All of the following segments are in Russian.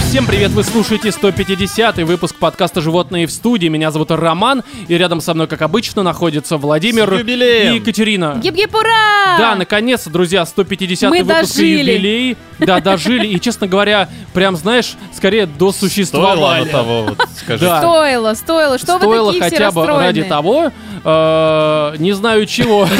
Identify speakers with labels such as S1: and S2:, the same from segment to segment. S1: Всем привет, вы слушаете 150-й выпуск подкаста «Животные в студии». Меня зовут Роман, и рядом со мной, как обычно, находятся Владимир
S2: С юбилеем!
S1: и Екатерина.
S3: Гип-гип, ура!
S1: Да, наконец-то, друзья, 150-й
S3: Мы
S1: выпуск и
S3: дожили.
S1: юбилей. Да, дожили, и, честно говоря, прям, знаешь, скорее до
S2: Стоило оно
S1: существования.
S2: того, вот, скажи.
S1: Да.
S3: Стоило, стоило. Что
S1: Стоило
S3: вы такие
S1: хотя
S3: все
S1: бы
S3: расстроенные?
S1: ради того, э, не знаю чего.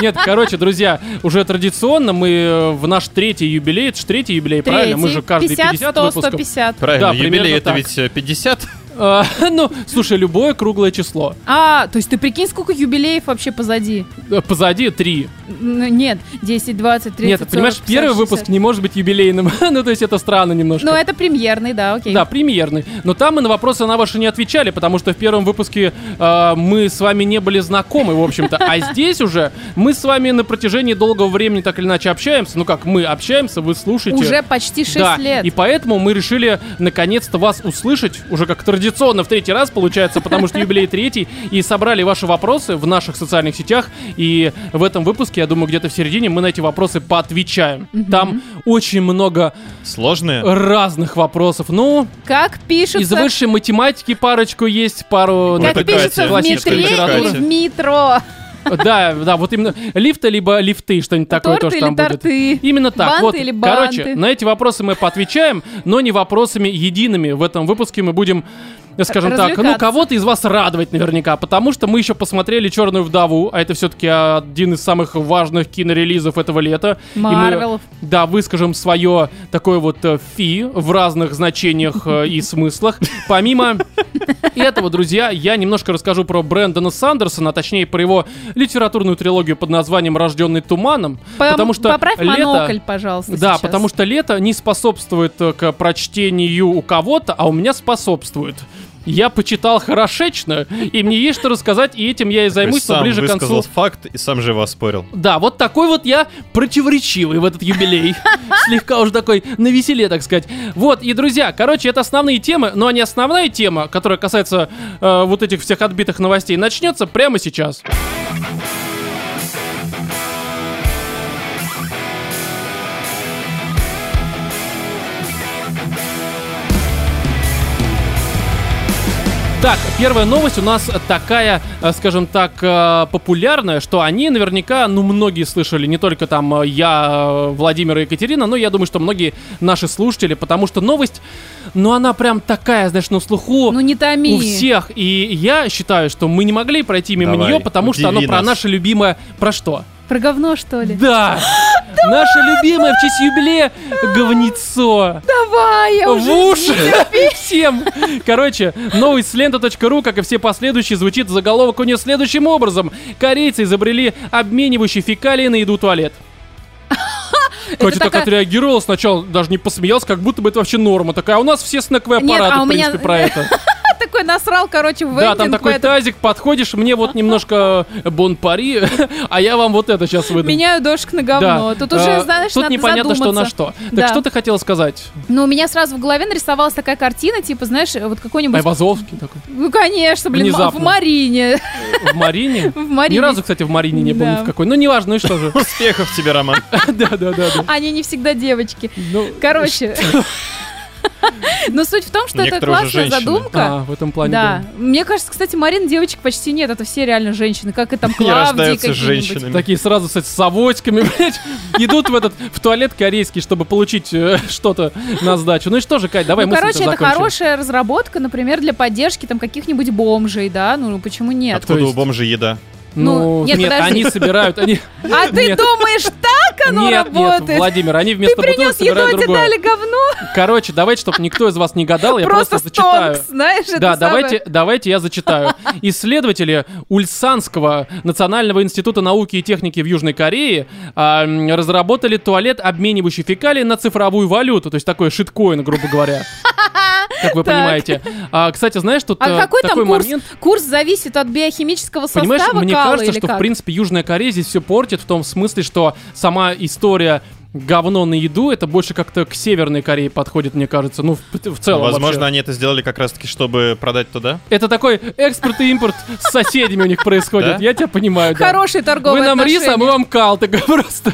S1: Нет, короче, друзья, уже традиционно мы э, в наш третий юбилей, это же третий юбилей,
S3: Третий.
S1: правильно? Мы же каждый
S3: 50,
S1: 50
S3: 100,
S1: выпусков.
S3: 150.
S2: Правильно,
S1: Да,
S2: юбилей
S1: примерно
S2: это
S1: так.
S2: ведь э, 50.
S1: А, Ну, слушай, любое круглое число.
S3: А, то есть ты прикинь, сколько юбилеев вообще позади?
S1: Э, Позади три.
S3: Ну, нет, 10, 20, 30,
S1: Нет, ты понимаешь,
S3: 40,
S1: первый
S3: 50,
S1: выпуск
S3: 60.
S1: не может быть юбилейным. Ну, то есть это странно немножко.
S3: Ну, это премьерный, да, окей.
S1: Да, премьерный. Но там мы на вопросы на ваши не отвечали, потому что в первом выпуске э, мы с вами не были знакомы, в общем-то. А здесь уже мы с вами на протяжении долгого времени так или иначе общаемся. Ну как, мы общаемся, вы слушаете.
S3: Уже почти 6
S1: да,
S3: лет.
S1: и поэтому мы решили наконец-то вас услышать, уже как традиционно в третий раз получается, потому что юбилей третий, и собрали ваши вопросы в наших социальных сетях, и в этом выпуске, я думаю, где-то в середине мы на эти вопросы поотвечаем. Там очень много Э,
S2: Сложные.
S1: разных вопросов, ну,
S3: Как
S1: из
S3: пишется...
S1: высшей математики парочку есть, пару...
S2: Как
S1: ну,
S3: Как
S2: Катя,
S3: пишется в
S1: классической
S3: метре
S2: литературы.
S3: или в метро?
S1: Да, да, вот именно лифта либо лифты, что-нибудь такое
S3: Торты
S1: тоже
S3: или
S1: там будет.
S3: торты?
S1: Именно так.
S3: Банты
S1: вот,
S3: или банты?
S1: короче, на эти вопросы мы поотвечаем, но не вопросами едиными. В этом выпуске мы будем э, скажем так, ну
S3: Развлекаться.
S1: кого-то из вас радовать наверняка, потому что мы еще посмотрели «Черную вдову», а это все-таки один из самых важных кинорелизов этого лета. И мы,
S3: Марвелов.
S1: да, выскажем свое такое вот э, фи в разных значениях э, и смыслах. Помимо этого, друзья, я немножко расскажу про Брэндона Сандерсона, а точнее про его литературную трилогию под названием «Рожденный туманом»,
S3: Пом-
S1: потому что
S3: Поправь
S1: лето...
S3: монокль, пожалуйста,
S1: Да,
S3: сейчас.
S1: потому что лето не способствует э, к прочтению у кого-то, а у меня способствует. Я почитал хорошечно, и мне есть что рассказать, и этим я и
S2: То есть
S1: займусь, но
S2: сам
S1: ближе к концу
S2: высказал факт и сам же его оспорил.
S1: да, вот такой вот я противоречивый в этот юбилей. Слегка уже такой на веселе, так сказать. Вот, и, друзья, короче, это основные темы, но не основная тема, которая касается э, вот этих всех отбитых новостей, начнется прямо сейчас. Так, первая новость у нас такая, э, скажем так, э, популярная, что они наверняка, ну, многие слышали, не только там э, я, э, Владимир и Екатерина, но я думаю, что многие наши слушатели, потому что новость, ну, она прям такая, знаешь, на слуху
S3: Ну, не томи.
S1: у всех. И я считаю, что мы не могли пройти мимо
S2: Давай,
S1: нее, потому что
S2: удиви
S1: оно про
S2: нас.
S1: наше любимое... Про что?
S3: Про говно, что ли?
S1: Да! Наше любимое в честь юбилея говнецо.
S3: Давай, я
S1: В
S3: уже
S1: уши! Всем! Короче, новость с лента.ру, как и все последующие, звучит заголовок у нее следующим образом. Корейцы изобрели обменивающий фекалии на еду туалет. Катя так
S3: такая-
S1: отреагировала сначала, даже не посмеялась, как будто бы это вообще норма. Такая, «А у нас все снековые
S3: Нет,
S1: аппараты,
S3: а у
S1: в
S3: меня-
S1: принципе, про это.
S3: такой насрал, короче, в
S1: Да, там
S3: эндинг, в
S1: такой
S3: этот
S1: тазик, подходишь, мне вот немножко бон-пари, а я вам вот это сейчас выдам.
S3: Меняю дошек на говно.
S1: Да.
S3: Тут
S1: Э,
S3: уже, знаешь,
S1: Тут
S3: надо
S1: непонятно, что на
S3: задуматься.
S1: что. Так
S3: Да.
S1: что ты хотела сказать?
S3: Ну, у меня сразу в голове нарисовалась такая картина, типа, знаешь, вот какой-нибудь...
S1: Айвазовский такой.
S3: Ну, конечно, блин, м-
S1: Внезапно.
S3: в Марине.
S1: В Марине?
S3: В Марине.
S1: Ни разу, кстати, в Марине не был ни
S3: Да.
S1: в какой. Ну, неважно, ну и что же.
S2: Успехов тебе, Роман.
S1: Да, да, да. да.
S3: Они не всегда девочки.
S1: Ну,
S3: Короче. Но суть в том, что это
S2: Некоторые уже
S3: классная
S2: женщины.
S3: задумка.
S1: а, в этом плане.
S3: Да. Мне кажется, кстати, Марин девочек почти нет. Это все реально женщины. Как и там
S2: Не
S3: Клавдии
S2: рождаются
S3: какие-нибудь.
S2: женщинами.
S1: Такие сразу, кстати, с авоськами, блядь, идут в этот, в туалет корейский, чтобы получить э, что-то на сдачу. Ну и что же, Кать, давай
S3: Ну,
S1: мысль-то
S3: короче, это
S1: закончим.
S3: хорошая разработка, например, для поддержки там каких-нибудь бомжей, да? Ну, почему нет?
S1: то
S2: Откуда у
S1: есть-
S2: бомжа еда?
S1: Ну,
S3: Ну, нет,
S1: нет,
S3: подожди.
S1: они собирают, они...
S3: А ты
S1: Нет.
S3: думаешь, так оно
S1: Нет, нет,
S3: работает?
S1: Владимир, они
S3: Ты
S1: вместо бутылок
S3: принес еду, а
S1: собирают
S3: тебе
S1: другое.
S3: дали говно?
S1: Короче, давайте, чтобы никто из вас не гадал, я просто,
S3: Просто
S1: зачитаю.
S3: стонкс, знаешь? это
S1: Да,
S3: самое.
S1: давайте, давайте я зачитаю. Исследователи Ульсанского национального института науки и техники в Южной Корее а, м, разработали туалет, обменивающий фекалии на цифровую валюту, то есть такой шиткоин, грубо говоря. Как вы
S3: Так.
S1: понимаете. А, кстати, знаешь, тут
S3: А
S1: э,
S3: какой там
S1: такой
S3: курс?
S1: момент.
S3: Курс зависит от биохимического состава
S1: Понимаешь, мне
S3: кала
S1: кажется,
S3: или
S1: что в
S3: как?
S1: принципе Южная Корея здесь все портит в том смысле, что сама история говно на еду, это больше как-то к Северной Корее подходит, мне кажется. Ну, в, в целом.
S2: Возможно,
S1: вообще.
S2: они это сделали как раз-таки, чтобы продать туда.
S1: Это такой экспорт и импорт с соседями у них происходит.
S2: Да?
S1: Я тебя понимаю. да.
S3: Хорошие
S1: Вы
S3: торговые
S1: нам рис, а
S3: отношения.
S1: мы вам кал, так просто.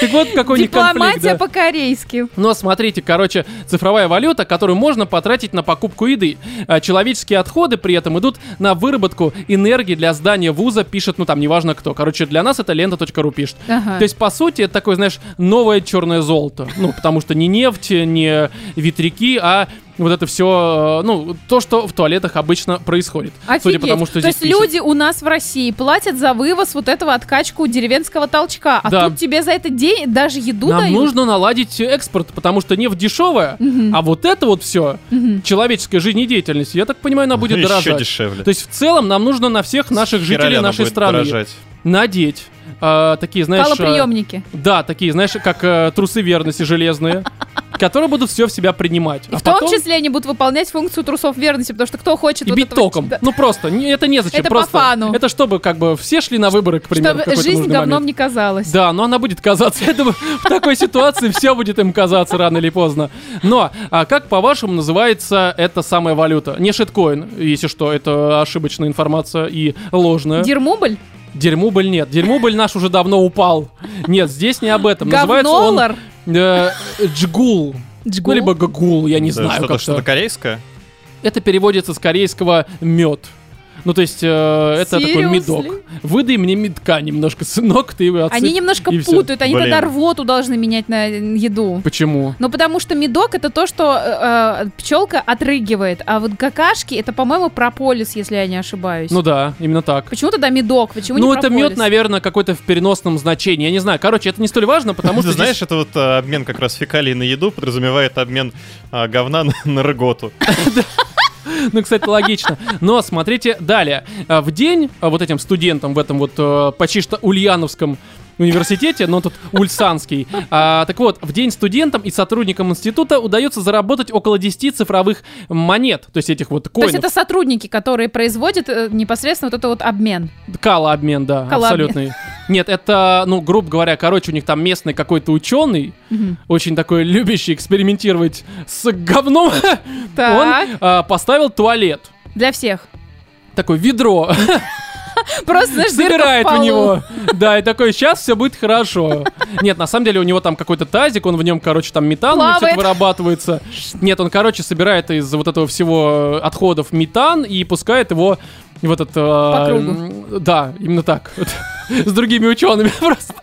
S1: Так вот, какой у них конфликт.
S3: Дипломатия
S1: да.
S3: по-корейски.
S1: Но смотрите, короче, цифровая валюта, которую можно потратить на покупку еды. А Человеческие отходы при этом идут на выработку энергии для здания вуза, пишет, ну там неважно кто. Короче, для нас это лента.ру пишет.
S3: Ага.
S1: То есть, по сути, это такое, знаешь, новое черное золото. Ну, потому что не нефть, не ветряки, а вот это все, ну, то, что в туалетах обычно происходит. Судя
S3: Офигеть.
S1: по тому, что
S3: То
S1: здесь
S3: есть
S1: пишут.
S3: люди у нас в России платят за вывоз вот этого откачку деревенского толчка, а
S1: Да.
S3: тут тебе за это день даже еду
S1: Нам
S3: дают.
S1: нужно наладить экспорт, потому что нефть дешевая, а вот это вот все человеческая жизнедеятельность, я так понимаю, она будет
S2: Ну, Еще
S1: дорожать.
S2: дешевле.
S1: То есть в целом нам нужно на всех наших
S2: Хера ли
S1: жителей
S2: оно
S1: нашей
S2: будет
S1: страны
S2: дорожать?
S1: надеть э, такие, знаешь, э,
S3: Калоприемники.
S1: да, такие, знаешь, как э, трусы верности железные, которые будут все в себя принимать.
S3: И
S1: А
S3: в том
S1: потом-
S3: числе они будут выполнять функцию трусов верности, потому что кто хочет
S1: и
S3: вот
S1: бить
S3: этого-
S1: током.
S3: Да.
S1: Ну просто, не- это незачем.
S3: Это по
S1: просто,
S3: фану.
S1: Это чтобы как бы все шли на выборы, к примеру. в
S3: чтобы
S1: какой-то
S3: жизнь
S1: нужный
S3: говном
S1: момент.
S3: не казалась.
S1: Да, но она будет казаться. Я думаю, в такой ситуации все будет им казаться рано или поздно. Но, а как по-вашему называется эта самая валюта? Не шиткоин, если что, это ошибочная информация и ложная.
S3: Дермубль?
S1: Дерьмубль нет. Дерьмубль наш уже давно упал. Нет, здесь не об этом. Называется он
S3: Говнолар?
S1: э, джгул. Ну,
S3: Джгул?
S1: либо гагул, я не
S2: Да,
S1: знаю.
S2: Что-то
S1: как-то.
S2: что-то корейское?
S1: Это переводится с корейского мед. Ну, то есть, э, это такой
S3: Seriously?
S1: медок. Выдай мне медка немножко, сынок, ты его отсып-
S3: Они немножко
S1: и всё.
S3: путают, они
S2: Блин.
S3: тогда рвоту должны менять на еду.
S1: Почему?
S3: Ну, потому что медок это то, что э, э, пчелка отрыгивает, а вот какашки это, по-моему, прополис, если я не ошибаюсь.
S1: Ну да, именно так.
S3: Почему тогда медок? Почему
S1: ну,
S3: не
S1: это
S3: прополис?
S1: мед, наверное, какой-то в переносном значении. Я не знаю. Короче, это не столь важно, потому что
S2: Ну, Ты знаешь,
S1: здесь-
S2: это вот э, обмен как раз фекалий на еду подразумевает обмен э, говна на- на рыготу.
S1: ну, кстати, логично. Но смотрите далее. А, В день а, вот этим студентам в этом вот э, почти что ульяновском университете, но тут ульсанский. А, так вот, в день студентам и сотрудникам института удается заработать около 10 цифровых монет, то есть этих вот
S3: То есть
S1: коинов.
S3: это сотрудники, которые производят э, непосредственно вот этот вот обмен.
S1: Калообмен, да,
S3: Калообмен.
S1: абсолютный. Нет, это, ну, грубо говоря, короче, у них там местный какой-то ученый,
S3: Мгм.
S1: очень такой любящий экспериментировать с говном,
S3: Так,
S1: он а, поставил туалет.
S3: для всех.
S1: Такое ведро
S3: Просто, знаешь, дырка
S1: забирает
S3: в
S1: у
S3: полу. Ну,
S1: него. Да, и такой, сейчас все будет хорошо. Нет, на самом деле у него там какой-то тазик, он в нем, короче, там метан у него всё это
S3: Плавает.
S1: вырабатывается. Нет, он, короче, собирает из вот этого всего э, отходов метан и пускает его в этот... э,
S3: кругу.
S1: м, Да, именно так. Вот. С другими учеными просто.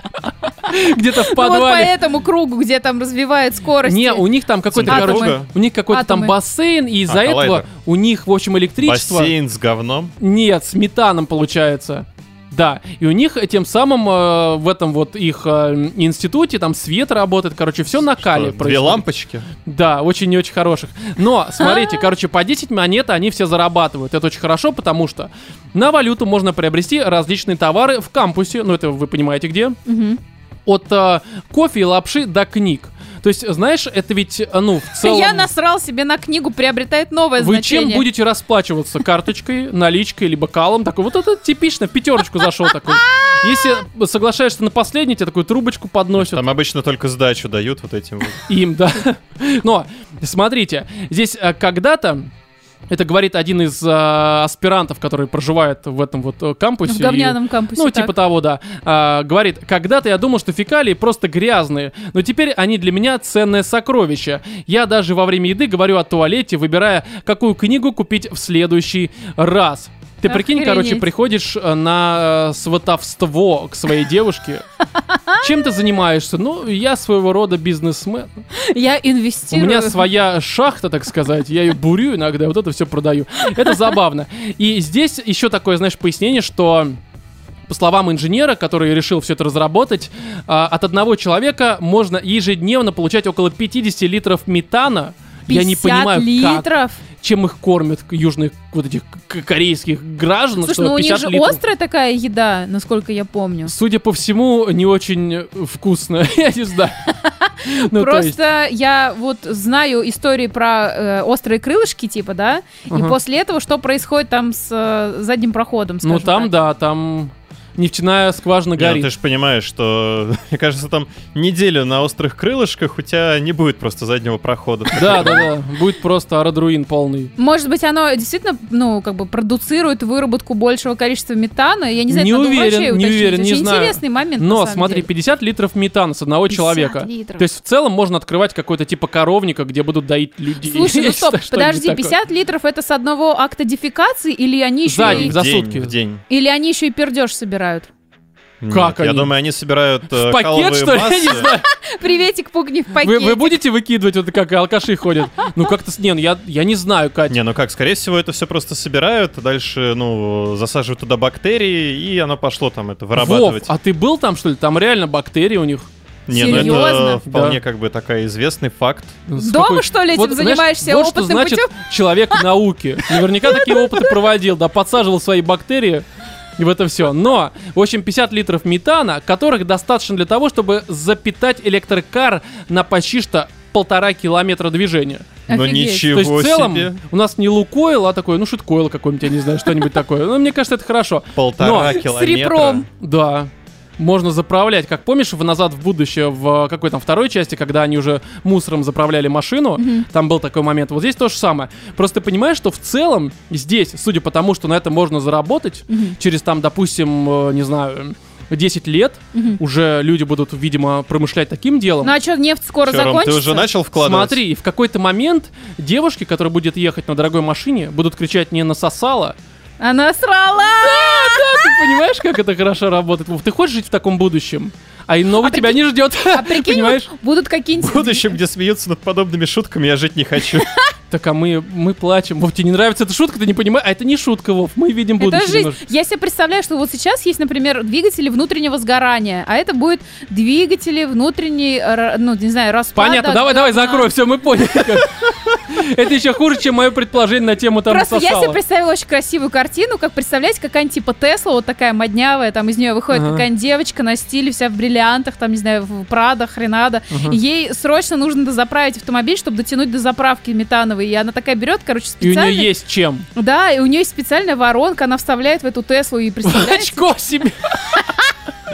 S1: Где-то в
S3: Ну, вот по
S1: подвале.
S3: этому кругу, где там развивает скорость.
S1: Не, у них там какой-то,
S2: Центрифуга?
S1: короче, у них какой-то там
S3: Атомы.
S1: бассейн, и из-за
S2: А,
S1: этого
S2: коллайдер.
S1: у них, в общем, электричество...
S2: Бассейн с говном.
S1: Нет, с метаном получается. Да, и у них э, тем самым э, в этом вот их э, институте там свет работает, короче, все на кале
S2: Что, Две
S1: происходит.
S2: лампочки.
S1: Да, очень и очень хороших. Но,
S3: А.
S1: смотрите, короче, по 10 монет они все зарабатывают. Это очень хорошо, потому что на валюту можно приобрести различные товары в кампусе, ну это вы понимаете где,
S3: Мгм.
S1: от э, кофе и лапши до книг. То есть, знаешь, это ведь, э, ну, в целом...
S3: Я насрал себе на книгу, приобретает новое
S1: Вы
S3: значение.
S1: чем будете расплачиваться? Карточкой, наличкой, либо калом? Такой, вот это типично, в пятерочку зашел такой. Если соглашаешься на последний, тебе такую трубочку подносят.
S2: Там обычно только сдачу дают вот этим вот.
S1: Им, да. Но, смотрите, здесь э, когда-то это говорит один из э, аспирантов, который проживает в этом вот э, кампусе.
S3: В
S1: и-
S3: говняном кампусе.
S1: ну,
S3: так.
S1: типа того, да. А, говорит, когда-то я думал, что фекалии просто грязные, но теперь они для меня ценное сокровище. Я даже во время еды говорю о туалете, выбирая, какую книгу купить в следующий раз. Ты прикинь,
S3: Охренеть.
S1: короче, приходишь э, на э, сватовство к своей девушке. Чем ты занимаешься? Ну, я своего рода бизнесмен.
S3: Я
S1: У
S3: инвестирую.
S1: меня своя шахта, так сказать, я ее бурю иногда, вот это все продаю. Это забавно. И здесь еще такое, знаешь, пояснение, что по словам инженера, который решил все это разработать, а, от одного человека можно ежедневно получать около 50 литров метана. Я не
S3: 50
S1: понимаю, как,
S3: литров.
S1: чем их кормят южных вот этих к- корейских граждан.
S3: Слушай,
S1: что
S3: ну у них
S1: 50
S3: же
S1: литров.
S3: острая такая еда, насколько я помню.
S1: Судя по всему, не очень э, вкусно. Я не знаю. Ну, то есть-
S3: Просто я вот знаю истории про э, острые крылышки, типа, да? И
S1: Ага.
S3: после этого что происходит там с э, задним проходом,
S1: Ну
S3: скажем
S1: там,
S3: так.
S1: да, там нефтяная скважина
S2: Не, ну
S1: горит.
S2: ты же понимаешь, что, мне кажется, там неделю на острых крылышках у тебя не будет просто заднего прохода.
S1: Да, да, да. Будет просто аэродруин полный.
S3: Может быть, оно действительно, ну, как бы продуцирует выработку большего количества метана. Я не знаю,
S1: Не
S3: это надо у
S1: уверен,
S3: врачей
S1: не
S3: уточнить.
S1: уверен, не
S3: Очень
S1: знаю.
S3: интересный момент. на
S1: Но
S3: самом
S1: смотри,
S3: деле.
S1: 50 литров метана с одного
S3: 50
S1: человека.
S3: литров.
S1: То есть в целом можно открывать какой-то типа коровника, где будут доить людей.
S3: Слушай, ну
S1: Я
S3: стоп,
S1: считаю, что
S3: подожди,
S1: это не
S3: 50 литров это с одного акта дефекации или они еще
S1: За
S3: и...
S1: день. за
S2: день,
S1: сутки.
S2: э, В день.
S3: Или они еще и пердеж собирают?
S2: Нет,
S1: Как
S2: Я
S1: они?
S2: думаю, они собирают э,
S1: В пакет,
S2: каловые
S1: что ли? Я
S2: массы.
S1: не знаю.
S3: Приветик, пугни в пакете.
S1: Вы, вы будете выкидывать, вот как алкаши ходят? Ну как-то... с- Не, ну я, я не знаю, Катя.
S2: Не, ну как, скорее всего, это все просто собирают, а дальше, ну, засаживают туда бактерии, и оно пошло там это
S1: Вов,
S2: вырабатывать.
S1: а ты был там, что ли? Там реально бактерии у них.
S2: Не, ну
S3: Серьезно?
S2: это вполне как бы такой известный факт.
S1: С
S3: Дома,
S1: какой-
S3: что ли, этим
S1: знаешь,
S3: занимаешься
S1: вот что
S3: опытным
S1: значит
S3: путем?
S1: человек науки. Наверняка такие опыты проводил, да, подсаживал свои бактерии и в это все. Но, в общем, 50 литров метана, которых достаточно для того, чтобы запитать электрокар на почти что полтора километра движения.
S2: Но
S3: Офигеть.
S1: То есть
S2: ничего
S1: в целом
S2: себе.
S1: у нас не лукойл, а такой, ну, шиткойл какой-нибудь, я не знаю, что-нибудь такое. Но мне кажется, это хорошо.
S2: Полтора
S1: Но
S2: километра.
S3: ребром.
S1: Да. Можно заправлять, как помнишь, в «Назад в будущее» в э, какой там второй части, когда они уже мусором заправляли машину, там был такой момент. Вот здесь то же самое. Просто ты понимаешь, что в целом здесь, судя по тому, что на это можно заработать, через там, допустим, э, не знаю, 10 лет, уже люди будут, видимо, промышлять таким делом.
S3: Ну а что, нефть скоро
S2: Чё, Ром,
S3: закончится?
S2: ты уже начал вкладывать?
S1: Смотри, в какой-то момент девушки, которая будет ехать на дорогой машине, будут кричать не насосала.
S3: Она срала!
S1: Ты понимаешь, как это хорошо работает? Вов, ты хочешь жить в таком будущем? А иного тебя не ждет.
S3: Прикинь, а
S1: Понимаешь?
S3: вот будут какие-нибудь...
S2: В будущем, где смеются над подобными шутками, я жить не хочу.
S1: Так, а мы, мы плачем. Вов, тебе не нравится эта шутка, ты не понимаешь. А это не шутка, Вов. Мы видим будущее.
S3: Это жизнь.
S1: немножко.
S3: Я себе представляю, что вот сейчас есть, например, двигатели внутреннего сгорания, а это будет двигатели внутренней, э, ра- ну, не знаю, распада.
S1: Понятно, давай, давай, закрой,
S3: закроем.
S1: все, мы поняли. как. Это еще хуже, чем мое предположение на тему там
S3: Просто я себе
S1: сосала.
S3: представила очень красивую картину, как представляете, какая-нибудь типа Тесла, вот такая моднявая, там из нее выходит
S1: Ага.
S3: какая-нибудь девочка на стиле, вся в бриллиантах, там, не знаю, в Прадах, Ренада. И Ей срочно нужно дозаправить автомобиль, чтобы дотянуть до заправки метановой. И она такая берет, короче,
S1: И у
S3: специально.
S1: нее есть чем.
S3: Да, и у нее есть специальная воронка, она вставляет в эту Теслу и представляете?
S1: Очко себе.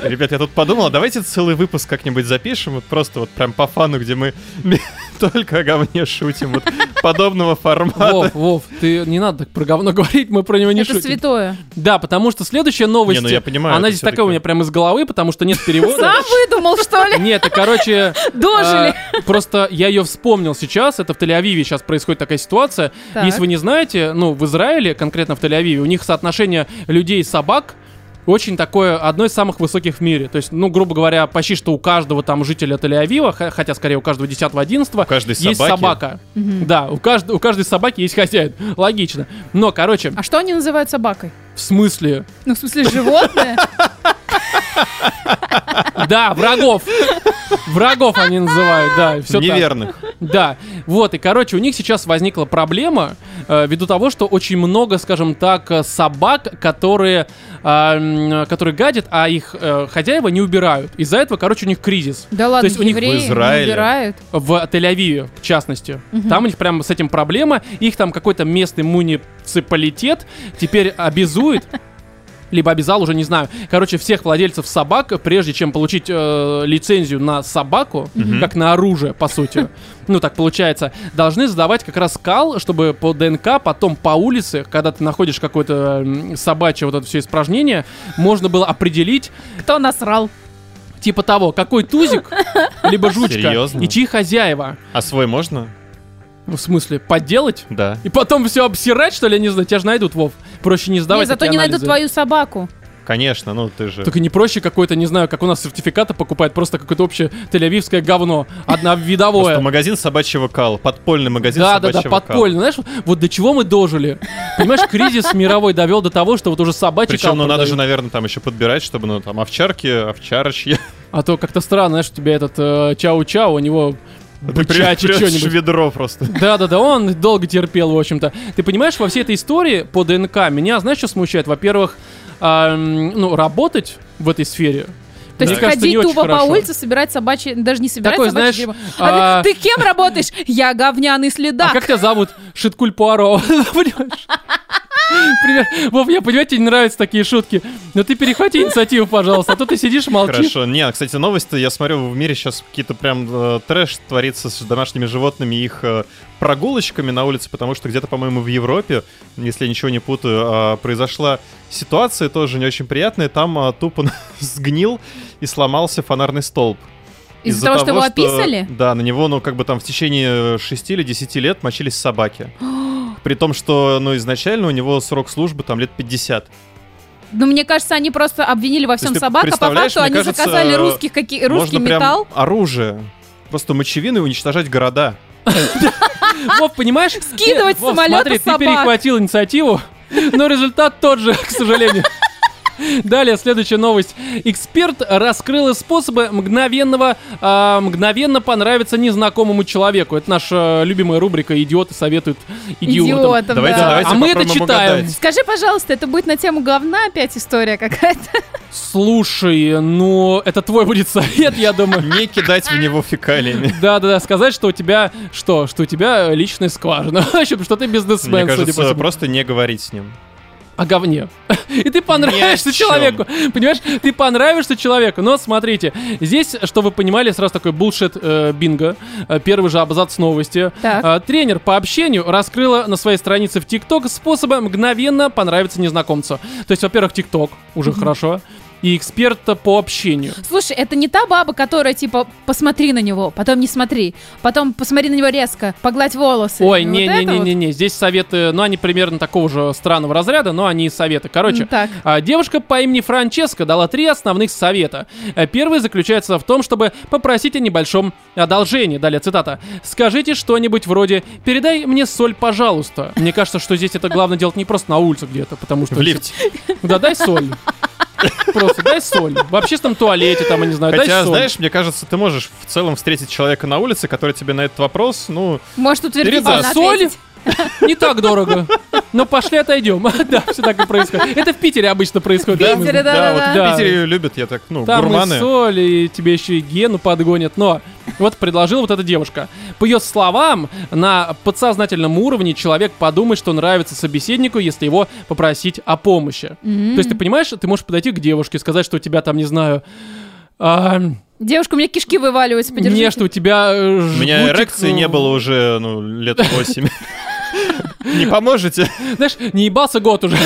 S2: Ребят, я тут подумал, а давайте целый выпуск как-нибудь запишем, вот просто вот прям по фану, где мы только о говне шутим, вот подобного формата.
S1: Вов, Вов, ты не надо так про говно говорить, мы про него не
S3: Это
S1: шутим.
S3: святое.
S1: Да, потому что следующая новость.
S2: Не, ну я понимаю,
S1: Она
S2: это
S1: здесь такая
S2: всё-таки-
S1: у меня прям из головы, потому что нет перевода.
S3: Сам выдумал, что ли?
S1: Нет, это, короче,
S3: Дожили.
S1: А, Просто я ее вспомнил сейчас. Это в Тель-Авиве сейчас происходит такая ситуация.
S3: Так.
S1: Если вы не знаете, ну, в Израиле, конкретно в Тель-Авиве, у них соотношение людей и собак очень такое, одно из самых высоких в мире. То есть, ну, грубо говоря, почти что у каждого там жителя Тель-Авива, х- хотя скорее у каждого 10 11
S2: каждой
S1: есть
S2: собаки?
S1: собака. Да, у, кажд- у каждой собаки есть хозяин. Логично. Но, короче,
S3: А что они называют собакой?
S1: в смысле...
S3: Ну, в смысле, животное?
S1: Да, врагов. Врагов они называют, да. и всё так.
S2: Неверных.
S1: Да, вот, и, короче, у них сейчас возникла проблема э, ввиду того, что очень много, скажем так, э, собак, которые, э, м, которые гадят, а их э, хозяева не убирают. Из-за этого, короче, у них кризис.
S3: Да ладно,
S1: То есть у них в
S3: евреи не
S2: Израиле.
S3: убирают.
S1: В Тель-Авиве, в частности. Там у них прям с этим проблема. Их там какой-то местный муниципалитет теперь обязует либо обязал, уже не знаю. Короче, всех владельцев собак, прежде чем получить э, лицензию на собаку, как на оружие, по сути, ну так получается, должны сдавать как раз кал, чтобы по ДНК потом по улице, когда ты находишь какое-то м, собачье вот это все испражнение, можно было определить,
S3: Кто насрал?
S1: типа того, какой тузик, либо жучка,
S2: Серьезно?
S1: и чьи хозяева.
S2: А свой можно?
S1: Ну, В смысле, подделать?
S2: Да.
S1: И потом все обсирать, что ли, я не знаю, тебя же найдут, Вов. Проще не сдавать
S3: Нет, зато
S1: такие
S3: не найдут
S1: анализы.
S3: твою собаку.
S2: Конечно, ну ты же...
S1: Только не проще какой-то, не знаю, как у нас сертификаты покупают, просто какое-то общее тель-авивское говно,
S2: Просто
S1: одновидовое.
S2: магазин собачьего кала, подпольный магазин
S1: Да, да,
S2: собачьего
S1: да,
S2: кала.
S1: подпольно. Знаешь, вот до чего мы дожили. Понимаешь, кризис мировой довел до того, что вот уже собачий
S2: Причем,
S1: кал
S2: ну надо
S1: продают.
S2: же, наверное, там еще подбирать, чтобы, ну там овчарки, овчарочьи.
S1: А то как-то странно, знаешь, у тебя этот э, чау-чау, у него
S2: А
S1: бычачий
S2: Прячешь
S1: что-нибудь.
S2: ведро просто.
S1: Да-да-да, он долго терпел, в общем-то. Ты понимаешь, во всей этой истории по ДНК меня, знаешь, что смущает? Во-первых, а, м, ну, работать в этой сфере.
S3: То есть
S1: мне кажется, не
S3: ходить
S1: очень
S3: тупо по
S1: хорошо.
S3: улице, собирать собачьи... Даже не собирать
S1: Такой,
S3: собачье
S1: знаешь,
S3: дерьмо. А
S1: а-
S3: Ты ты кем работаешь? Я говняный
S1: А
S3: следак.
S1: как тебя зовут? Шиткуль Пуаро. Понимаешь? пример. Вов, я понимаю, тебе не нравятся такие шутки, но ты перехвати инициативу, пожалуйста, а то ты сидишь, молчишь.
S2: Хорошо. Не, кстати, новость-то я смотрю, в мире сейчас какие-то прям э, трэш творится с домашними животными и их э, прогулочками на улице, потому что где-то, по-моему, в Европе, если я ничего не путаю, а, произошла ситуация тоже не очень приятная. Там а, тупо сгнил и сломался фонарный столб.
S3: Из-за того, что его описали?
S2: Да, на него, ну, как бы там в течение 6 или 10 лет мочились собаки. При том, что, ну, изначально у него срок службы там лет 50.
S3: Ну, мне кажется, они просто обвинили во
S2: То
S3: всем
S2: есть ты
S3: собак, а по
S2: представляешь,
S3: факту
S2: мне
S3: они
S2: кажется,
S3: заказали русских какие, русский
S2: Можно прям
S3: металл.
S2: оружие. Просто мочевины уничтожать города.
S1: Вов, понимаешь?
S3: Скидывать
S1: Э, Вов,
S3: самолета
S1: смотри,
S3: собак.
S1: ты перехватил инициативу, но результат тот же, к сожалению. Далее, следующая новость. Эксперт раскрыл способы мгновенного, а, мгновенно понравиться незнакомому человеку. Это наша любимая рубрика «Идиоты советуют идиотам».
S3: Идиотом,
S2: Давайте,
S3: да.
S2: давайте
S1: А мы это
S2: попробуем
S1: читаем.
S2: угадать.
S3: Скажи, пожалуйста, это будет на тему говна опять история какая-то?
S1: Слушай, ну это твой будет совет, я думаю.
S2: Не кидать в него фекалиями.
S1: Да-да-да, сказать, что у тебя, что, что у тебя личная скважина, Значит, что ты
S2: Мне
S1: бизнесмен, судя по
S2: кажется,
S1: всему.
S2: просто не говорить с ним.
S1: о говне. И ты понравишься
S2: Ни о чем.
S1: человеку. Понимаешь, ты понравишься человеку. Но смотрите, здесь, что вы понимали, сразу такой булшит э, бинго. Э, Первый же абзац новости.
S3: Так.
S1: Э, тренер по общению раскрыла на своей странице в ТикТок способы мгновенно понравиться незнакомцу. То есть, во-первых, ТикТок, уже хорошо. И эксперта по общению.
S3: Слушай, это не та баба, которая типа посмотри на него, потом не смотри, потом посмотри на него резко, погладь волосы.
S1: Ой,
S3: ну Вот это вот?
S1: не-не-не-не, здесь советы, ну, они примерно такого же странного разряда, но они советы. Короче,
S3: Ну, так.
S1: а, девушка по имени Франческа дала три основных совета. Э, Первый заключается в том, чтобы попросить о небольшом одолжении. Далее цитата. «Скажите что-нибудь вроде «передай мне соль, пожалуйста». Мне кажется, что здесь это главное делать не просто на улице где-то, потому что...
S2: В лифте.
S1: Да, дай соль. Просто дай соль. В общественном туалете там, я не знаю, дай
S2: Хотя,
S1: соль.
S2: знаешь, мне кажется, ты можешь в целом встретить человека на улице, который тебе на этот вопрос, ну,
S3: Может утвердить,
S2: Передай.
S3: она
S1: А соль?
S3: ответить?
S1: Не так дорого. Но пошли отойдем. Да, все так и происходит. Это в Питере обычно происходит.
S3: В Питере, да, да,
S2: вот
S3: да.
S1: да.
S2: в Питере любят, я так, ну,
S1: Там и
S2: гурманы.
S1: соль, и тебе еще и гену подгонят. Но вот предложила вот эта девушка. По ее словам, на подсознательном уровне человек подумает, что нравится собеседнику, если его попросить о помощи.
S3: М.
S1: То есть ты понимаешь, ты можешь подойти к девушке, сказать, что у тебя там, не знаю... а,
S3: Девушка, у меня кишки вываливаются, подержи.
S1: не, что у тебя... э,
S2: У меня
S1: жгутик,
S2: эрекции
S1: ну,
S2: не было уже, ну, лет восемь. Не поможете?
S1: Знаешь, не ебался год уже.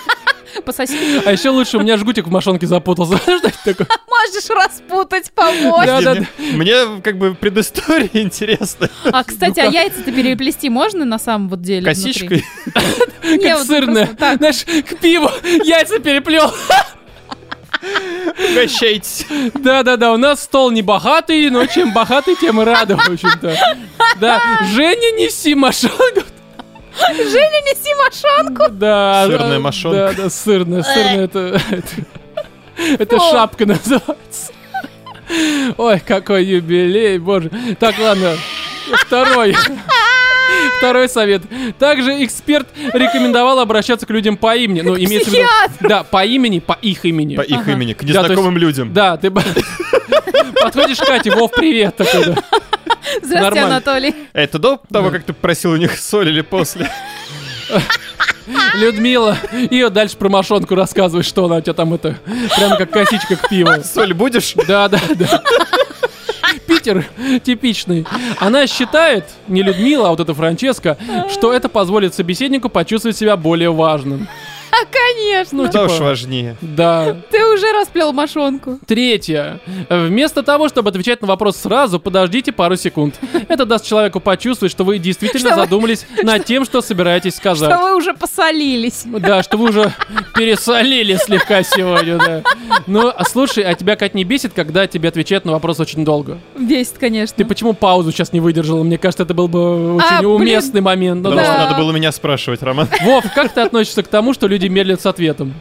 S3: Пососи.
S1: А еще лучше, у меня жгутик в мошонке запутался. Что это такое?
S3: Можешь распутать, помочь.
S1: Да, да,
S2: Мне- Мне, как бы, предыстория интересна.
S3: А, кстати,
S1: Ну
S3: а яйца-то переплести можно на самом вот деле? внутри?
S2: Косичкой.
S3: Не,
S1: Как
S3: вот
S1: сырное.
S3: просто так.
S1: Знаешь, к пиву яйца переплел.
S2: Угощайтесь.
S1: Да-да-да, у нас стол не богатый, но чем богатый, тем и рады, в общем-то. Да, Женя, неси машинку.
S3: Женя, неси мошонку.
S1: Да,
S2: Сырная
S1: да,
S2: мошонка.
S1: Да, да, сырная, сырная, это... это- Это
S3: Фу.
S1: шапка называется. Ой, какой юбилей, боже. Так, ладно, второй. Второй совет. Также эксперт рекомендовал обращаться к людям по имени. Ну, имеется в виду...
S3: психиатру.
S1: Да, по имени, по их имени.
S2: По их
S3: Ага.
S2: имени, к
S1: Да, то есть-
S2: незнакомым людям.
S1: Да, ты б- подходишь к Кате, Вов, привет. такой, да.
S3: Здравствуйте,
S1: Нормально.
S3: Анатолий.
S2: Это до того, как ты просил у них соль или после?
S1: Людмила. И вот дальше про мошонку рассказывай, что она у тебя там это... Прям как косичка к пиву.
S2: Соль будешь?
S1: Да, да, да. Питер типичный. Она считает, не Людмила, а вот эта Франческа, что это позволит собеседнику почувствовать себя более важным.
S3: А, конечно.
S2: Куда уж
S1: типа-
S2: важнее.
S1: Да.
S3: Ты уже расплел мошонку.
S1: Третье. Вместо того, чтобы отвечать на вопрос сразу, подождите пару секунд. Это даст человеку почувствовать, что вы действительно
S3: Что вы-
S1: задумались над тем, что собираетесь сказать.
S3: Что вы уже посолились.
S1: Ну Да, что вы уже пересолили слегка сегодня, да. Ну, а слушай, а тебя, Кать, не бесит, когда тебе отвечают на вопрос очень долго?
S3: Бесит, конечно.
S1: Ты почему паузу сейчас не выдержала? Мне кажется, это был бы очень
S3: А, блин.
S1: уместный момент. Ну,
S2: Потому что
S1: да.
S3: Да.
S2: надо было меня спрашивать, Роман.
S1: Вов, как ты относишься к тому, что люди медлят с ответом?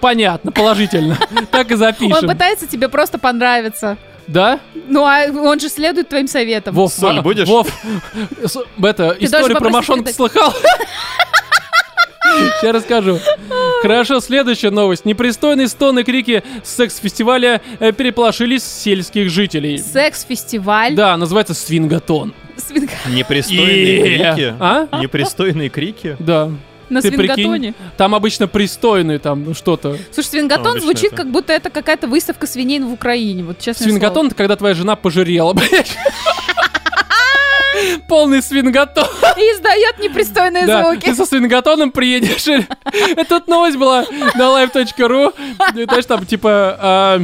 S1: Понятно, положительно. Так и
S3: Он
S1: запишем.
S3: пытается тебе просто понравиться.
S1: Да?
S3: Ну, а он же следует твоим советам.
S1: Вов,
S2: Соль
S1: а,
S2: будешь?
S1: Вов, с- это, историю
S3: должен
S1: про
S3: попросить
S1: мошонку
S3: передать.
S1: слыхал? Сейчас расскажу. Хорошо, следующая новость. Непристойные стоны и крики с секс-фестиваля э, переполошили сельских жителей.
S3: Секс-фестиваль.
S1: Да, называется свингатон.
S3: Свинка.
S2: Непристойные
S1: Е.
S2: крики.
S1: А?
S2: Непристойные крики.
S1: Да.
S3: На
S1: Ты прикинь,
S3: свингатоне.
S1: Там обычно пристойный там ну, что-то.
S3: Слушай,
S2: Ну,
S3: свингатон
S2: обычно
S3: звучит,
S2: это.
S3: как будто это какая-то выставка свиней в Украине. Вот честно.
S1: Свингатон это когда твоя жена пожирела, блядь. Полный свингатон.
S3: И издает непристойные
S1: Да,
S3: звуки.
S1: ты со свингатоном приедешь. и- Это тут новость была на live.ru. И, Знаешь, там типа а,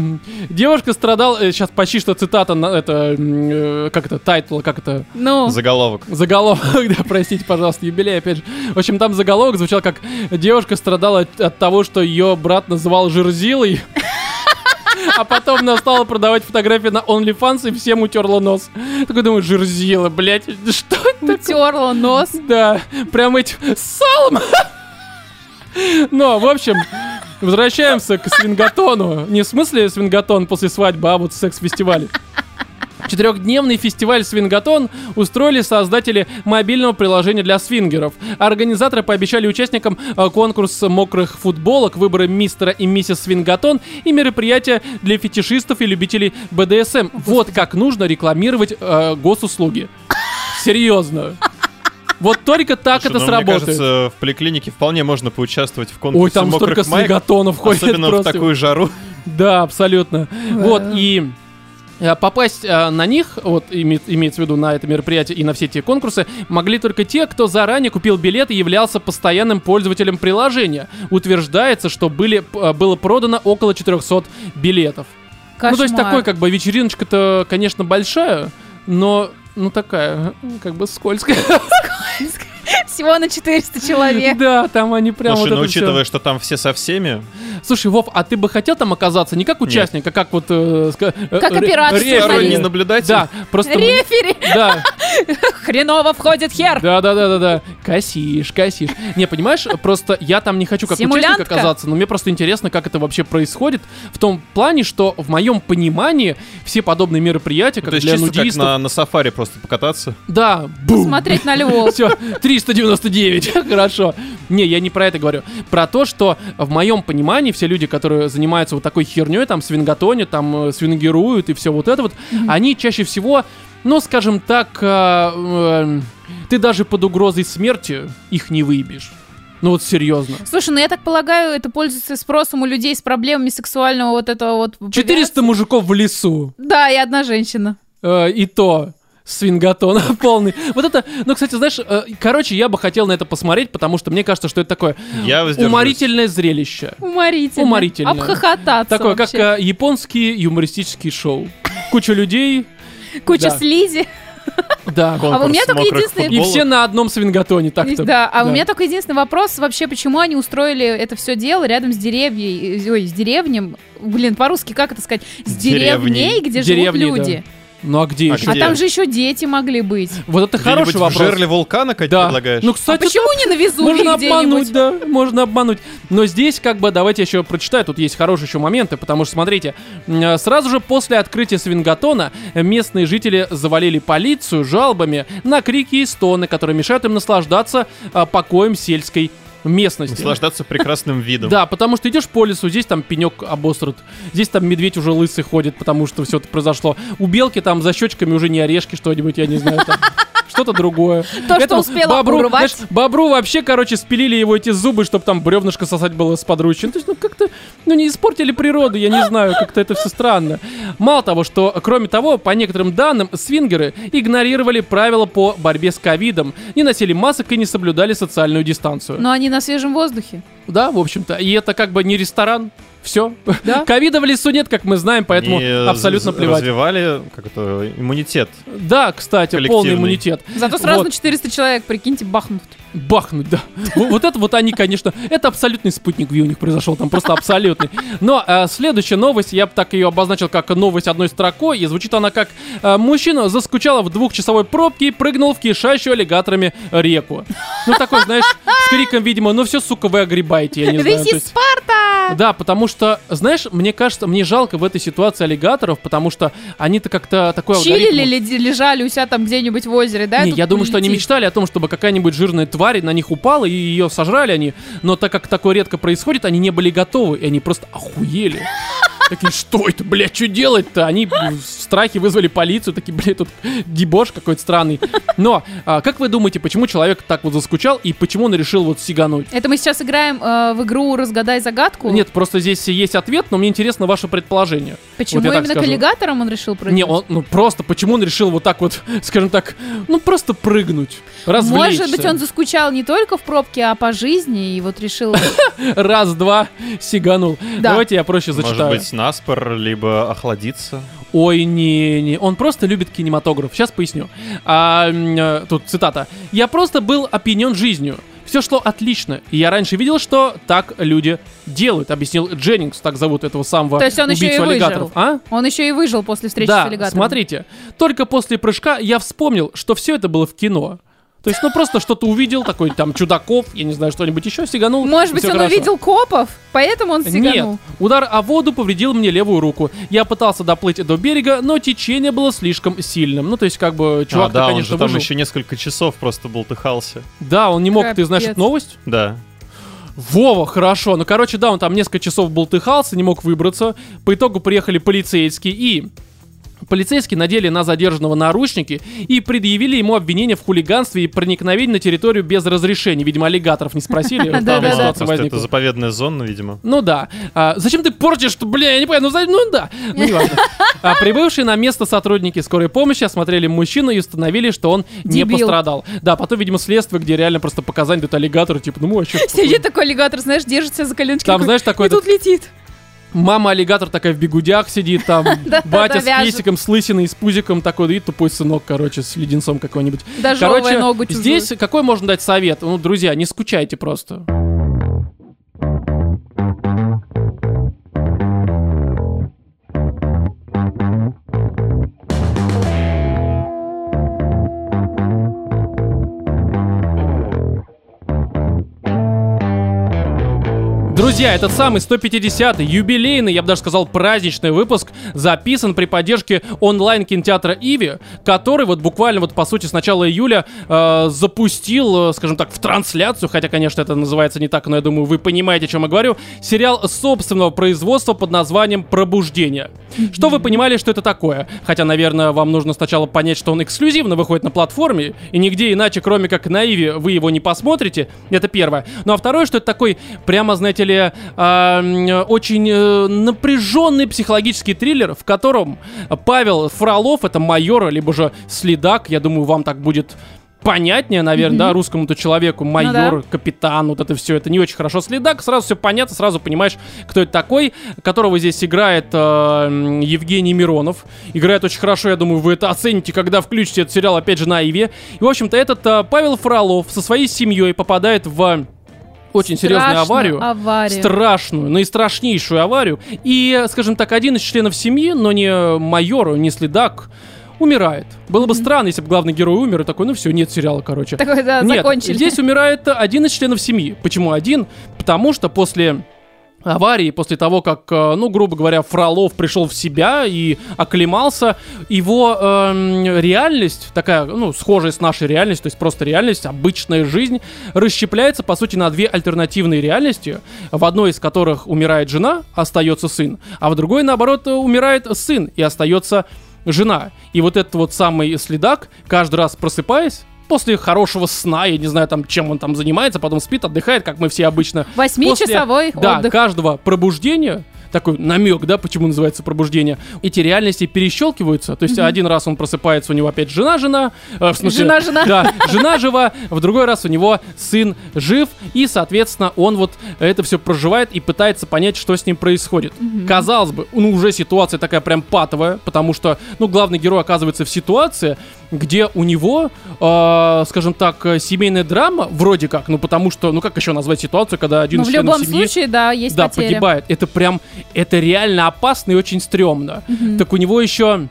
S1: девушка страдала... Сейчас почти что цитата на это... м, э, Как это? Тайтл, как это?
S3: Ну,
S2: Заголовок.
S1: Заголовок, да, простите, пожалуйста, юбилей опять же. В общем, там заголовок звучал как «Девушка страдала от, от того, что ее брат называл жерзилой». А потом она стала продавать фотографии на OnlyFans и всем утерла нос. Такой думаю, жерзила, блядь, что это такое?
S3: терла нос.
S1: Да, прям эти... Салм! Но, в общем, возвращаемся к свингатону. Не в смысле свингатон после свадьбы, а вот секс-фестиваль. Четырехдневный фестиваль «Свингатон» устроили создатели мобильного приложения для свингеров. Организаторы пообещали участникам э, конкурс мокрых футболок, выборы мистера и миссис «Свингатон» и мероприятия для фетишистов и любителей БДСМ. Вот как нужно рекламировать э, госуслуги. Серьезно. Вот только так
S2: Слушай,
S1: это
S2: ну,
S1: сработает.
S2: Мне кажется, в поликлинике вполне можно поучаствовать в конкурсе
S1: Ой, там
S2: мокрых
S1: столько
S2: маек,
S1: свингатонов ходит
S2: Особенно в
S1: просто.
S2: такую жару.
S1: Да, абсолютно.
S3: Да.
S1: Вот, и э, попасть э, на них, вот име- имеется в виду на это мероприятие и на все эти конкурсы, могли только те, кто заранее купил билет и являлся постоянным пользователем приложения. Утверждается, что были, э, было продано около 400 билетов. Ну, то есть
S3: Кошмар.
S1: такой, как бы, вечериночка-то, конечно, большая, но, ну, такая, как бы, скользкая.
S3: Всего на 400 человек.
S1: Да, там они прям
S2: Слушай,
S1: вот
S2: ну
S1: это всё.
S2: учитывая, что там все со всеми,
S1: Слушай, Вов, а ты бы хотел там оказаться не как участник, а как вот... э, ска- э,
S3: Как
S1: ре-
S3: оператор
S1: рефери?
S3: сторонний
S2: сторонний наблюдатель.
S1: Да, просто... мы-
S3: Рефери!
S1: Да,
S3: Хреново входит хер!
S1: да, да, да, да, да. Косишь, косишь. Не, понимаешь, просто я там не хочу как участник
S3: Симулянтка.
S1: оказаться, но мне просто интересно, как это вообще происходит. В том плане, что в моем понимании все подобные мероприятия, как
S2: Ну, То есть
S1: для
S2: чисто как
S1: нудистов...
S2: на, на сафари просто покататься.
S1: Да, бум!
S3: Смотреть на львов.
S1: Все, 399, хорошо. Не, я не про это говорю. Про то, что в моем понимании все люди, которые занимаются вот такой херней, там, свингатоне, там, э, свингируют и все вот это вот, они чаще всего, ну, скажем так, э, э, ты даже под угрозой смерти их не выбьешь. Ну вот серьезно.
S3: Слушай, ну я так полагаю, это пользуется спросом у людей с проблемами сексуального вот этого вот...
S1: 400 мужиков в лесу.
S3: Да, и одна женщина.
S1: Э, и то свингатон полный. Вот это, ну, кстати, знаешь, э, короче, я бы хотел на это посмотреть, потому что мне кажется, что это такое
S2: Я воздержусь.
S1: уморительное зрелище.
S3: Уморительно.
S1: Уморительно.
S3: Обхохотаться
S1: Такое, как
S3: вообще.
S1: э, японские юмористические шоу. Куча людей,
S3: Куча
S1: э, да.
S3: слизи.
S1: да.
S2: Конкурс
S3: А у меня только
S2: мокрых
S3: единственный-
S1: И
S2: футболок.
S1: все на одном свингатоне так-то.
S3: Да, а у меня только единственный вопрос вообще, почему они устроили это все дело рядом с деревней, э, ой, с деревнем, блин, по-русски как это сказать, с
S2: Деревней.
S3: деревней, где
S1: Деревней,
S3: живут люди.
S1: Ну а где
S2: А
S1: еще?
S3: А
S2: Где?
S3: там же еще дети могли быть.
S1: Вот это
S2: Где-нибудь
S1: хороший вопрос.
S2: В жерле вулкана, как
S1: да.
S2: предлагаешь?
S1: Ну,
S3: А
S1: кстати,
S3: почему не на Везувии
S1: Можно обмануть,
S3: где-нибудь?
S1: да, можно обмануть. Но здесь как бы, давайте я еще прочитаю, тут есть хорошие еще моменты, потому что, смотрите, э, сразу же после открытия свингатона местные жители завалили полицию жалобами на крики и стоны, которые мешают им наслаждаться э, покоем сельской местности.
S2: Наслаждаться прекрасным видом.
S1: Да, потому что идешь по лесу, здесь там пенек обосрут, здесь там медведь уже лысый ходит, потому что все это произошло. У белки там за щечками уже не орешки что-нибудь, я не знаю, там что-то другое.
S3: что
S1: Этому
S3: успела
S1: бобру,
S3: урвать.
S1: знаешь, бобру вообще, короче, спилили его эти зубы, чтобы там бревнышко сосать было сподручно. То есть, ну как-то, ну не испортили природу, я не знаю, как-то это все странно. Мало того, что, кроме того, по некоторым данным, свингеры игнорировали правила по борьбе с ковидом, не носили масок и не соблюдали социальную дистанцию.
S3: Но они на свежем воздухе.
S1: Да, в общем-то. И это как бы не ресторан. Все.
S3: Да?
S1: Ковида в лесу нет, как мы знаем, поэтому
S2: Они, э,
S1: абсолютно
S2: з-
S1: плевать.
S2: Развивали как это, иммунитет.
S1: Да, кстати, полный
S2: Коллективный.
S1: иммунитет.
S3: Зато сразу
S1: Вот.
S3: на 400 человек, прикиньте, бахнут.
S1: Бахнуть, да. В- Вот это вот они, конечно, это абсолютный спутник Ви у них произошел, там просто абсолютный. Но э, следующая новость, я бы так ее обозначил как новость одной строкой, и звучит она как э, «Мужчина заскучала в двухчасовой пробке и прыгнул в кишащую аллигаторами реку». Ну такой, знаешь, с криком, видимо, «Ну все, сука, вы огребаете», я не знаю.
S3: This
S1: то
S3: is
S1: есть-
S3: Спарта!
S1: Да, потому что, знаешь, мне кажется, мне жалко в этой ситуации аллигаторов, потому что они-то как-то такой
S3: Чилили,
S1: алгоритм-
S3: ли- лежали у себя там где-нибудь в озере, да? и
S1: Не,
S3: тут
S1: я думаю, что они
S3: летит.
S1: мечтали о том, чтобы какая-нибудь жирная тварь на них упала и ее сожрали они. Но так как такое редко происходит, они не были готовы, и они просто охуели. Такие, что это, блядь, что делать-то? Они в страхе вызвали полицию, такие, блядь, тут дебош какой-то странный. Но, а, как вы думаете, почему человек так вот заскучал и почему он решил вот сигануть?
S3: Это мы сейчас играем э, в игру «Разгадай загадку».
S1: Нет, просто здесь есть ответ, но мне интересно ваше предположение.
S3: Почему
S1: вот я так
S3: именно к
S1: скажу.
S3: аллигаторам он решил прыгнуть?
S1: Не, он ну, просто почему он решил вот так вот, скажем так, ну просто прыгнуть, развлечься.
S3: Может быть, он заскучал не только в пробке, а по жизни, и вот решил...
S1: раз, два, сиганул.
S3: Да.
S1: Давайте я проще
S2: Может
S1: зачитаю.
S2: быть, наспор, либо охладиться.
S1: Ой, не, не, он просто любит кинематограф. Сейчас поясню. А, м, э, тут цитата. Я просто был опьянен жизнью. Все шло отлично. И я раньше видел, что так люди делают, объяснил Дженнингс, так зовут этого самого
S3: То есть он еще
S1: убийцу
S3: и
S1: аллигаторов.
S3: выжил.
S1: А?
S3: Он еще и выжил после встречи
S1: да,
S3: с аллигатором.
S1: смотрите. Только после прыжка я вспомнил, что все это было в кино. То есть, ну просто что-то увидел, такой там чудаков, я не знаю, что-нибудь еще, сиганул.
S3: Может
S1: и
S3: быть,
S1: всё
S3: он
S1: хорошо.
S3: увидел копов, поэтому он сиганул.
S1: Нет, удар о воду повредил мне левую руку. Я пытался доплыть до берега, но течение было слишком сильным. Ну, то есть, как бы, чувак,
S2: а, да, он
S1: конечно,
S2: же там
S1: выжил.
S2: еще несколько часов просто болтыхался.
S1: Да, он не мог, ты знаешь,
S3: Капец.
S1: эту новость?
S2: Да.
S1: Вова, хорошо. Ну, короче, да, он там несколько часов болтыхался, не мог выбраться. По итогу приехали полицейские и... Полицейские надели на задержанного наручники и предъявили ему обвинение в хулиганстве и проникновении на территорию без разрешения. Видимо, аллигаторов не спросили.
S3: Да,
S1: там
S3: да,
S2: а,
S3: да.
S1: ситуация
S2: просто
S1: возникла.
S2: это заповедная зона, видимо.
S1: Ну да. А, зачем ты портишь, что, бля, я не понимаю, ну, за- ну да. Ну не важно. А, прибывшие на место сотрудники скорой помощи осмотрели мужчину и установили, что он не
S3: Дебил.
S1: пострадал. Да, потом, видимо, следствие, где реально просто показания дают аллигатору, типа, ну, а чё ж такое?
S3: Сидит такой аллигатор, знаешь, держит себя за коленочки.
S1: Там,
S3: такой,
S1: знаешь, такой
S3: И тут летит.
S1: Мама аллигатор такая в бегудях сидит, там
S3: Да,
S1: батя
S3: да,
S1: с
S3: вяжет.
S1: писиком, с лысиной, и с пузиком такой, да и тупой сынок, короче, с леденцом какой-нибудь.
S3: Даже
S1: Короче,
S3: ногу чужую.
S1: здесь какой можно дать совет? Ну, друзья, не скучайте просто. Друзья, этот самый 150-й, юбилейный, я бы даже сказал, праздничный выпуск записан при поддержке онлайн-кинотеатра «Иви», который вот буквально вот по сути с начала июля э, запустил, э, скажем так, в трансляцию, хотя, конечно, это называется не так, но я думаю, вы понимаете, о чем я говорю, сериал собственного производства под названием «Пробуждение». Что вы понимали, что это такое? Хотя, наверное, вам нужно сначала понять, что он эксклюзивно выходит на платформе, и нигде иначе, кроме как на Иви, вы его не посмотрите. Это первое. Ну а второе, что это такой, прямо, знаете ли, а, м, очень э, напряженный психологический триллер, в котором Павел Фролов, это майор, либо же следак, я думаю, вам так будет понятнее, наверное, да, русскому-то человеку, майор,
S3: да.
S1: капитан, вот это все, это не очень хорошо. Следак, сразу все понятно, сразу понимаешь, кто это такой, которого здесь играет э, м, Евгений Миронов. Играет очень хорошо, я думаю, вы это оцените, когда включите этот сериал, опять же, на Иве. И, в общем-то, этот э, Павел Фролов со своей семьей попадает в очень серьезную
S3: Страшно
S1: аварию.
S3: авария.
S1: Страшную, наистрашнейшую аварию. И, скажем так, один из членов семьи, но не майор, не следак, умирает. Было бы странно, если бы главный герой умер и такой, ну все, нет сериала, короче.
S3: Такой, да,
S1: Нет,
S3: закончили.
S1: здесь умирает один из членов семьи. Почему один? Потому что после аварии, после того, как, э, ну, грубо говоря, Фролов пришел в себя и оклемался, его эм, реальность, такая, ну, схожая с нашей реальностью, то есть просто реальность, обычная жизнь, расщепляется, по сути, на две альтернативные реальности, в одной из которых умирает жена, остается сын, а в другой, наоборот, э, умирает сын и остается жена. И вот этот вот самый следак, каждый раз просыпаясь, после хорошего сна, я не знаю, там, чем он там занимается, потом спит, отдыхает, как мы все обычно
S3: Восьмичасовой
S1: после, да,
S3: отдых.
S1: каждого пробуждения такой намек, да, почему называется пробуждение. Эти реальности перещелкиваются. То есть один раз он просыпается, у него опять жена, жена, э, в смысле,
S3: Жена, жена.
S1: да, жена жива, в другой раз у него сын жив, и, соответственно, он вот это все проживает и пытается понять, что с ним происходит. Казалось бы, ну, уже ситуация такая прям патовая, потому что, ну, главный герой оказывается в ситуации, где у него, э, скажем так, э, семейная драма, вроде как, ну, потому что, ну, как еще назвать ситуацию, когда один
S3: Ну,
S1: из
S3: в
S1: членов
S3: любом
S1: семьи
S3: случае, да, есть
S1: да,
S3: потери.
S1: погибает. Это прям, это реально опасно и очень стрёмно. Так у него еще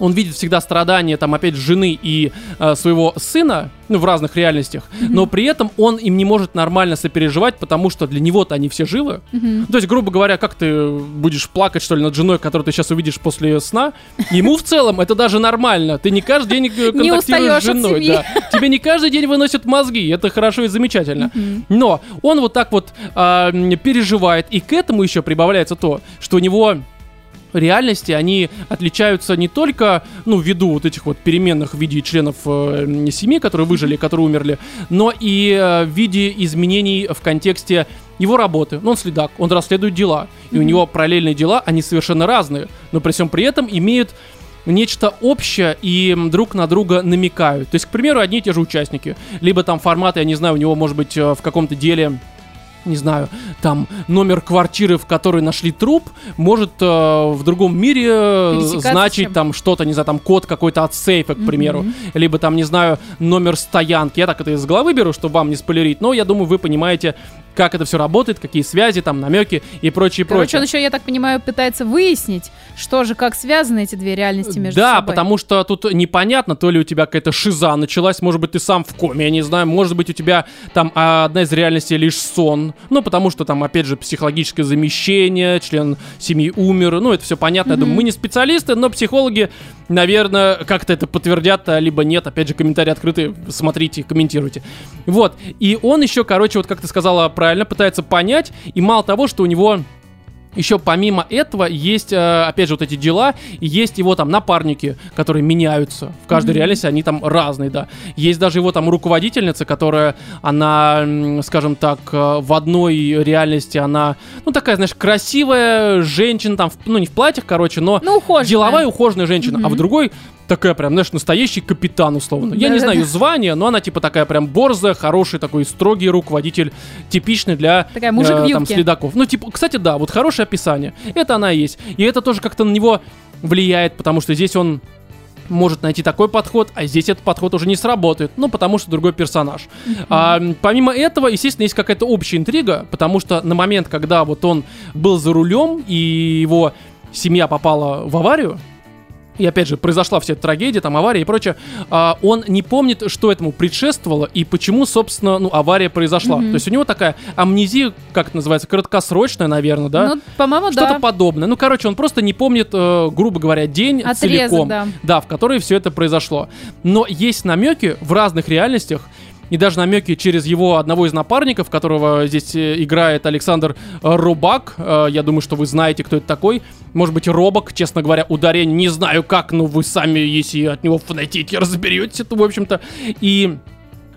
S1: он видит всегда страдания, там, опять, жены и э, своего сына, ну, в разных реальностях, но при этом он им не может нормально сопереживать, потому что для него-то они все живы. То есть, грубо говоря, как ты будешь плакать, что ли, над женой, которую ты сейчас увидишь после сна? Ему в целом это даже нормально. Ты не каждый день э,
S3: Не
S1: контактируешь с
S3: устаешь от
S1: женой.
S3: семьи.
S1: Да. Тебе не каждый день выносят мозги, это хорошо и замечательно. Но он вот так вот а, м, переживает, и к этому еще прибавляется то, что у него реальности, они отличаются не только, ну, ввиду вот этих вот переменных в виде членов э, семьи, которые выжили, которые умерли, но и э, в виде изменений в контексте его работы. Ну, он следак, он расследует дела. И у него параллельные дела, они совершенно разные, но при всем при этом имеют нечто общее и друг на друга намекают. То есть, к примеру, одни и те же участники. Либо там форматы, я не знаю, у него может быть э, в каком-то деле не знаю, там номер квартиры, в которой нашли труп, может э, в другом мире э,
S3: Пересекаться с
S1: значить
S3: чем-то.
S1: там что-то, не знаю, там код какой-то от сейфа, к примеру, либо там, не знаю, номер стоянки. Я так это из головы беру, чтобы вам не спойлерить, но я думаю, вы понимаете, как это все работает, какие связи, там намеки и прочее,
S3: Короче,
S1: прочее.
S3: он еще, я так понимаю, пытается выяснить, что же, как связаны эти две реальности между
S1: да,
S3: собой.
S1: потому что тут непонятно, то ли у тебя какая-то шиза началась, может быть, ты сам в коме, я не знаю, может быть, у тебя там а, одна из реальностей лишь сон. Ну, потому что там, опять же, психологическое замещение, член семьи умер, ну, это все понятно. Я думаю, мы не специалисты, но психологи, наверное, как-то это подтвердят, а либо нет. Опять же, комментарии открыты, смотрите, комментируйте. Вот, и он еще, короче, вот как ты сказала правильно, пытается понять, и мало того, что у него... Еще помимо этого есть, э, опять же, вот эти дела, и есть его там напарники, которые меняются. В каждой реальности они там разные, да. Есть даже его там руководительница, которая, она, м, скажем так, э, в одной реальности, она, ну, такая, знаешь, красивая женщина, там, в- ну, не в платьях, короче, но
S3: Ну, ухоженная.
S1: деловая ухоженная женщина, а в другой такая прям, знаешь, настоящий капитан, условно. Я не знаю ее звания, но она типа такая прям борзая, хороший такой строгий руководитель, типичный для
S3: Такая мужик в
S1: Э, там,
S3: юбке.
S1: следаков. Ну, типа, кстати, да, вот хорошее описание. Это она и есть. И это тоже как-то на него влияет, потому что здесь он может найти такой подход, а здесь этот подход уже не сработает, ну, потому что другой персонаж. А, м, помимо этого, естественно, есть какая-то общая интрига, потому что на момент, когда вот он был за рулем, и его семья попала в аварию, и опять же, произошла вся эта трагедия, там авария и прочее, а, он не помнит, что этому предшествовало и почему, собственно, ну, авария произошла. То есть у него такая амнезия, как это называется, краткосрочная, наверное, да?
S3: Ну, по-моему,
S1: Что-то
S3: да.
S1: подобное. Ну, короче, он просто не помнит, э, грубо говоря, день
S3: Отрезок,
S1: целиком,
S3: да.
S1: в который все это произошло. Но есть намеки в разных реальностях, и даже намеки через его одного из напарников, которого здесь э, играет Александр э, Рубак. Э, Я думаю, что вы знаете, кто это такой. Может быть, Робок, честно говоря, ударение не знаю как, но вы сами, если от него фанатите, разберетесь, то, в общем-то. И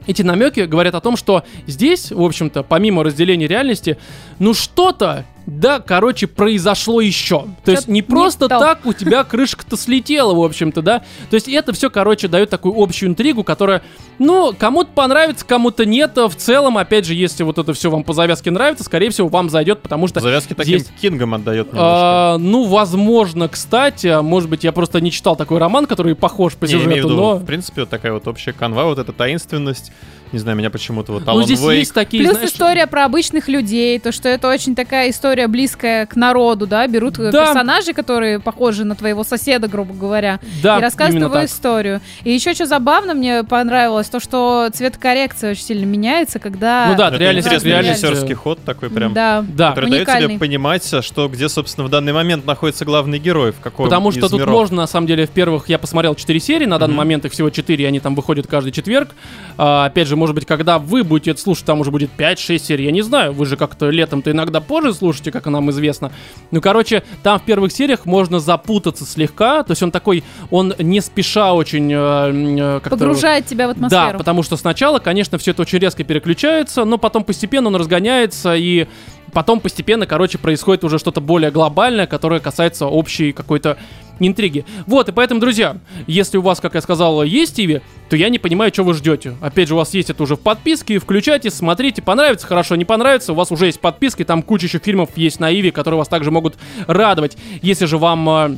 S1: эти намеки говорят о том, что здесь, в общем-то, помимо разделения реальности, ну что-то, да, короче, произошло еще. То есть не
S3: не
S1: просто
S3: то.
S1: так у тебя крышка-то слетела, в общем-то, да. То есть это все, короче, дает такую общую интригу, которая, ну, кому-то понравится, кому-то нет. В целом, опять же, если вот это все вам по завязке нравится, скорее всего, вам зайдет, потому что
S2: Завязки таким
S1: здесь-
S2: кингом отдает немножко.
S1: а, ну, возможно, кстати, а может быть, я просто не читал такой роман, который похож по
S2: Не, я
S1: сюжету,
S2: имею в виду,
S1: но... ну,
S2: в принципе, вот такая вот общая канва, вот эта таинственность. Не знаю, меня почему-то вот
S1: Ну,
S2: Алан
S1: здесь
S2: Вейк,
S1: есть такие,
S3: Плюс
S1: знаешь,
S3: история про обычных людей, то, что это очень такая история близкая к народу, да, берут э,
S1: Да.
S3: персонажей, которые похожи на твоего соседа, грубо говоря,
S1: да,
S3: и рассказывают
S1: именно
S3: его
S1: так.
S3: историю. И еще что забавно мне понравилось, то, что цвет коррекции очень сильно меняется, когда...
S1: Ну да, от
S2: Это
S1: реальности к
S2: интересный
S1: реальности.
S2: режиссерский ход такой прям.
S3: Да.
S1: Да.
S2: Который дает тебе
S3: Уникальный.
S2: понимать, а что где, собственно, в данный момент находится главный герой, в каком
S1: Потому
S2: из
S1: что тут
S2: миров.
S1: можно, на самом деле, в первых я посмотрел 4 серии, на данный момент их всего 4, и они там выходят каждый четверг. А, опять же, может быть, когда вы будете это слушать, там уже будет 5-6 серий, я не знаю, вы же как-то летом-то иногда позже слушаете, как нам известно. Ну, короче, там в первых сериях можно запутаться слегка, то есть он такой, он не спеша очень... э, м, э, как-то-
S3: Погружает тебя в атмосферу.
S1: Да, потому что сначала, конечно, все это очень резко переключается, но потом постепенно он разгоняется и потом постепенно, короче, происходит уже что-то более глобальное, которое касается общей какой-то интриги. Вот, и поэтому, друзья, если у вас, как я сказал, есть Иви, то я не понимаю, что вы ждете. Опять же, у вас есть это уже в подписке, включайте, смотрите, понравится, хорошо, не понравится, у вас уже есть подписки, там куча еще фильмов есть на Иви, которые вас также могут радовать. Если же вам э,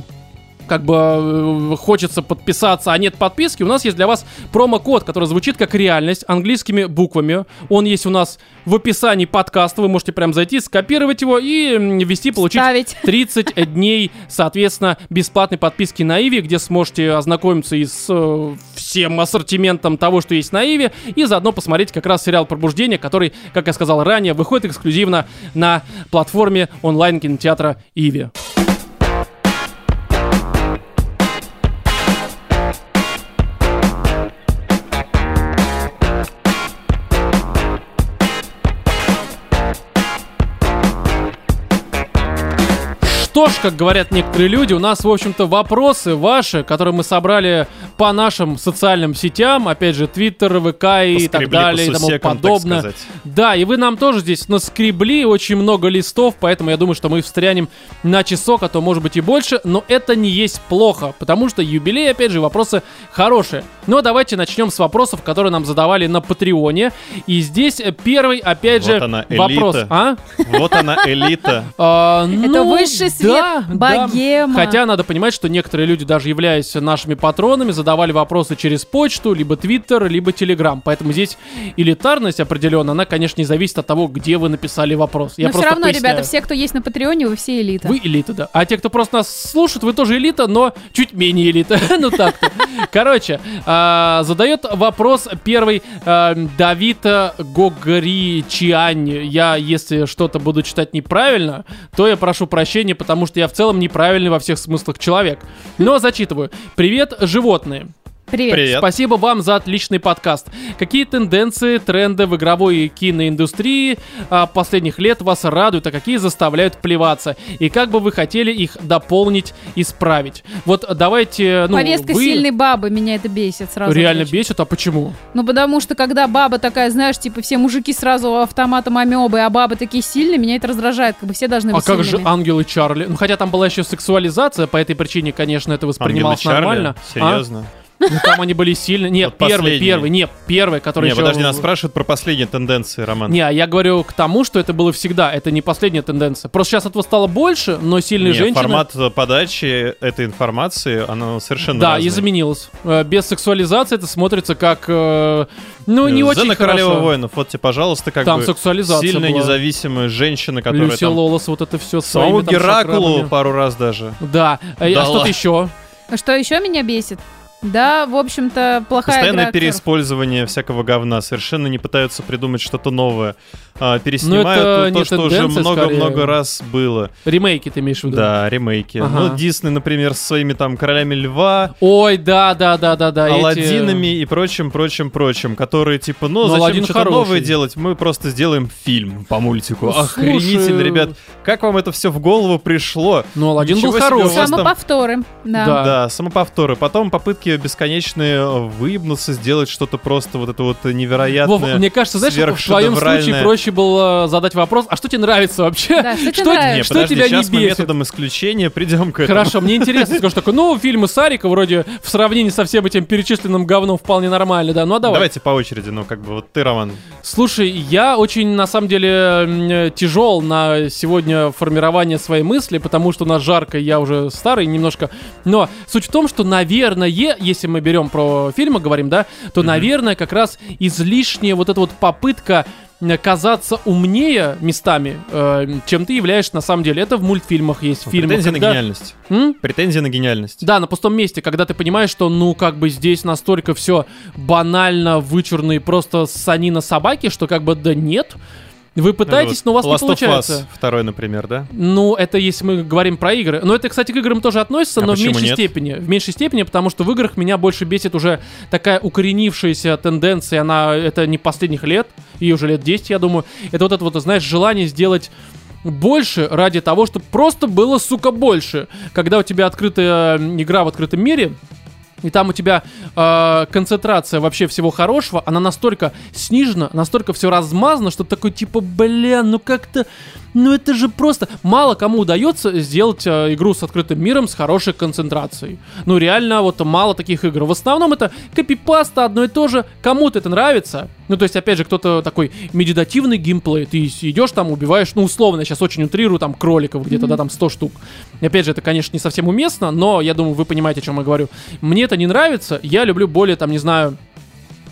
S1: как бы э, хочется подписаться, а нет подписки, у нас есть для вас промокод, который звучит как реальность английскими буквами. Он есть у нас в описании подкаста. Вы можете прям зайти, скопировать его и м, ввести, получить
S3: Ставить.
S1: 30 дней, соответственно, бесплатной подписки на Иви, где сможете ознакомиться и с э, всем ассортиментом того, что есть на Иви, и заодно посмотреть как раз сериал «Пробуждение», который, как я сказал ранее, выходит эксклюзивно на платформе онлайн-кинотеатра Иви. Что ж, как говорят некоторые люди, у нас, в общем-то, вопросы ваши, которые мы собрали по нашим социальным сетям, опять же, Твиттер, ВК и так
S2: Поскребли по
S1: далее и тому
S2: сусекам, так
S1: подобное.
S2: сказать.
S1: Да, и вы нам тоже здесь наскребли очень много листов, поэтому я думаю, что мы встрянем на часок, а то может быть и больше, но это не есть плохо, потому что юбилей, опять же, вопросы хорошие. Но давайте начнем с вопросов, которые нам задавали на Патреоне. И здесь э, первый, опять
S2: Вот
S1: же,
S2: она,
S1: вопрос.
S2: элита.
S1: А?
S2: Вот она, элита.
S1: А,
S3: Это
S1: ну,
S3: высший
S1: да,
S3: свет,
S1: да.
S3: богема.
S1: Хотя надо понимать, что некоторые люди, даже являясь нашими патронами, задавали вопросы через почту, либо Твиттер, либо Телеграм. Поэтому здесь элитарность определенно, она, конечно, не зависит от того, где вы написали вопрос. Я
S3: Но все
S1: просто
S3: равно,
S1: поясняю.
S3: ребята, все, кто есть на Патреоне, вы все элита.
S1: Вы элита, да. А те, кто просто нас слушает, вы тоже элита, но чуть менее элита. ну так-то. Короче, а, задает вопрос первый а, Давид Гогаричиань. Я, если что-то буду читать неправильно, то я прошу прощения, потому что я в целом неправильный во всех смыслах человек. Но зачитываю. Привет, животные.
S3: Привет.
S2: Привет.
S1: Спасибо вам за отличный подкаст. Какие тенденции, тренды в игровой и киноиндустрии а, последних лет вас радуют, а какие заставляют плеваться? И как бы вы хотели их дополнить, исправить? Вот давайте, ну,
S3: Повестка
S1: вы
S3: сильной бабы, меня это бесит сразу.
S1: реально
S3: отвечу.
S1: бесит, а почему?
S3: Ну, потому что, когда баба такая, знаешь, типа, все мужики сразу автоматом амебы, а бабы такие сильные, меня это раздражает, как бы все должны
S1: А
S3: быть
S1: как же
S3: сильными.
S1: Ангелы Чарли? Ну, хотя там была еще сексуализация, по этой причине, конечно, это
S2: Ангелы
S1: воспринималось
S2: Чарли.
S1: нормально. А?
S2: Серьезно?
S1: Ну, там они были сильные. Нет,
S2: Вот
S1: первый,
S2: последний.
S1: первый, нет, первый, который
S2: Не,
S1: еще...
S2: подожди, нас спрашивают про последние тенденции, Роман.
S1: Не, а я говорю к тому, что это было всегда. Это не последняя тенденция. Просто сейчас этого стало больше, но сильные
S2: Не,
S1: женщины...
S2: Формат э, подачи этой информации, она совершенно
S1: Да,
S2: разная.
S1: изменилось. Э, Без сексуализации это смотрится как... э, Ну,
S2: Э,
S1: не очень
S2: Зена Королева
S1: хорошо.
S2: воинов, вот тебе, пожалуйста, как
S1: Там
S2: бы
S1: сексуализация
S2: сильная
S1: была.
S2: независимая женщина, которая
S1: Люси
S2: там
S1: Лолос, вот это все
S2: самому Геракулу пару раз даже.
S1: Да. Э,
S2: Да
S1: а что-то
S2: ладно.
S1: еще?
S3: Что еще меня бесит? Да, в общем-то, плохая
S2: Постоянное
S3: игра актеров.
S2: переиспользование всякого говна, совершенно не пытаются придумать что-то новое. А,
S1: это
S2: переснимают то,
S1: не
S2: что уже
S1: тенденция,
S2: много-много
S1: скорее.
S2: раз было.
S1: Ремейки ты имеешь в виду?
S2: Да, ремейки.
S1: Ага.
S2: Ну, Дисней, например, со своими там «Королями льва»,
S1: Ой, да, да, да, да, да. А эти-
S2: Аладдинами и прочим, прочим, прочим, которые типа, ну,
S1: Ну, Аладдин
S2: зачем что-то
S1: хороший. Ну,
S2: новое делать, мы просто сделаем фильм по мультику.
S1: Слушай.
S2: Охренительно, ребят, как вам это все в голову пришло?
S1: Ну, Аладдин был
S2: Ничего себе,
S1: хороший.
S2: у вас там-
S3: Самоповторы, да.
S1: Да.
S2: Да, самоповторы. Потом попытки бесконечные э, выебнуться, сделать что-то просто вот это вот невероятное.
S1: Вов, мне кажется, знаешь, в твоем случае
S2: сверхшедевральное.
S1: проще было задать вопрос, а что тебе нравится вообще?
S3: Да, что тебе
S1: Что-
S3: нравится?
S2: Не,
S1: что
S2: подожди,
S1: тебя не
S2: сейчас мы
S1: бесит?
S2: методом исключения придем к этому.
S1: Хорошо, мне интересно, скажу такой, ну, фильмы Сарика вроде в сравнении со всем этим перечисленным говном вполне нормально, да, ну а давай.
S2: Давайте по очереди, ну как бы вот ты, Роман.
S1: Слушай, я очень, на самом деле, м, тяжел на сегодня формирование своей мысли, потому что у нас жарко, и я уже старый немножко. Но суть в том, что, наверное, если мы берем про фильмы, говорим, да, то, наверное, как раз излишняя вот эта вот попытка м, казаться умнее местами, э, чем ты являешься на самом деле. Это в мультфильмах есть, в фильмах.
S2: Претензии Ну, на
S1: когда-
S2: гениальность.
S1: М?
S2: Претензии на гениальность.
S1: Да, на пустом месте, когда ты понимаешь, что, ну, как бы здесь настолько все банально, вычурно и просто санина собаки, что как бы да нет. Вы пытаетесь, но у вас
S2: Last
S1: не
S2: of Us
S1: получается.
S2: второй, например, да?
S1: Ну, это если мы говорим про игры. Но это, кстати, к играм тоже относится,
S2: А
S1: но в
S2: почему
S1: меньшей
S2: нет?
S1: степени. В меньшей степени, потому что в играх меня больше бесит уже такая укоренившаяся тенденция. Она, это не последних лет, и уже лет 10, я думаю. Это вот это вот, знаешь, желание сделать больше ради того, чтобы просто было, сука, больше. Когда у тебя открытая м, игра в открытом мире, и там у тебя э, концентрация вообще всего хорошего, она настолько снижена, настолько все размазано, что ты такой типа, бля, ну как-то, ну это же просто... Мало кому удается сделать э, игру с открытым миром с хорошей концентрацией. Ну реально, вот мало таких игр. В основном это копипаста одно и то же. Кому-то это нравится. Ну то есть, опять же, кто-то такой медитативный геймплей. Ты идешь там, убиваешь, ну условно, я сейчас очень утрирую, там кроликов где-то, да, там 100 штук. И Опять же, это, конечно, не совсем уместно, но я думаю, вы понимаете, о чем я говорю. Мне это не нравится, я люблю более, там, не знаю,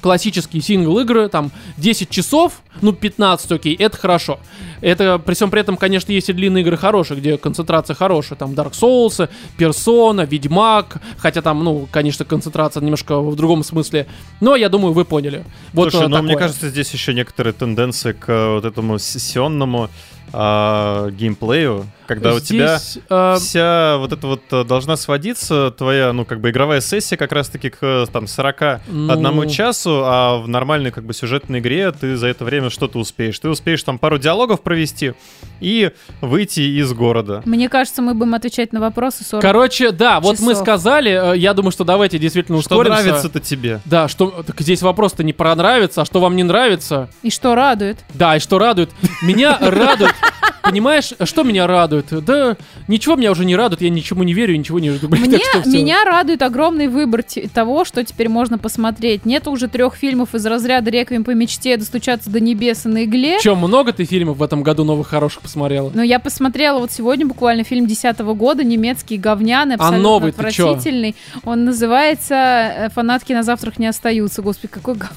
S1: классические сингл-игры, там, 10 часов, ну, 15, окей, это хорошо. Это, при всем при этом, конечно, есть и длинные игры хорошие, где концентрация хорошая, там, Dark Souls, Persona, Ведьмак, хотя там, ну, конечно, концентрация немножко в другом смысле, но я думаю, вы поняли. Вот
S2: Слушай,
S1: э,
S2: ну мне
S1: такое.
S2: кажется, здесь еще некоторые тенденции к э, вот этому сессионному а, геймплею, когда у тебя
S1: Здесь, э,
S2: вся вот эта вот э, должна сводиться, твоя, ну, как бы игровая сессия как раз-таки к э, там 41
S1: Ну.
S2: часу, а в нормальной как бы сюжетной игре ты за это время максимум, что ты успеешь. Ты успеешь там пару диалогов провести и выйти из города.
S3: Мне кажется, мы будем отвечать на вопросы 40.
S1: Короче, да, вот мы
S3: часов.
S1: сказали, э, я думаю, что давайте действительно
S2: Что
S1: Ну, ускоримся.
S2: нравится-то тебе?
S1: Да, что так здесь вопрос-то не про нравится, а что вам не нравится.
S3: И что радует?
S1: Да, и что радует? Меня радует. Понимаешь, что меня радует? Да ничего меня уже не радует, я ничему не верю, и ничего не жду. Блин,
S3: Мне,
S1: так что всё.
S3: меня радует огромный выбор те- того, что теперь можно посмотреть. Нет уже трех фильмов из разряда «Реквием по мечте», «Достучаться до небес» и «На игле».
S1: Чё, много ты фильмов в этом году новых хороших посмотрела?
S3: Но я посмотрела вот сегодня буквально фильм 2010 года, немецкий говняный, абсолютно
S1: новый ты А чё?
S3: отвратительный. Он называется э, «Фанатки на завтрак не остаются». Господи, какой говно.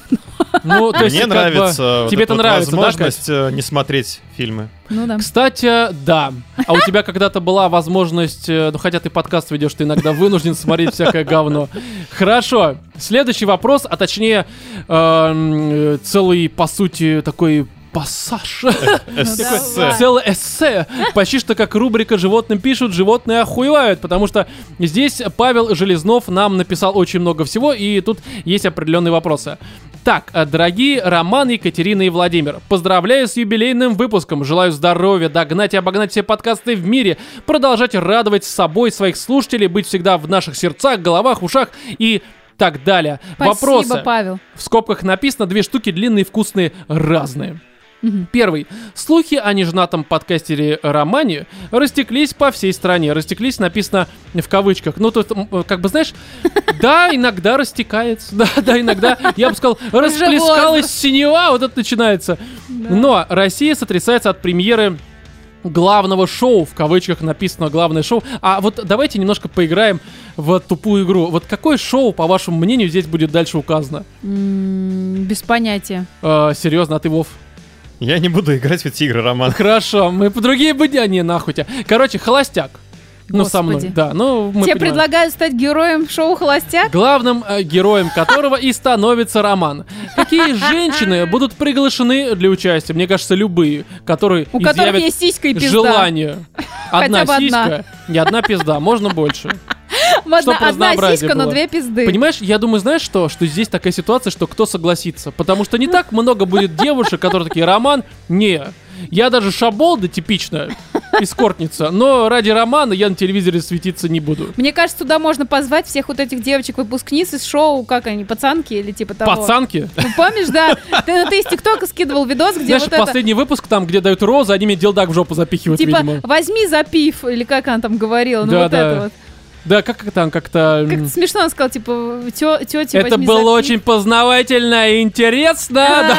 S1: Ну, то есть,
S2: Мне
S1: как бы,
S2: нравится вот
S1: тебе
S2: эта
S1: это
S2: вот
S1: нравится, да,
S2: возможность э, не смотреть фильмы.
S3: Ну да.
S1: Кстати, да. А у тебя когда-то была возможность, э, ну хотя ты подкаст ведешь, ты иногда вынужден смотреть всякое говно. Хорошо. Следующий вопрос, а точнее эм, э, целый, по сути, такой пассаж. Ну
S3: Ну Да.
S2: Эссе.
S1: Целое эссе. Почти что как рубрика «Животным пишут, животные охуевают», потому что здесь Павел Железнов нам написал очень много всего, и тут есть определенные вопросы. Так, э, дорогие Роман, Екатерина и Владимир, поздравляю с юбилейным выпуском, желаю здоровья, догнать и обогнать все подкасты в мире, продолжать радовать собой своих слушателей, быть всегда в наших сердцах, головах, ушах и так далее.
S3: Спасибо,
S1: Вопросы.
S3: Павел.
S1: В скобках написано две штуки длинные, вкусные, разные.
S3: Мгм.
S1: Первый. Слухи о нежнатом подкастере Романе растеклись по всей стране. Растеклись написано в кавычках. Ну, тут, м, э, как бы, знаешь, да, иногда растекается. Да, да, иногда, я бы сказал, расплескалась
S3: возраст.
S1: синева, вот это начинается. Но Россия сотрясается от премьеры главного шоу, в кавычках написано главное шоу. А вот давайте немножко поиграем в тупую игру. Вот какое шоу, по вашему мнению, здесь будет дальше указано?
S3: М, Без понятия.
S1: Э, серьезно, а ты, Вов?
S2: Я не буду играть в эти игры, Роман.
S1: Хорошо, мы по другие бы а не нахуй тебя. Короче, холостяк. Ну, со мной,
S3: Господи.
S1: да. Ну, мы
S3: Тебе
S1: понимаем.
S3: предлагают стать героем шоу «Холостяк»?
S1: Главным э, героем которого и становится Роман. Какие женщины будут приглашены для участия? Мне кажется, любые, которые
S3: У которых
S1: изъявят
S3: есть сиська и пизда.
S1: желание. Одна
S3: Хотя бы
S1: сиська
S3: одна.
S1: и одна пизда, можно больше.
S3: Можно
S1: чтоб
S3: одна
S1: разнообразие
S3: сиська, но
S1: было.
S3: две пизды.
S1: Понимаешь, я думаю, знаешь что? Что здесь такая ситуация, что кто согласится. Потому что не так много будет девушек, которые такие, Роман, не. Я даже шаболда типичная, эскортница, но ради Романа я на телевизоре светиться не буду.
S3: Мне кажется, туда можно позвать всех вот этих девочек-выпускниц из шоу, как они, пацанки или типа того.
S1: Пацанки.
S3: Ну, помнишь, да? Ты, ты из ТикТока скидывал видос, где
S1: Знаешь,
S3: вот это...
S1: последний выпуск там, где дают розы, они мне делдак в жопу запихивают,
S3: Типа,
S1: видимо.
S3: возьми за пив, или как она там говорила, ну
S1: Да,
S3: вот
S1: да.
S3: это вот.
S1: Да, как там как-то... м,
S3: Как-то смешно она сказала, типа, тетя, тетя,
S1: это было очень познавательно и интересно. Да,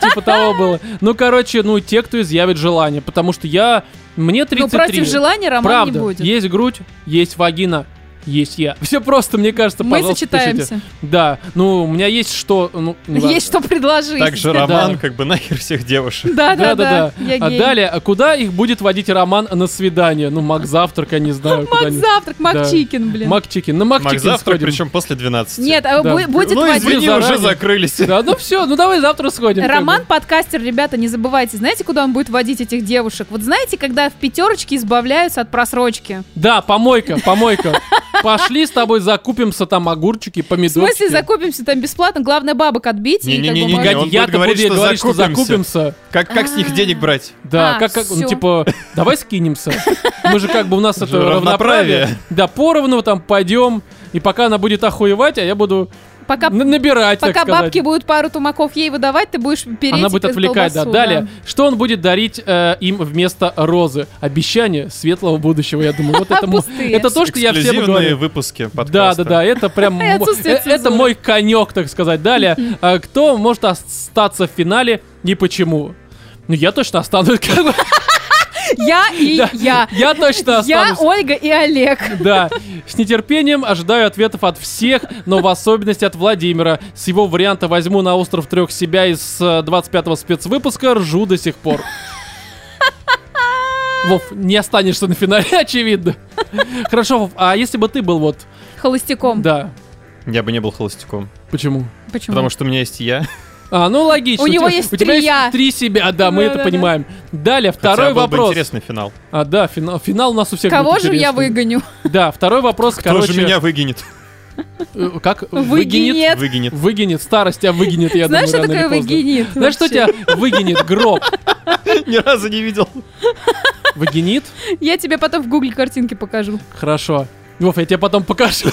S1: да. Типа того было. Ну, короче, ну, те, кто изъявит желание. Потому что я... Мне 33.
S3: Ну, против желания роман
S1: Правда,
S3: не будет.
S1: есть грудь, есть вагина, есть я. Все просто, мне кажется,
S3: Мы
S1: пожалуйста, пишите.
S3: сочетаемся.
S1: Да, ну, у меня есть что... ну, ну, ладно.
S3: Есть что предложить.
S2: Также
S1: Да.
S2: Роман, как бы нахер всех девушек.
S3: Да, да,
S1: Да-да-да.
S3: да. Я
S1: А
S3: гей.
S1: далее, а куда их будет водить Роман на свидание? Ну, Мак завтрак, я не знаю, куда
S3: Мак
S1: они.
S3: завтрак,
S1: Да.
S3: Мак Чикен, блин.
S1: Мак чикен. На Мак
S2: Мак
S1: чикен
S2: завтрак,
S1: сходим.
S2: причем после 12.
S3: Нет, а
S1: Да.
S3: бу- будет
S2: ну,
S3: водить.
S2: извини,
S1: заранее.
S2: уже закрылись.
S1: Да, ну все, ну давай завтра сходим. как бы.
S3: Роман подкастер, ребята, не забывайте, знаете, куда он будет водить этих девушек? Вот знаете, когда в пятерочке избавляются от просрочки?
S1: Да, помойка, помойка. Пошли с тобой закупимся там огурчики,
S3: В
S1: помидорчики.
S3: смысле, закупимся там бесплатно, главное бабок отбить и как бы
S2: Не-не-не-не-не,
S3: можно-
S2: он
S1: Погоди,
S2: будет
S1: я-то буду
S2: говорить,
S1: ей
S2: что
S1: говорить, что
S2: закупимся.
S1: закупимся.
S2: Как, как с них денег брать?
S1: Да,
S3: А,
S1: как, как ну,
S3: всё.
S1: типа, давай скинемся. Мы же как бы у нас это
S2: Же равноправие.
S1: равноправие. Да, поровну там пойдем. И пока она будет охуевать, а я буду
S3: Пока,
S1: на- набирать, ну, так
S3: пока
S1: сказать.
S3: бабки будут пару тумаков ей выдавать, ты будешь переть
S1: Она будет
S3: эту
S1: отвлекать, да.
S3: колбасу,
S1: Далее, что он будет дарить э, им вместо розы? Обещание светлого будущего, я думаю. Вот это, мо-
S3: Пустые.
S1: это то, что я всем
S2: Эксклюзивные
S1: говорю.
S2: выпуски
S1: Да,
S2: подкаста.
S1: да, да, это прям
S3: И
S1: мо- э,
S3: отсутствие
S1: это
S3: цензуры.
S1: мой конек, так сказать. Далее, э, кто может остаться в финале и почему? Ну, я точно останусь, как бы.
S3: Я и
S1: Да.
S3: я.
S1: Я точно
S3: Я,
S1: останусь.
S3: Ольга и Олег.
S1: Да, с нетерпением ожидаю ответов от всех, но в особенности от Владимира. С его варианта возьму на остров трех себя из э, 25-го спецвыпуска, ржу до сих пор. Вов, не останешься на финале, очевидно. Хорошо, Вов, а если бы ты был вот...
S3: Холостяком.
S1: Да,
S2: Я бы не был холостяком.
S1: почему?
S3: Почему?
S2: Потому что у меня есть я.
S1: А, ну логично.
S3: У него
S1: тебя-
S3: есть
S1: у тебя
S3: три я.
S1: есть три себя, да, мы это
S3: Да-да-да.
S1: понимаем. Далее, второй
S2: Хотя был бы
S1: вопрос.
S2: интересный финал.
S1: А, да, финал, финал у нас у всех
S3: Кого
S1: будет
S3: же я
S1: интересный.
S3: выгоню?
S1: Да, второй вопрос,
S2: Кто
S1: короче.
S2: же меня выгонит?
S1: Э, Как? Выгинет.
S3: Выгинет.
S2: Выгинет.
S1: Выгинет. Старость тебя выгинет, я
S3: Знаешь, что
S1: думаю, рано
S3: такое
S1: или поздно.
S3: выгинет?
S1: Знаешь, что
S3: вообще?
S1: тебя выгинет? Гроб.
S2: Ни разу не видел.
S1: Выгинет?
S3: Я тебе потом в гугле картинки покажу.
S1: Хорошо. Вов, я тебе потом покажу.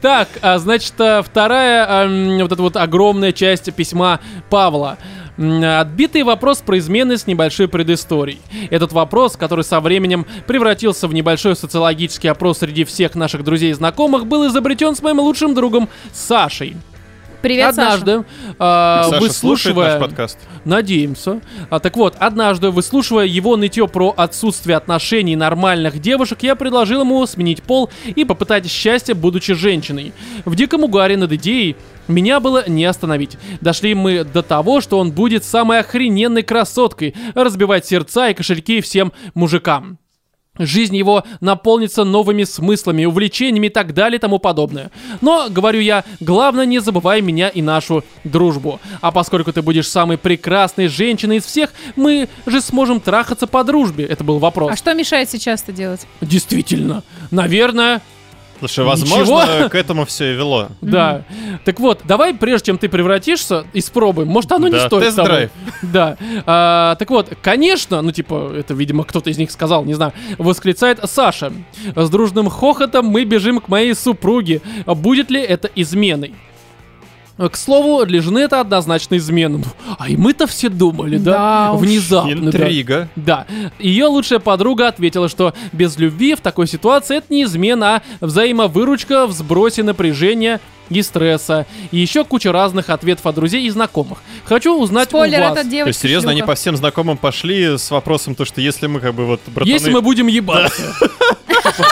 S1: Так, а, значит, а, вторая, ам, вот эта вот огромная часть письма Павла. М, Отбитый вопрос про измены с небольшой предысторией. Этот вопрос, который со временем превратился в небольшой социологический опрос среди всех наших друзей и знакомых, был изобретен с моим лучшим другом Сашей.
S3: Привет, Саша.
S1: Однажды, а,
S2: Саша слушает
S1: выслушивая...
S2: наш подкаст.
S1: Надеемся. А, так вот, однажды, выслушивая его нытье про отсутствие отношений нормальных девушек, я предложил ему сменить пол и попытать счастье, будучи женщиной. В диком угаре над идеей меня было не остановить. Дошли мы до того, что он будет самой охрененной красоткой, разбивать сердца и кошельки всем мужикам. Жизнь его наполнится новыми смыслами, увлечениями и так далее и тому подобное. Но, говорю я, главное не забывай меня и нашу дружбу. А поскольку ты будешь самой прекрасной женщиной из всех, мы же сможем трахаться по дружбе. Это был вопрос.
S3: А что мешает сейчас это делать?
S1: Действительно. Наверное,
S2: Слушай,
S1: Ничего.
S2: возможно, к этому все и вело.
S1: Да. Так вот, давай, прежде чем ты превратишься, испробуй. Может, оно не
S2: Да,
S1: стоит того.
S2: тест-драйв.
S1: Да. А, так вот, конечно, ну, типа, это, видимо, кто-то из них сказал, не знаю, восклицает Саша. С дружным хохотом мы бежим к моей супруге. Будет ли это изменой? К слову, для жены это однозначно измена. Ну, А и мы-то все думали, да?
S3: Да уж.
S1: Внезапно. да.
S2: Интрига.
S1: Да. Ее лучшая подруга ответила, что без любви в такой ситуации это не измена, а взаимовыручка в сбросе напряжения и стресса. И еще куча разных ответов от друзей и знакомых. Хочу узнать
S3: Спойлер,
S1: у вас.
S3: это
S2: То
S3: девочка.
S2: есть, серьезно, они
S3: шлюха.
S2: по всем знакомым пошли с вопросом, то, что если мы как бы вот, братаны...
S1: Если мы будем ебаться.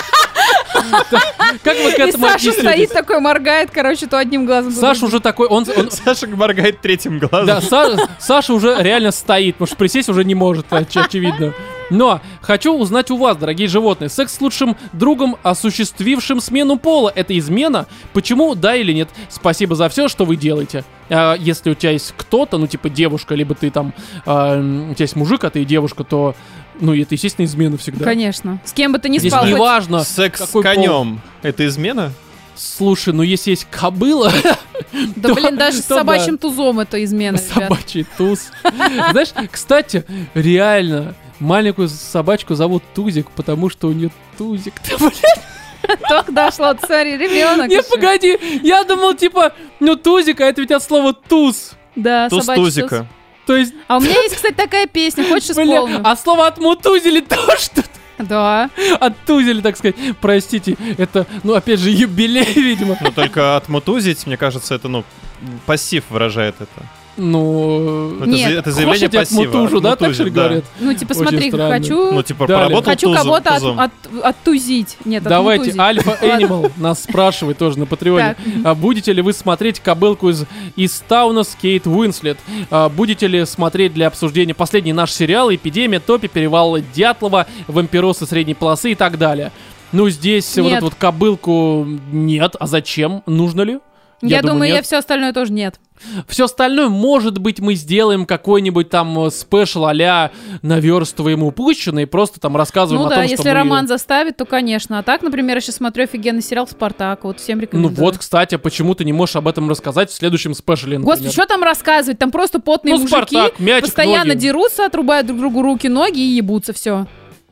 S1: Как вы к
S3: И
S1: этому
S3: Саша
S1: отнеслись?
S3: стоит такой, моргает, короче, то одним глазом. то
S1: Саша уже такой, он, он-
S2: Саша моргает третьим
S1: Да,
S2: глазом.
S1: Са- Саша уже реально стоит, потому что присесть уже не может, оч- очевидно. Но хочу узнать у вас, дорогие животные, секс с лучшим другом, осуществившим смену пола, это измена? Почему, да или нет? Спасибо за все, что вы делаете. А, если у тебя есть кто-то, ну типа девушка, либо ты там, а, м, у тебя есть мужик, а ты девушка, то, ну это, естественно, измена всегда.
S3: Конечно. С кем бы ты ни
S1: Здесь
S3: спал.
S1: не
S3: хоть-
S1: важно,
S2: Секс с
S1: какой пол.
S2: конем. Это измена?
S1: Слушай, ну если есть кобыла,
S3: Да блин, даже с
S1: то да.
S3: собачьим тузом это измена, ребят.
S1: Собачий туз. Знаешь, кстати, реально, маленькую собачку зовут Тузик, потому что у нее тузик. Да, блин,
S3: Только дошла, сори, ребенок.
S1: Нет, погоди, я думал, типа, ну тузик, а это ведь от слова туз.
S3: Да,
S2: Туз
S3: собачий туз.
S2: тузика.
S1: То есть,
S3: А у меня есть, кстати, такая песня. Хочешь
S1: бля,
S3: исполню?
S1: а слово отмутузили то, что
S3: Да.
S1: оттузили, так сказать. Простите, это, ну, опять же, юбилей, видимо.
S2: Но Ну, только отмутузить, мне кажется, это, ну, пассив выражает это.
S1: Ну,
S2: Это,
S3: Нет.
S2: за- это заявление
S1: хочешь, я тебя
S2: пассива.
S1: отмутужу, да, так
S2: Отмутузить,
S1: что ли
S2: да.
S1: говорят?
S3: Ну, типа,
S1: Очень
S3: смотри,
S1: странно.
S3: хочу...
S2: Ну, типа,
S1: Далее.
S2: поработал
S3: Хочу
S2: тузом-
S3: кого-то от-
S2: тузом.
S3: от- оттузить. Нет,
S1: Давайте, а?
S3: отмутузить.
S1: Альфа Энимал нас спрашивает тоже на Патреоне.
S3: Так.
S1: А будете ли вы смотреть кобылку из, из Тауна с Кейт Уинслет? А будете ли смотреть для обсуждения последний наш сериал «Эпидемия», «Топи», «Перевал Дятлова», «Вампиросы средней полосы» и так далее? Ну, здесь вот
S3: Нет.
S1: эту вот кобылку нет. А зачем? Нужно ли?
S3: Я, думаю, я
S1: нет.
S3: все остальное тоже нет.
S1: Все остальное, может быть, мы сделаем какой-нибудь там э, спешл а-ля наверстываем упущенные, просто там рассказываем
S3: ну
S1: о
S3: да,
S1: том, что
S3: если
S1: мы-
S3: роман заставит, то конечно. А так, например, я сейчас смотрю офигенный сериал «Спартак». Вот всем
S1: Ну
S3: рекомендую.
S1: вот, кстати, а почему ты не можешь об этом рассказать в следующем спешле, например?
S3: Господи, что там рассказывать? Там просто потные
S1: Ну,
S3: мужики
S1: «Спартак», мячик,
S3: постоянно
S1: ноги.
S3: дерутся, отрубают друг другу руки, ноги и ебутся. Все.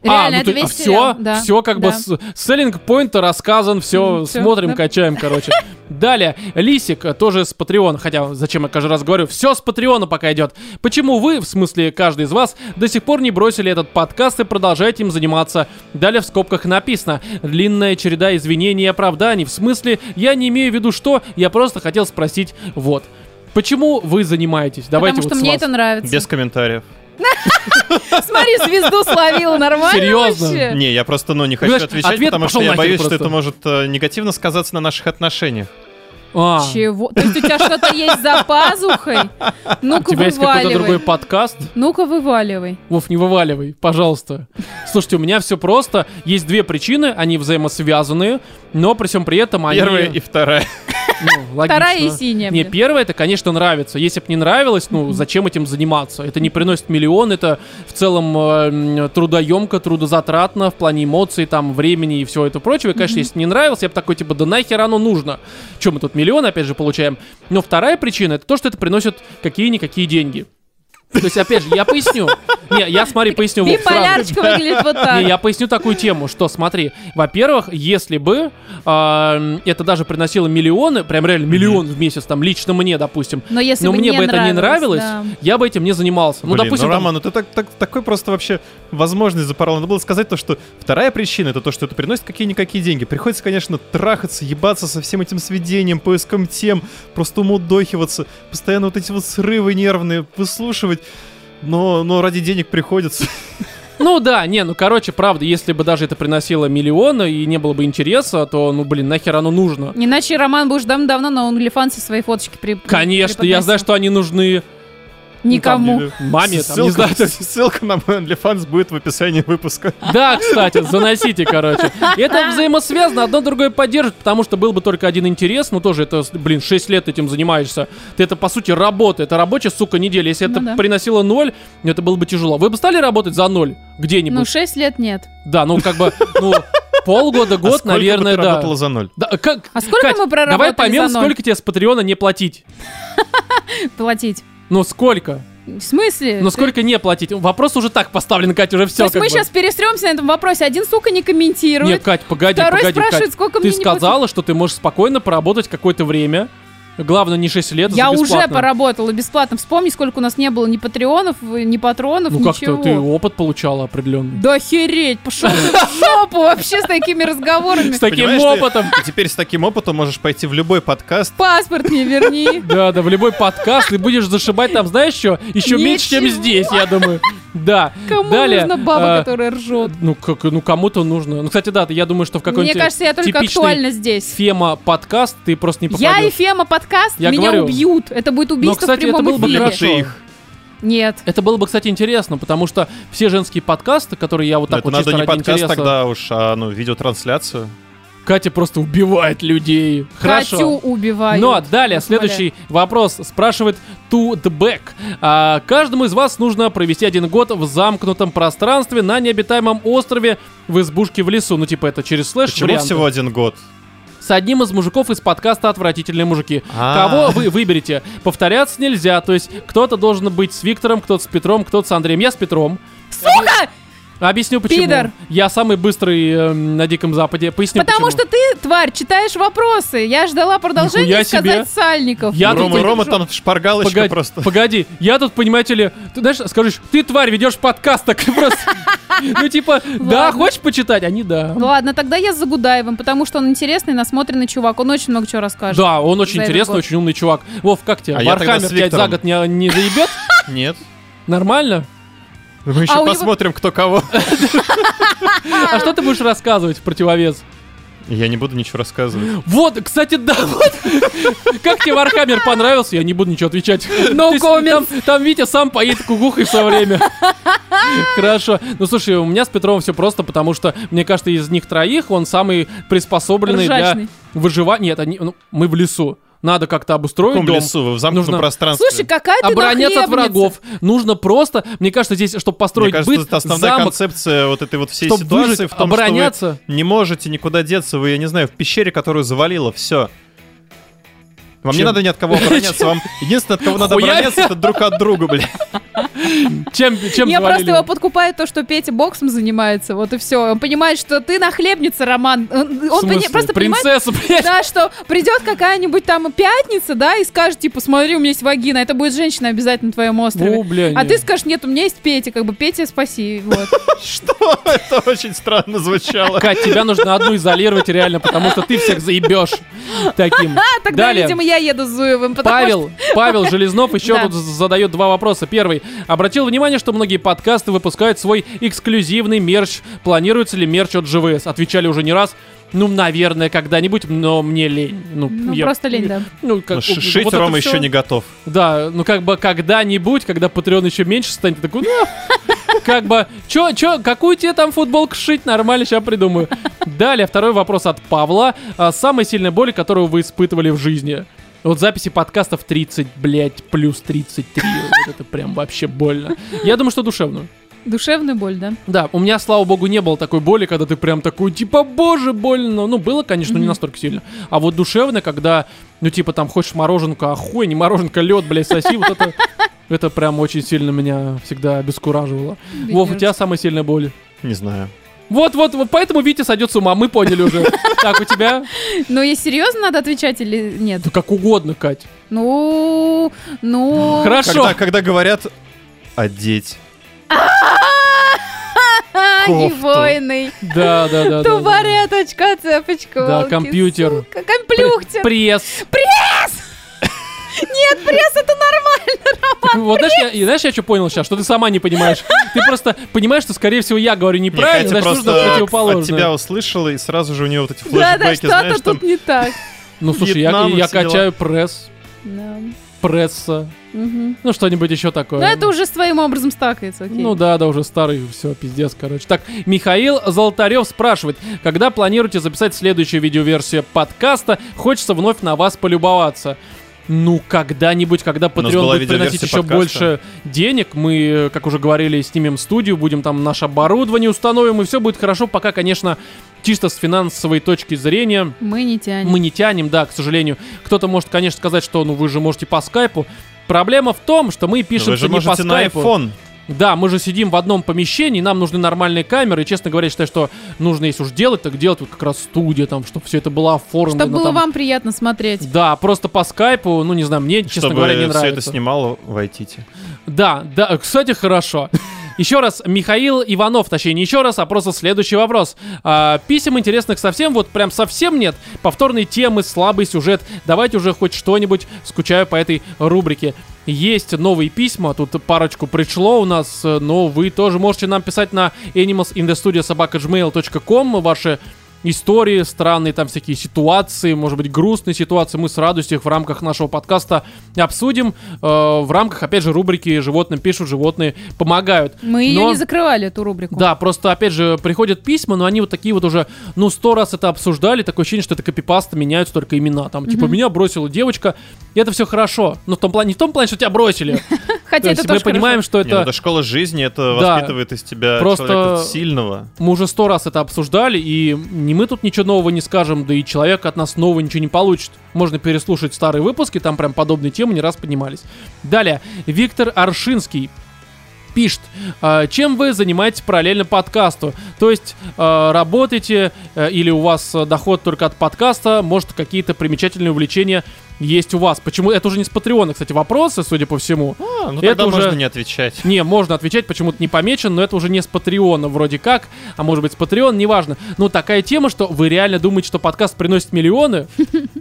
S1: А,
S3: Реально,
S1: ну
S3: это
S1: ты- а
S3: весь
S1: все,
S3: сериал. Да.
S1: все как бы
S3: Да.
S1: с селлинг поинта рассказан, все,
S3: Мгм, всё,
S1: смотрим,
S3: да.
S1: качаем, короче. Далее, Лисик э, тоже с Патреона, хотя зачем я каждый раз говорю, все с Патреона пока идет. Почему вы, в смысле каждый из вас, до сих пор не бросили этот подкаст и продолжаете им заниматься? Далее в скобках написано, длинная череда извинений и оправданий. В смысле, я не имею в виду что, я просто хотел спросить, вот. Почему вы занимаетесь? Давайте
S3: Потому
S1: вот
S3: что
S1: с
S3: мне
S1: вас.
S3: это нравится.
S2: Без комментариев.
S3: Смотри, звезду словила, нормально
S1: Серьезно?
S3: вообще?
S2: Не, я просто, ну, не хочу
S1: Знаешь,
S2: отвечать,
S1: Э. ответ
S2: потому что
S1: пошел
S2: я
S1: нахер
S2: боюсь, что
S1: просто.
S2: это может э, негативно сказаться на наших отношениях.
S1: А,
S3: Чего? То есть у тебя что-то есть за пазухой?
S1: у
S3: Ну-ка,
S1: тебя есть какой-то другой
S3: вываливай.
S1: подкаст?
S3: Ну-ка, вываливай.
S1: Вов, не вываливай, пожалуйста. Слушайте, у меня все просто. Есть две причины, они взаимосвязанные, но при всем при этом они...
S2: Первая и вторая.
S1: Ну, логично.
S3: Вторая и синяя.
S1: Не,
S3: блин.
S1: первое это, конечно, нравится. Если бы не нравилось, ну зачем этим заниматься? Это не приносит миллион, это в целом э, м, трудоемко, трудозатратно в плане эмоций, там, времени и всего этого прочего. И, конечно, если не нравилось, я бы такой, типа, да нахер оно нужно? Чем мы тут миллион, опять же, получаем? Но вторая причина это то, что это приносит какие-никакие деньги. То есть, опять же, я поясню. Не, я смотри, поясню. Вов, сразу.
S3: Биполярочка выглядит вот
S1: Не,
S3: так.
S1: я поясню такую тему, что смотри, во-первых, если бы а, это даже приносило миллионы, прям реально миллион в месяц, там лично мне, допустим,
S3: Но если
S1: но
S3: бы
S1: мне
S3: не
S1: бы это не нравилось,
S3: да.
S1: я бы этим не занимался. ну,
S2: Блин,
S1: допустим,
S2: ну,
S1: там-
S2: Роман, ну ты так, так- такой просто вообще возможность запорол. Надо было сказать то, что вторая причина это то, что это приносит какие-никакие деньги. Приходится, конечно, трахаться, ебаться со всем этим сведением, поиском тем, просто умудохиваться, постоянно вот эти вот срывы нервные выслушивать. Но, но ради денег приходится.
S1: ну да, не, ну короче, правда, если бы даже это приносило миллионы и не было бы интереса, то, ну блин, нахер оно нужно.
S3: Иначе, Роман, будешь давно-давно на OnlyFans свои фоточки при...
S1: Конечно, я
S3: преподносил.
S1: знаю, что они нужны
S3: Никому.
S1: маме, там, не
S2: ссылка,
S1: знаю,
S2: ссылка на мой OnlyFans будет в описании выпуска.
S1: Да, кстати, заносите, короче. Это взаимосвязано, одно другое поддержит, потому что был бы только один интерес, но тоже это, блин, 6 лет этим занимаешься. Ты это, по сути, работа, это рабочая, сука, неделя. Если
S3: Ну
S1: это
S3: да.
S1: приносило ноль, ну, это было бы тяжело. Вы бы стали работать за ноль
S3: Ну,
S1: где-нибудь?
S3: шесть лет нет.
S1: Да, ну как бы, ну, полгода,
S2: А
S1: год,
S2: сколько бы
S1: наверное,
S2: ты
S1: да.
S2: работала за ноль?
S1: Да, как,
S3: А сколько
S1: Кать,
S3: мы проработали
S1: давай поймем,
S3: за ноль?
S1: сколько тебе с Патреона не платить.
S3: Платить.
S1: Ну сколько?
S3: В смысле?
S1: Ну
S3: Э, Ты-
S1: сколько не платить? Вопрос уже так поставлен, Катя, уже
S3: То
S1: все.
S3: есть мы сейчас перестремся на этом вопросе. Один, сука, не
S1: Нет,
S3: комментирует.
S1: Кать, погоди,
S3: Второй
S1: погоди,
S3: спрашивает,
S1: Кать. ты
S3: сколько мне не платить?
S1: сказала, что ты можешь спокойно поработать какое-то время. Главное, не 6 лет,
S3: Я
S1: за
S3: уже
S1: бесплатно.
S3: поработала бесплатно. Вспомни, сколько у нас не было ни патреонов, э, ни патронов,
S1: Ну
S3: ничего.
S1: как-то ты опыт получала определенный.
S3: Да хереть, пошел ты в жопу вообще с такими разговорами.
S1: С таким
S2: Понимаешь, ты-
S1: опытом.
S2: И теперь с таким опытом можешь пойти в любой подкаст.
S3: Паспорт мне верни.
S1: Да, да, в любой подкаст ты будешь зашибать там, знаешь что? Еще меньше, чем
S3: Ничего.
S1: здесь, я думаю. Да.
S3: Кому
S1: Далее,
S3: нужна баба,
S1: а,
S3: которая ржет?
S1: Ну, как, ну кому-то нужно. Ну, кстати, да, я думаю, что в
S3: Мне
S1: какой-нибудь
S3: кажется, я только
S1: типичный
S3: актуальна здесь.
S1: Фема подкаст ты просто не
S3: Я и
S1: попадешь.
S3: Фема подкаст,
S1: Я
S3: меня
S1: говорю.
S3: убьют. Это будет
S1: Но,
S3: убийство в
S1: кстати, это
S3: прямом
S1: было бы
S3: эфире.
S1: хорошо.
S2: Ты их.
S3: Нет.
S1: Это было бы, кстати, интересно, потому что все женские подкасты, которые я вот
S2: Ну,
S1: так
S2: это
S1: вот чисто
S2: надо не
S1: ради
S2: подкаст
S1: интереса...
S2: тогда уж, а ну видеотрансляцию.
S1: Катя просто убивает людей. Хорошо.
S3: Катю убиваю.
S1: Ну а далее, следующий вопрос спрашивает To the Back. А, каждому из вас нужно провести один год в замкнутом пространстве на необитаемом острове в избушке в лесу. Ну типа это через слэш
S2: Почему
S1: варианты.
S2: всего один год?
S1: С одним из мужиков из подкаста «Отвратительные мужики».
S2: А.
S1: Кого вы выберете? Повторяться нельзя, то есть кто-то должен быть с Виктором, кто-то с Петром, кто-то с Андреем. Я с Петром.
S3: Сука!
S1: Объясню почему.
S3: Пидор.
S1: Я самый быстрый э, на Диком Западе. Поясню
S3: Потому
S1: почему.
S3: что ты, тварь, читаешь вопросы. Я ждала продолжения
S1: Нихуя
S3: и
S1: себе.
S3: сказать сальников.
S1: Я
S2: Рома,
S1: тут-
S2: Рома там шпаргалочка
S1: Погоди,
S2: просто.
S1: погоди, я тут, понимаете ли, ты знаешь, скажешь, ты, тварь, ведешь подкаст, так и просто, ну, типа, да,
S3: Ладно.
S1: хочешь почитать? Они, да.
S3: Ну Ладно, тогда я за Гудаевым, потому что он интересный, насмотренный чувак. Он очень много чего расскажет.
S1: Да, он
S3: За
S1: очень
S3: этот
S1: интересный,
S3: год.
S1: очень умный чувак. Вов, как тебе?
S2: А я тогда
S1: Вархаммер
S2: с
S1: тебя за
S2: Виктором.
S1: год не, не заебет?
S2: Нет.
S1: Нормально?
S2: Мы еще
S3: А у него-
S2: посмотрим, кто кого.
S1: А что ты будешь рассказывать в противовес?
S2: Я не буду ничего рассказывать.
S1: Вот, кстати, да, вот. Как тебе Вархаммер понравился? Я не буду ничего отвечать.
S3: No
S1: То есть
S3: comment.
S1: Там, там Витя сам поедет кукухой все время. Хорошо. Ну, слушай, у меня с Петровым все просто, потому что, мне кажется, из них троих он самый приспособленный
S3: Ржачный.
S1: для выживания. Нет, они, ну, мы в лесу. Надо как-то
S2: В
S1: обустроить
S2: каком
S1: дом.
S2: лесу? Вы в замкнутом
S1: Нужно-
S2: пространстве.
S3: Слушай, какая ты
S1: Обороняться от
S3: нахлебница.
S1: врагов. Нужно просто, мне кажется, здесь, чтобы
S2: Мне
S1: построить
S2: кажется,
S1: быт,
S2: это основная
S1: замок,
S2: концепция вот этой вот всей
S1: чтоб
S2: ситуации
S1: выжить,
S2: в том, что
S1: обороняться.
S2: вы не можете никуда деться. Вы, я не знаю, в пещере, которую завалило, все. Вам не
S1: Чем?
S2: надо ни от кого обороняться. Вам единственное, от кого надо
S1: Хуями.
S2: обороняться, это друг от друга, бля.
S1: Чем, чем
S3: Меня
S1: завалили?
S3: просто его подкупает то, что Петя боксом занимается, вот и все. Он понимает, что ты нахлебница, Роман. Он
S1: В
S3: он пони-
S1: смысле?
S3: просто понимает,
S1: Принцесса, блядь.
S3: да, что придет какая-нибудь там пятница, да, и скажет, типа, смотри, у меня есть вагина, это будет женщина обязательно на твоем острове.
S1: О, бля,
S3: а
S1: не.
S3: ты скажешь, нет, у меня есть Петя, как бы, Петя, спаси, вот.
S2: Что? Это очень странно звучало.
S1: Кать, тебя нужно одну изолировать реально, потому что ты всех заебешь таким.
S3: А тогда,
S1: Далее.
S3: видимо, я еду с Зуевым, потому
S1: Павел, Павел Железнов еще
S3: Да.
S1: тут задает два вопроса. Первый. Обратил внимание, что многие подкасты выпускают свой эксклюзивный мерч. Планируется ли мерч от ЖВС? Отвечали уже не раз. Ну, наверное, когда-нибудь, но мне лень. Ну,
S3: Ну,
S1: я-
S3: просто лень, да.
S1: Ну, как,
S2: Ш-
S1: вот
S2: Шить
S1: это
S2: Рома
S1: всё.
S2: еще не готов.
S1: Да, ну как бы когда-нибудь, когда Патреон еще меньше станет, такой, ну, Как бы, чё, чё, какую тебе там футболку шить? Нормально, сейчас придумаю. Далее, второй вопрос от Павла. А, Самая сильная боль, которую вы испытывали в жизни? Вот записи подкастов 30, блядь, плюс 33. Вот это прям вообще больно. Я думаю, что душевную.
S3: Душевная боль, да?
S1: Да, у меня, слава богу, не было такой боли, когда ты прям такой, типа, боже, больно. Ну, было, конечно, но не
S3: Мгм.
S1: настолько сильно. А вот душевно, когда, ну, типа, там, хочешь мороженку, а хуй, не мороженка, лед, блядь, соси, вот это... Это прям очень сильно меня всегда обескураживало. Вов, у тебя самая сильная боль.
S2: Не знаю.
S1: Вот, вот, вот, поэтому Витя сойдет с ума, мы поняли уже. Так, у тебя?
S3: Ну, и серьезно надо отвечать или нет?
S1: Да как угодно, Кать.
S3: Ну, ну...
S1: Хорошо.
S2: Когда, когда говорят одеть.
S3: А, не
S2: кофту.
S3: войны.
S1: Да, да, да, да. да.
S3: Тубареточка, цепочка.
S1: Да,
S3: волки,
S1: компьютер.
S3: сука, Комплюхтер.
S1: Пресс.
S3: Нет, пресс, это нормально.
S1: Так, Вот знаешь, я, и знаешь, я что понял сейчас, что ты сама не понимаешь. Ты просто понимаешь, что, скорее всего, я говорю
S2: Мне Катя
S1: неправильно, значит, нужно
S2: просто от тебя
S1: противоположное.
S2: услышала, и сразу же у нее вот эти
S3: Да, да,
S2: флешбеки, знаешь,
S3: что-то
S2: там...
S3: тут не так.
S1: Ну, слушай, я,
S2: Вьетнам и
S1: я
S2: все дела.
S1: качаю пресс,
S3: Да.
S1: пресса,
S3: Мгм.
S1: ну, что-нибудь еще такое.
S3: Ну, это уже с твоим образом стакается, окей.
S1: Ну да, да, уже старый, все, пиздец, короче. Так, Михаил Золотарев спрашивает, когда планируете записать следующую видеоверсию подкаста? Хочется вновь на вас полюбоваться. Ну, когда-нибудь, когда
S2: нас была
S1: Patreon будет
S2: видеоверсия
S1: приносить еще
S2: подкаста.
S1: больше денег, мы, э, как уже говорили, снимем студию, будем там наше оборудование установим, и все будет хорошо, пока, конечно, чисто с финансовой точки зрения
S3: Мы не тянем.
S1: мы не тянем, да, к сожалению. Кто-то может, конечно, сказать, что ну вы же можете по скайпу. Проблема в том, что мы
S2: Вы
S1: пишемся
S2: же
S1: не по
S2: можете на
S1: скайпу.
S2: iPhone.
S1: Да, мы же сидим в одном помещении, нам нужны нормальные камеры. И, честно говоря, я считаю, что нужно, если уж делать, так делать вот как раз студия, там, чтобы все это было оформлено.
S3: Чтобы было
S1: там.
S3: вам приятно смотреть.
S1: Да, просто по скайпу, ну не знаю, мне, честно
S2: Чтобы
S1: говоря, не
S2: все
S1: нравится.
S2: это снимало, войдите.
S1: Да, да, кстати, хорошо. Еще раз, Михаил Иванов, точнее, не еще раз, а просто следующий вопрос. А, писем интересных совсем, вот прям совсем нет. Повторные темы, слабый сюжет. Давайте уже хоть что-нибудь, скучаю по этой рубрике. Есть новые письма, тут парочку пришло у нас, э, но вы тоже можете нам писать на animalsinthestudio.sobaka.gmail.com ваши истории, странные там всякие ситуации, может быть, грустные ситуации. Мы с радостью их в рамках нашего подкаста обсудим. э, в рамках, опять же, рубрики «Животным пишут, животные помогают».
S3: Мы ее
S1: Но-
S3: не закрывали, эту рубрику.
S1: Да, просто, опять же, приходят письма, но они вот такие вот уже, ну, сто раз это обсуждали, такое ощущение, что это копипаста, меняются только имена. Там, типа, меня бросила девочка, и это все хорошо. Но в том плане, не в том плане, что тебя бросили. То
S3: Хотя это
S1: есть мы
S3: тоже
S1: понимаем,
S3: хорошо.
S1: что
S2: Не, ну,
S1: это...
S2: это школа жизни, это
S1: Да.
S2: воспитывает из тебя
S1: Просто-
S2: человека сильного.
S1: Мы уже сто раз это обсуждали, и ни мы тут ничего нового не скажем, да и человек от нас нового ничего не получит. Можно переслушать старые выпуски, там прям подобные темы не раз поднимались. Далее, Виктор Аршинский пишет, «А, чем вы занимаетесь параллельно подкасту. То есть э, работаете э, или у вас э, доход только от подкаста, может какие-то примечательные увлечения есть у вас. Почему? Это уже не с Патреона, кстати, вопросы, судя по всему.
S2: А, ну
S1: Это
S2: тогда
S1: уже-
S2: можно не отвечать.
S1: Не, можно отвечать, почему-то не помечен, но это уже не с Патреона вроде как, а может быть с Патреона, неважно. Ну, такая тема, что вы реально думаете, что подкаст приносит миллионы?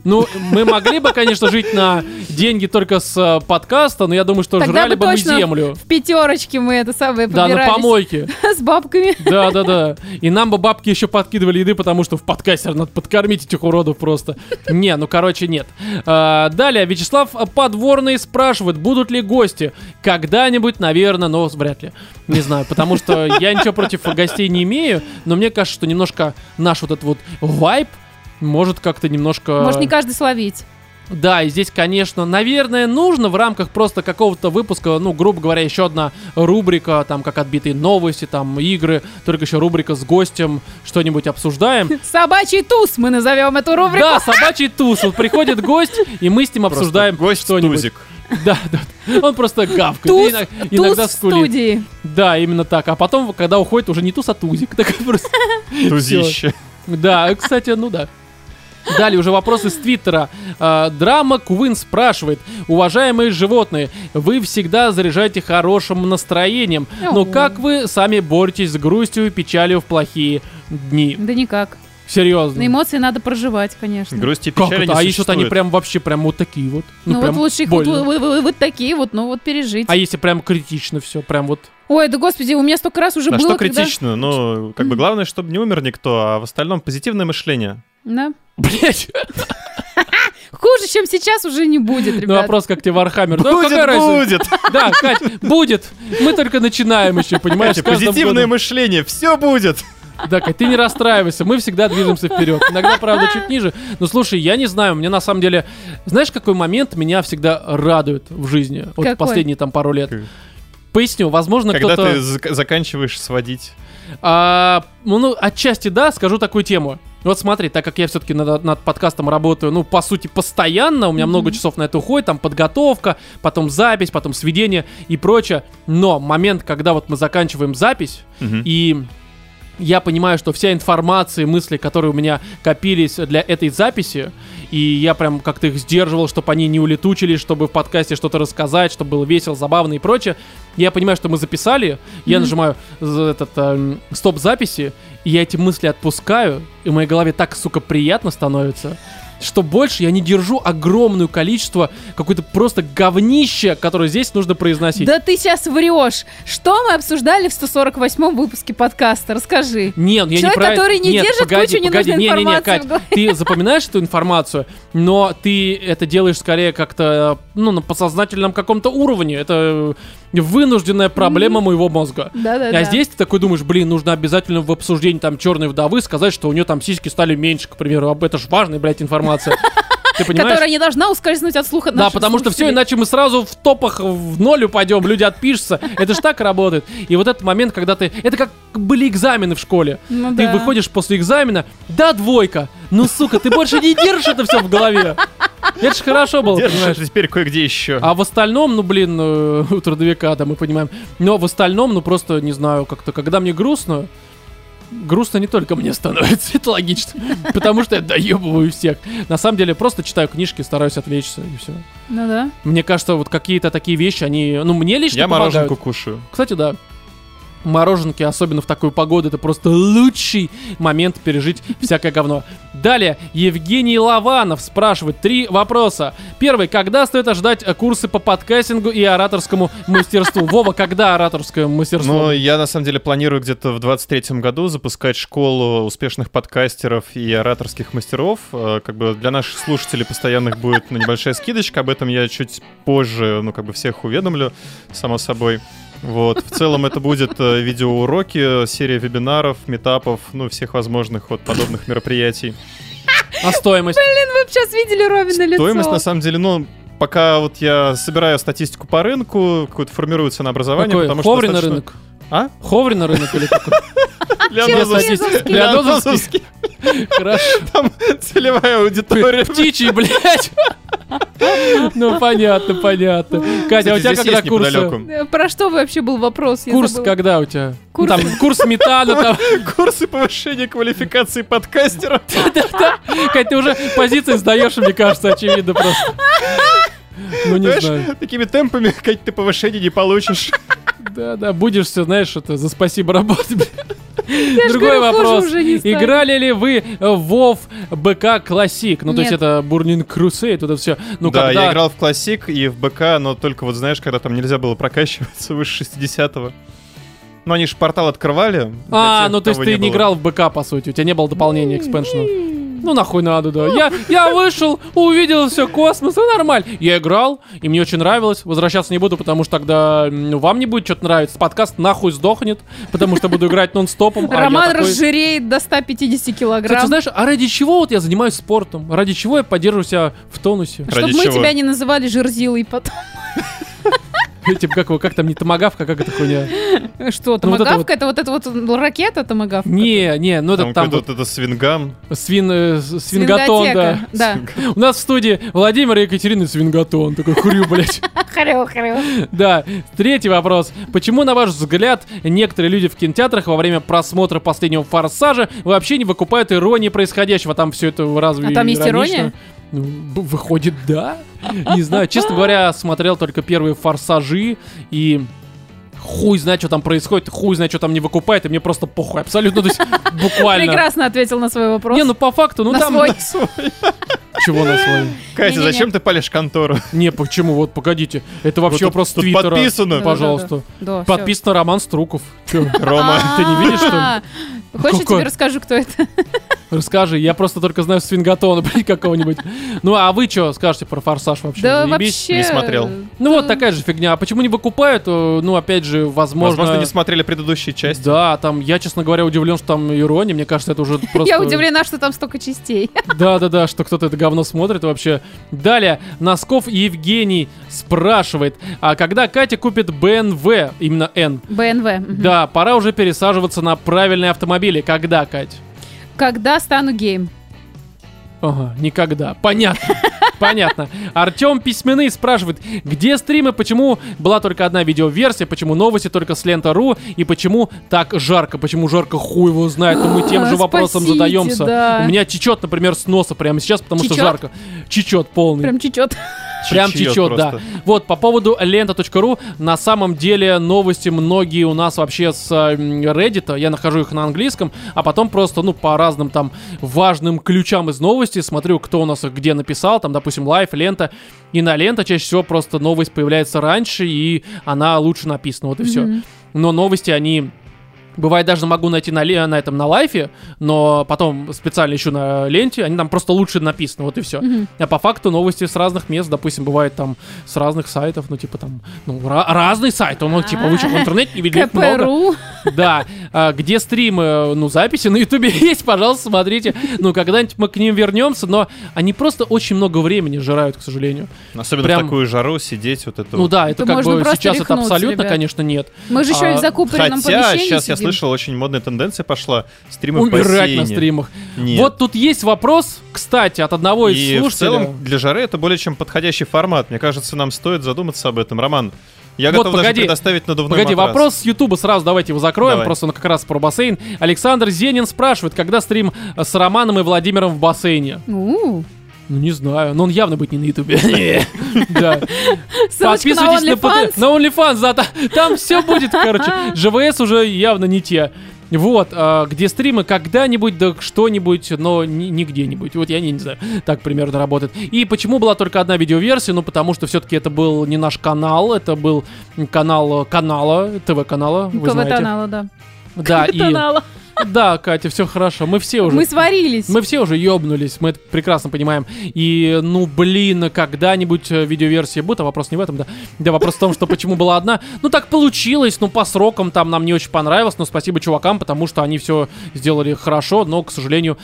S1: Ну, мы могли бы, конечно, жить на деньги только с э, подкаста, но я думаю, что
S3: Тогда
S1: жрали
S3: бы
S1: бы мы
S3: точно
S1: землю.
S3: В пятерочке мы это самое
S1: Да, на
S3: побирались.
S1: помойке.
S3: С бабками.
S1: Да, да, да. И нам бы бабки еще подкидывали еды, потому что в подкасте надо подкормить этих уродов просто. Не, ну короче, нет. А, Далее, Вячеслав Подворный спрашивает, будут ли гости. Когда-нибудь, наверное, но вряд ли. Не знаю, потому что я ничего против гостей не имею, но мне кажется, что немножко наш вот этот вот вайб может как-то немножко...
S3: Может, не каждый словить.
S1: Да, и здесь, конечно, наверное, нужно в рамках просто какого-то выпуска, ну, грубо говоря, еще одна рубрика, там, как отбитые новости, там, игры, только еще рубрика с гостем, что-нибудь обсуждаем.
S3: Собачий туз мы назовем эту рубрику.
S1: Да, собачий туз. Вот приходит гость, и мы с ним
S2: Просто
S1: обсуждаем
S2: гость
S1: что-нибудь.
S2: Тузик.
S1: Да, да. Он просто гавкает. и
S3: Туз,
S1: иног-
S3: туз
S1: иногда
S3: в
S1: скулит.
S3: студии.
S1: Да, именно так. А потом, когда уходит, уже не туз, а тузик. Так просто
S2: Тузище.
S1: Да, кстати, ну да. Далее уже вопрос из Твиттера. А, Драма Куин спрашивает. Уважаемые животные, вы всегда заряжаете хорошим настроением, но
S3: О.
S1: как вы сами боретесь с грустью и печалью в плохие дни?
S3: Да никак. На
S1: Серьезно.
S3: эмоции надо проживать, конечно.
S2: Грусти и
S1: Как
S2: печали
S1: это?
S2: не
S1: А еще они
S2: существует.
S1: прям вообще прям вот такие вот.
S3: Ну, вот
S1: прям
S3: лучше их вот,
S1: больно.
S3: вот- вот- вот такие вот, ну вот пережить.
S1: А если прям критично все, прям вот.
S3: Ой, да господи, у меня столько раз уже
S2: А
S3: было,
S2: что
S3: когда-
S2: критично? Ну, как бы главное, чтобы не умер никто, а в остальном позитивное мышление.
S3: Да.
S1: Блять!
S3: Хуже, чем сейчас, уже не будет, ребят.
S1: Ну, вопрос, как тебе Вархаммер. ну,
S2: Будет,
S1: какая разница?
S2: будет!
S1: Да, Кать, будет. Мы только начинаем еще, понимаешь?
S2: Катя,
S1: с каждым
S2: позитивное
S1: годом.
S2: мышление, все будет!
S1: Да, Кать, ты не расстраивайся, мы всегда движемся вперед. Иногда, правда, чуть ниже. Но слушай, я не знаю, мне на самом деле... Знаешь, какой момент меня всегда радует в жизни? Вот
S3: Какой?
S1: последние там пару лет.
S2: Как?
S1: Поясню, возможно,
S2: Когда
S1: Ну, кто-то...
S2: ты зак- заканчиваешь сводить.
S1: А, ну, отчасти да, скажу такую тему. Вот смотри, так как я все-таки над, над подкастом работаю, ну, по сути, постоянно, у меня много часов на это уходит, там подготовка, потом запись, потом сведение и прочее. Но момент, когда вот мы заканчиваем запись,
S2: Мгм.
S1: и я понимаю, что вся информация и мысли, которые у меня копились для этой записи, и я прям как-то их сдерживал, чтобы они не улетучились, чтобы в подкасте что-то рассказать, чтобы было весело, забавно и прочее. Я понимаю, что мы записали, я нажимаю за этот эм, стоп записи, и я эти мысли отпускаю, и в моей голове так, сука, приятно становится, что больше я не держу огромное количество какой-то просто говнища, которое здесь нужно произносить.
S3: Да ты сейчас врешь. Что мы обсуждали в 148-м выпуске подкаста? Расскажи.
S1: Нет, я
S3: Человек,
S1: не про...
S3: который не
S1: Нет,
S3: держит
S1: погоди,
S3: кучу
S1: погоди.
S3: ненужной
S1: не, не, не,
S3: информации
S1: Кать,
S3: в голове.
S1: ты запоминаешь эту информацию, но ты это делаешь скорее как-то, ну, на подсознательном каком-то уровне. Это вынужденная проблема моего мозга.
S3: Да-да-да.
S1: А здесь ты такой думаешь, блин, нужно обязательно в обсуждении там черной вдовы сказать, что у нее там сиськи стали меньше, к примеру. Об- Это ж важная, блядь, информация. Ты понимаешь?
S3: Которая не должна ускользнуть от слуха
S1: Да,
S3: наших
S1: потому что все,
S3: слушателей.
S1: иначе мы сразу в топах в ноль упадем, люди отпишутся. Это же так работает. И вот этот момент, когда ты... Это как были экзамены в школе.
S3: Ну
S1: ты
S3: да.
S1: выходишь после экзамена, да, двойка. Ну, сука, ты больше не держишь это все в голове. Это же хорошо было,
S2: Держишь
S1: понимаешь?
S2: это теперь кое-где еще.
S1: А в остальном, ну, блин, э, у трудовика, да, мы понимаем. Но в остальном, ну, просто, не знаю, как-то, когда мне грустно, грустно не только мне становится, это логично, потому что я доебываю всех. На самом деле, просто читаю книжки, стараюсь отвлечься, и все.
S3: Ну да.
S1: Мне кажется, вот какие-то такие вещи, они, ну, мне лично
S2: Я
S1: помогают.
S2: мороженку кушаю.
S1: Кстати, да. Мороженки, особенно в такую погоду, это просто лучший момент пережить всякое говно. Далее, Евгений Лаванов спрашивает три вопроса. Первый, когда стоит ожидать э, курсы по подкастингу и ораторскому мастерству? Вова, когда ораторское мастерство?
S2: Ну, я на самом деле планирую где-то в 23-м году запускать школу успешных подкастеров и ораторских мастеров. Э, Как бы для наших слушателей постоянных будет ну, небольшая скидочка, об этом я чуть позже, ну, как бы всех уведомлю, само собой. Вот, в целом это будет э, видеоуроки, э, серия вебинаров, метапов, ну, всех возможных вот подобных мероприятий.
S1: А стоимость?
S3: Вы сейчас видели Робина лицо.
S2: Стоимость, на самом деле, ну, пока вот я собираю статистику по рынку, какую-то формирую ценообразование,
S1: Какой?
S2: потому что
S1: Ховрин
S2: достаточно-
S1: рынок?
S2: А?
S1: Ховрин рынок или какой?
S2: Леонид
S1: Честно,
S2: Зосимов.
S1: статистика.
S2: Леонид
S1: Леонид
S2: Зосимов.
S1: Хорошо.
S2: Там целевая аудитория.
S1: Птичий, блядь. Ну, понятно, понятно. Катя, а у тебя
S2: Здесь
S1: когда
S2: есть
S1: курсы?
S2: неподалеку.
S3: Про что вообще был вопрос? Я
S1: Курс
S3: забыла.
S1: когда у тебя?
S3: Курс.
S1: Там курс сметана, там.
S2: Курсы повышения квалификации подкастера.
S1: Кать, ты уже позиции сдаешь, мне кажется, очевидно просто. Ну, не знаю.
S2: Знаешь, такими темпами, Кать, ты повышение не получишь.
S1: Да, да, будешь все, знаешь, это за спасибо работать.
S3: Я ж
S1: Другой
S3: говорю, хуже
S1: вопрос.
S3: уже не станет.
S1: Играли ли вы э, в WoW БК Классик? Ну, то есть
S3: Нет.
S1: это Burning Crusade, это все. Ну,
S2: да,
S1: когда...
S2: я играл в классик и в БК, но только вот знаешь, когда там нельзя было прокачиваться выше 60-го. Ну, они же портал открывали. для
S1: А,
S2: тех,
S1: ну то есть
S2: кого
S1: ты не
S2: было. М-м.
S1: играл в БК, по сути, у тебя не было дополнения, экспеншена. Ну нахуй надо, да. Я, я вышел, увидел все, космос, все нормально. Я играл, и мне очень нравилось. Возвращаться не буду, потому что тогда м, вам не будет что-то нравиться. Подкаст нахуй сдохнет, потому что буду играть нон-стопом. а я
S3: Роман
S1: такой-
S3: разжиреет до 150
S1: Кстати,
S3: килограмм.
S1: знаешь, а ради чего вот я занимаюсь спортом? Ради чего я поддерживаю себя в тонусе?
S2: Ради
S3: Чтобы мы
S2: чего?
S3: тебя не называли жирзилой потом.
S1: Типа, как, его- как там, не томагавка, как эта хуйня?
S3: Что,
S1: Ну, вот это вот-
S3: томагавка? Это вот эта вот м, ракета томагавка?
S1: Не, не, ну это
S2: Там,
S1: там
S2: какой-то
S1: вот
S2: вот это свингам.
S1: свин, э, с- свингатон, да.
S3: Свинготека, Да.
S1: У нас в студии Владимир и Екатерина Свингатон. Такой хрю, блядь.
S3: Хрю, хрю.
S1: Да. Третий вопрос. Почему, на ваш взгляд, некоторые люди в кинотеатрах во время просмотра последнего «Форсажа» вообще не выкупают иронии происходящего? Там все это разве
S3: А там есть
S1: иронично?
S3: ирония?
S1: Ну, б- выходит, да. Не знаю. Честно говоря, смотрел только первые «Форсажи» и... Хуй знает, что там происходит, хуй знает, что там не выкупает, и мне просто похуй абсолютно, то есть буквально.
S3: Прекрасно ответил на свой вопрос.
S1: Не, ну по факту, ну
S3: На
S1: там...
S3: свой.
S1: Чего на свой?
S2: Катя,
S3: Не-не-не.
S2: зачем ты палишь контору?
S1: Не, почему? Вот погодите. Это вообще
S2: Вот тут-
S1: вопрос
S2: тут
S1: Твиттера.
S2: подписано.
S3: Да-да-да.
S1: Пожалуйста.
S3: Да, всё.
S1: Подписан Роман Струков. Чё?
S2: Рома,
S1: ты не видишь, что ли?
S3: А, Хочешь, я
S1: Какой?
S3: тебе расскажу, кто это?
S1: Расскажи, я просто только знаю свингатона, блядь, какого-нибудь. Ну, а вы что скажете про «Форсаж» вообще?
S3: Да
S1: Заебись?
S3: вообще...
S2: не смотрел.
S1: Ну,
S3: да.
S1: вот такая же фигня. А почему не выкупают? Э, Ну, опять же, возможно...
S2: Возможно, не смотрели предыдущие части.
S1: Да, там, я, честно говоря, удивлен, что там ирония. Мне кажется, это уже просто...
S3: Я удивлена, что там столько частей.
S1: Да-да-да, что кто-то это говно смотрит вообще. Далее, Носков Евгений спрашивает, а когда Катя купит БНВ, именно Н?
S3: БНВ. мгм.
S1: Да, пора уже пересаживаться на правильные автомобили. Когда, Кать?
S3: Когда стану геем?
S1: Ага, никогда. Понятно. Понятно. Артем Письменный спрашивает, где стримы, почему была только одна видеоверсия, почему новости только с лента.ру и почему так жарко, почему жарко хуй его знает, а мы тем же
S3: А,
S1: вопросом
S3: спасите,
S1: задаемся.
S3: да.
S1: У меня течет, например, с носа прямо сейчас, потому что
S3: Чечет?
S1: жарко. Чечет полный.
S3: Прям чечет.
S1: Прям течет, да.
S2: просто.
S1: Вот, по поводу лента.ру, на самом деле новости многие у нас вообще с э, м, Reddit, я нахожу их на английском, а потом просто, ну, по разным там важным ключам из новости смотрю, кто у нас их где написал, там, допустим, лайф, лента, и на лента чаще всего просто новость появляется раньше, и она лучше написана, вот и все. Но новости, они... Бывает, даже могу найти на, ле- на этом на лайфе, но потом специально ищу на ленте, они там просто лучше написаны, вот и все.
S3: Мгм.
S1: А по факту новости с разных мест, допустим, бывает там с разных сайтов, ну типа там, ну ра- разный сайт, он ну, типа вы что, в интернете не видели много?
S3: А, КПРУ.
S1: Да, А, где стримы, ну записи на ютубе есть, пожалуйста, смотрите. Ну когда-нибудь мы к ним вернемся, но они просто очень много времени жирают, к сожалению.
S2: Особенно
S1: Прям-
S2: в такую жару сидеть вот это
S1: Ну
S2: вот.
S1: да, это
S3: Это
S1: как
S3: можно
S1: бы
S3: просто
S1: сейчас это
S3: рехнуться,
S1: абсолютно,
S3: ребят.
S1: конечно, нет.
S3: Мы же еще и
S1: А,
S3: в закупоренном
S2: Хотя
S3: помещении
S2: сейчас я
S3: сидим.
S2: слышал, очень модная тенденция пошла. Стримы в
S1: Умирать на
S2: бассейне.
S1: стримах.
S2: Нет.
S1: Вот тут есть вопрос, кстати, от одного из
S2: И в
S1: слушателей.
S2: целом для жары это более чем подходящий формат. Мне кажется, нам стоит задуматься об этом. Роман, я
S1: Вот,
S2: готов даже
S1: погоди.
S2: предоставить надувной
S1: Погоди,
S2: матрас.
S1: вопрос с Ютуба сразу давайте его закроем,
S2: Давай.
S1: просто он как раз про бассейн. Александр Зенин спрашивает, когда стрим э, с Романом и Владимиром в бассейне?
S3: У,
S1: Ну, не знаю, но он явно будет не на Ютубе. Да.
S3: Ссылочка на
S1: Подписывайтесь на Ну,
S3: OnlyFans.
S1: ПТ- на OnlyFans, да, та- там все будет, короче. ЖВС уже явно не те. Вот, а, где стримы когда-нибудь, да что-нибудь, но ни- не где-нибудь. Вот я не, не знаю, так примерно работает. И почему была только одна видеоверсия? Ну, потому что все-таки это был не наш канал, это был канал э, канала, ТВ-канала, вы знаете.
S3: Каватанала, да.
S1: Да, и...
S3: Каватанала.
S1: Да, Катя, все хорошо, мы все уже...
S3: Мы сварились.
S1: Мы все уже ёбнулись, мы это прекрасно понимаем. И, ну, блин, когда-нибудь э, видеоверсия будет, а вопрос не в этом, да. Да, вопрос в том, что почему была одна. Ну, так получилось, ну, по срокам там нам не очень понравилось, но спасибо чувакам, потому что они все сделали хорошо, но, к сожалению,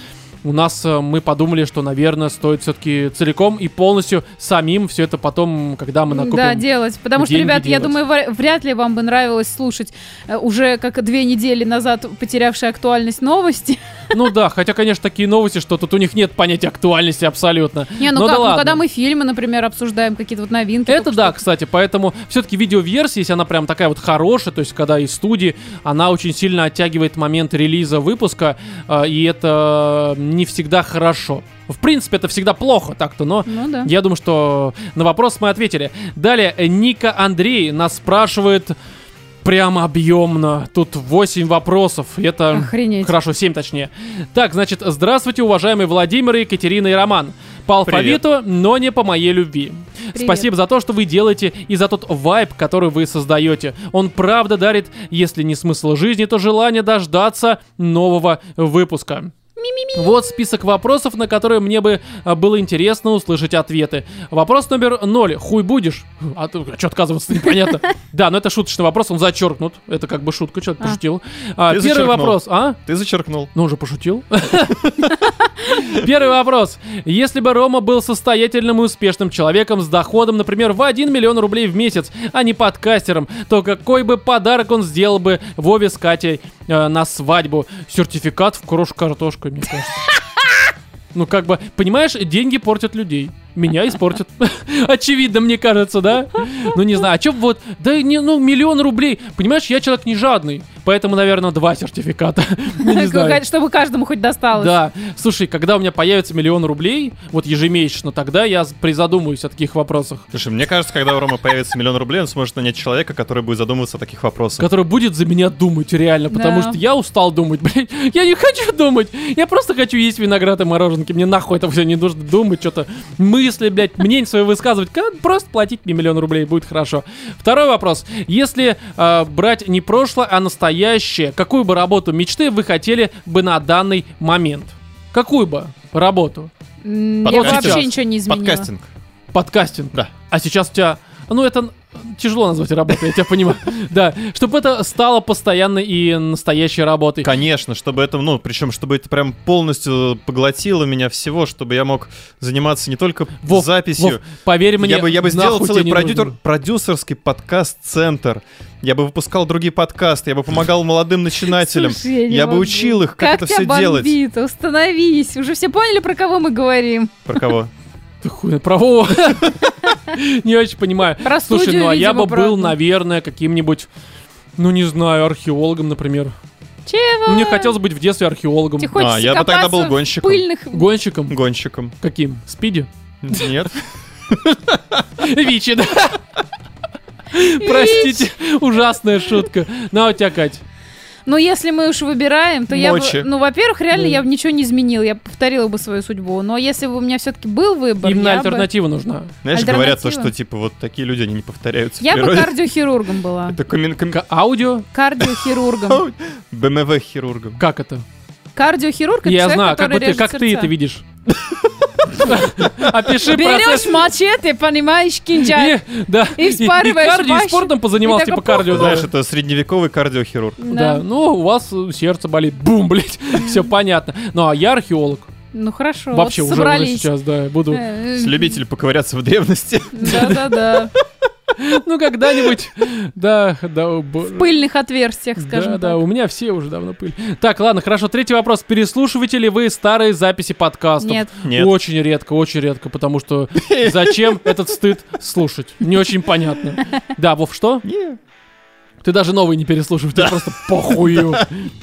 S1: у нас э, мы подумали, что, наверное, стоит все-таки целиком и полностью самим все это потом, когда мы накопим.
S3: Да, делать. Потому что,
S1: деньги
S3: ребят, я
S1: делать.
S3: думаю, вря- вряд ли вам бы нравилось слушать э, уже как две недели назад потерявшие актуальность новости.
S1: Ну да, хотя, конечно, такие новости, что тут у них нет понятия актуальности абсолютно.
S3: Не, ну
S1: Но да
S3: как, ну
S1: ладно.
S3: когда мы фильмы, например, обсуждаем, какие-то вот новинки.
S1: Это
S3: только
S1: да,
S3: что.
S1: кстати, поэтому все-таки видеоверсия, если она прям такая вот хорошая, то есть когда из студии, она очень сильно оттягивает момент релиза выпуска, э, и это не всегда хорошо. В принципе, это всегда плохо так-то, но
S3: Ну да.
S1: я думаю, что на вопрос мы ответили. Далее, э, Ника Андрей нас спрашивает прям объемно. Тут 8 вопросов. Это
S3: Охренеть.
S1: хорошо, 7 точнее. Так, значит, здравствуйте, уважаемые Владимир, Екатерина и Роман. По
S2: Привет.
S1: алфавиту, но не по моей любви.
S3: Привет.
S1: Спасибо за то, что вы делаете и за тот вайб, который вы создаете. Он правда дарит, если не смысл жизни, то желание дождаться нового выпуска. Вот список вопросов, на которые мне бы а, было интересно услышать ответы. Вопрос номер ноль. Хуй будешь? А что отказываться непонятно. Да, но это шуточный вопрос, он зачеркнут. Это как бы шутка, что ты
S3: А.
S1: пошутил. А, Первый
S2: Ты зачеркнул.
S1: вопрос, а?
S2: Ты зачеркнул.
S1: Ну, уже пошутил. Первый вопрос. Если бы Рома был состоятельным и успешным человеком с доходом, например, в 1 миллион рублей в месяц, а не подкастером, то какой бы подарок он сделал бы Вове с Катей э, на свадьбу? Сертификат в крош картошку, мне кажется. Ну, как бы, понимаешь, деньги портят людей. Меня испортят. Очевидно, мне кажется, да? Ну, не знаю, а чё б вот... Да, не, ну, миллион рублей. Понимаешь, я человек не жадный. Поэтому, наверное, два сертификата. Ну, не знаю.
S3: Чтобы каждому хоть досталось.
S1: Да, слушай, когда у меня появится миллион рублей, вот ежемесячно, тогда я с- призадумаюсь о таких вопросах,
S2: Слушай, мне кажется, когда у Рома появится миллион рублей, он сможет нанять человека, который будет задумываться о таких вопросах.
S1: который будет за меня думать реально, потому
S3: Да.
S1: что я устал думать, блядь, я не хочу думать, я просто хочу есть виноград и мороженки, мне нахуй это все не нужно думать, что-то мысли, блядь, мнение свое высказывать, Как- просто платить мне миллион рублей, будет хорошо. Второй вопрос, если э, брать не а прошлое, а настоящее, какую бы работу мечты вы хотели бы на данный момент? Какую бы работу?
S3: М, Я
S2: Подкастинг.
S3: вообще ничего не изменила.
S2: Подкастинг.
S1: Подкастинг.
S2: Да.
S1: А сейчас у тебя... Ну, это н- тяжело назвать работой, я тебя понимаю. Да, чтобы это стало постоянной и настоящей работой.
S2: Конечно, чтобы это, ну, причем, чтобы это прям полностью поглотило меня всего, чтобы я мог заниматься не только
S1: Вов, Вов,
S2: записью.
S1: поверь мне,
S2: я бы, я бы сделал
S1: нахуй
S2: целый
S1: тебе не
S2: продюсер-
S1: нужно.
S2: продюсерский подкаст-центр. Я бы выпускал другие подкасты, я бы помогал молодым начинателям.
S3: Слушай, я не
S2: Я бы
S3: могу.
S2: учил их, как,
S3: Как
S2: это
S3: тебя
S2: все делать.
S3: бомбит? Установись. Уже все поняли, про кого мы говорим?
S2: Про кого?
S1: Ты хуй, про Вову. Не очень понимаю.
S3: Про
S1: Слушай,
S3: студию,
S1: ну а я
S3: видимо,
S1: бы был,
S3: правда.
S1: наверное, каким-нибудь... Ну, не знаю, археологом, например.
S3: Чего?
S1: Ну, Мне хотелось быть в детстве археологом.
S3: Тебе хочется
S2: А, я бы тогда
S3: копаться
S2: был
S3: в
S2: гонщиком.
S3: пыльных...
S1: Гонщиком?
S2: Гонщиком.
S1: Каким? Спиди?
S2: Нет.
S1: Вичи, да. Простите, ужасная шутка. На у тебя, Кать.
S3: Ну, если мы уж выбираем, то я бы...
S2: Мочи.
S3: Ну, во-первых, реально
S1: Да.
S3: я бы ничего не изменил. Я бы повторила бы свою судьбу. Но если бы у меня все-таки был выбор,
S1: Именно
S3: я бы...
S1: альтернатива нужна.
S2: Знаешь, говорят то,
S3: Альтернатива?
S2: что типа вот такие люди, они не повторяются. в
S3: Я бы
S2: природе.
S3: кардиохирургом была.
S2: Это комен- ком-
S1: К- аудио?
S3: Кардиохирургом.
S2: БМВ-хирургом.
S1: Как это?
S3: Кардиохирург это
S1: Я
S3: человек,
S1: знаю, как,
S3: который
S1: бы ты,
S3: режет
S1: как ты
S3: сердца.
S1: это видишь? Опиши
S3: Берешь
S1: процесс.
S3: мачете, понимаешь, кинжал.
S1: И, да.
S3: и вспарываешь
S1: кардио, и
S3: мощь,
S1: спортом позанимался,
S3: и
S1: типа
S3: такой
S1: кардио. да.
S2: Знаешь, это средневековый кардиохирург.
S1: Да, ну у вас э, сердце болит, бум, блядь, все понятно. Ну а я археолог,
S3: Ну хорошо, вот
S1: вообще уже- уже
S3: собрались.
S1: сейчас, да, буду.
S3: Э,
S2: Любитель поковыряться в древности.
S3: Да-да-да.
S1: Ну когда-нибудь, да, да, о, бо-
S3: В пыльных отверстиях, скажем
S1: да,
S3: так.
S1: да, у меня все уже давно пыль. Так, ладно, хорошо. Третий вопрос. Переслушиваете ли вы старые записи подкастов?
S3: Нет.
S2: Нет.
S1: Очень редко, очень редко, потому что зачем этот стыд слушать? Не очень понятно. Да, Вов, что?
S2: Не.
S1: Ты даже новые не переслушиваешь, ты просто похую.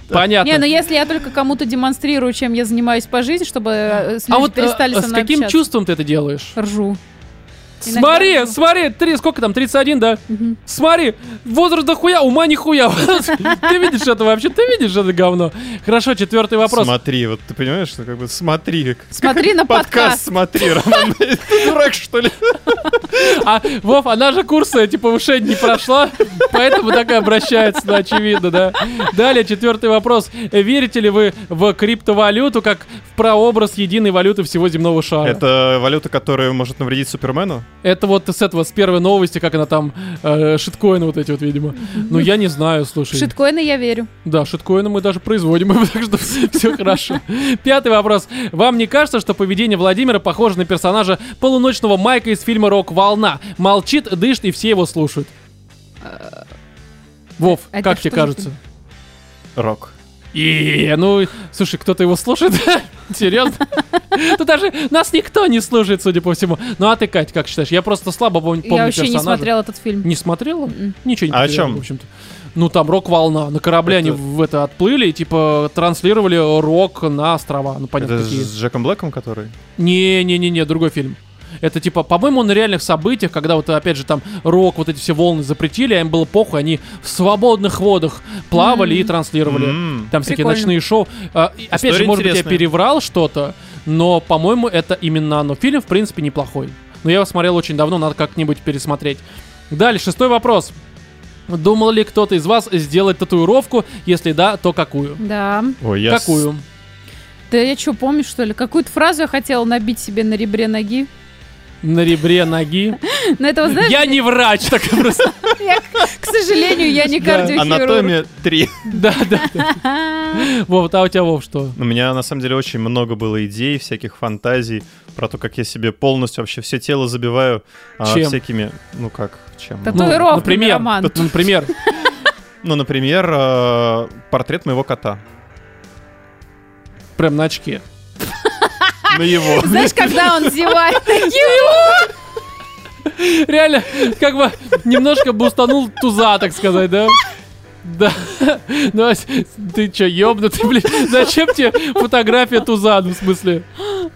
S1: Понятно.
S3: Не, ну если я только кому-то демонстрирую, чем я занимаюсь по жизни, чтобы э, с-
S1: а
S3: люди
S1: вот э,
S3: перестали со
S1: с
S3: мной
S1: каким
S3: общаться.
S1: чувством ты это делаешь?
S3: Ржу. Иногда
S1: Смотри,
S3: ржу.
S1: смотри, три, сколько там, 31, да?
S3: Мгм.
S1: Смотри, возраст дохуя, ума нихуя. Ты видишь это вообще? Ты видишь это говно? Хорошо, четвертый вопрос.
S2: Смотри, вот ты понимаешь, что как бы смотри. как-
S3: Смотри на
S2: Подкаст
S3: подкаст.
S2: смотри, Роман. Ты дурак, что ли?
S1: А, Вов, она же курсы эти повышения не прошла, поэтому так и обращается, да, очевидно, да. Далее, четвертый вопрос. Верите ли вы в криптовалюту как в прообраз единой валюты всего земного
S3: А.
S1: шара?
S2: Это валюта, которая может навредить Супермену?
S1: Это вот с этого, с первой новости, как она там, э, шиткоины вот эти вот, видимо. Ну, я не знаю,
S3: В
S1: слушай.
S3: шиткоины я верю.
S1: Да, шиткоины мы даже производим, так что все хорошо. Пятый вопрос. Вам не кажется, что поведение Владимира похоже на персонажа полуночного Майка из фильма «Рок-волна»? Молчит, дышит, и все его слушают. Вов,
S3: А, это
S1: как тебе
S3: что за
S1: кажется?
S2: Рок.
S1: И, ну, слушай, кто-то его слушает? Серьезно? Тут даже нас никто не слушает, судя по всему. Ну а ты, Кать, как считаешь? Я просто слабо помню
S3: Я
S1: Ну, помню
S3: вообще не
S1: персонажа.
S3: смотрела этот фильм.
S1: Не смотрела?
S3: Мгм.
S1: Ничего не
S2: А о
S1: потеряла,
S2: чем?
S1: в общем-то. Ну, там рок-волна. На корабле они
S2: Это-
S1: в это отплыли и, типа, транслировали рок на острова. Ну, понятно,
S2: Это
S1: какие.
S2: с Джеком Блэком, который?
S1: Не-не-не-не, другой фильм. Это, типа, по-моему, на реальных событиях, когда вот, опять же, там рок, вот эти все волны запретили, а им было похуй, они в свободных водах плавали и транслировали.
S2: М.
S1: Там всякие
S3: Прикольно.
S1: ночные шоу. А, и, опять же,
S2: История
S1: может быть, я
S2: интересная.
S1: переврал что-то, но, по-моему, это именно оно. Фильм, в принципе, неплохой. Но я его смотрел очень давно, надо как-нибудь пересмотреть. Далее, шестой вопрос. Думал ли кто-то из вас сделать татуировку? Если да, то какую?
S3: Да.
S2: Ой, я... с-
S1: Какую?
S3: Да я что, помню, что ли? Какую-то фразу я хотела набить себе на ребре ноги.
S1: На ребре ноги.
S3: Но этого, знаешь,
S1: Я не врач, так просто.
S3: я, к сожалению, я не
S1: Да.
S3: кардиохирург.
S2: Анатомия 3.
S1: Да, да. Вов, а у тебя Вов что?
S2: У меня на самом деле очень много было идей, всяких фантазий про то, как я себе полностью вообще все тело забиваю а,
S1: Чем?
S2: всякими, ну как, чем?
S3: Тату-
S1: Ну,
S3: Татуировками,
S1: Например,
S3: Роман.
S1: ну, например,
S2: Ну, например, э, портрет моего кота.
S1: прям на очке.
S2: На его.
S3: Знаешь, когда он зевает, такие,
S1: Реально, как бы немножко бы устанул туза, так сказать, да? Да. Ну, а с- ты чё, ёбнутый, блин? Зачем тебе фотография туза, ну, в смысле?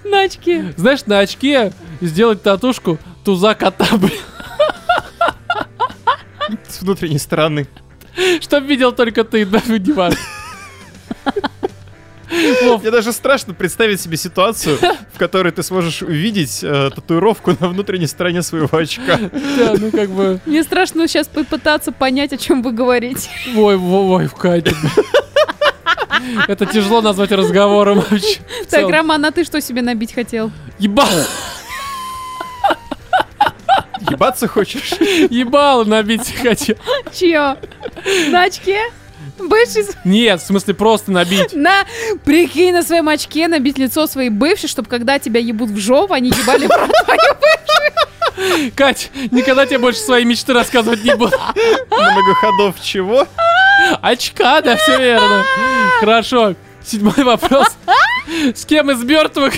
S3: начки.
S1: Знаешь, на очке сделать татушку туза кота, блин.
S2: С внутренней стороны.
S1: Чтоб видел только ты, да, ну, не важно. Вов,
S2: Мне даже страшно представить себе ситуацию, в которой ты сможешь увидеть э, татуировку на внутренней стороне своего очка.
S1: да, ну, как бы...
S3: Мне страшно сейчас попытаться понять, о чем вы говорите.
S1: Ой, ой, ой, Катя. Это тяжело назвать разговором вообще. В
S3: Так,
S1: целом.
S3: Роман, а ты что себе набить хотел?
S1: Еба-
S2: Ебаться хочешь?
S1: Ебало набить хотел.
S3: Чье? На очке? Бывший... с-
S1: Нет, в смысле просто набить.
S3: На... Прикинь, на своем очке набить лицо своей бывшей, чтобы когда тебя ебут в жопу, они ебали в рот.
S1: Кать, никогда тебе больше свои мечты рассказывать не буду.
S2: Много ходов чего?
S1: Очка, да, все верно. Хорошо. Седьмой вопрос. С кем из мертвых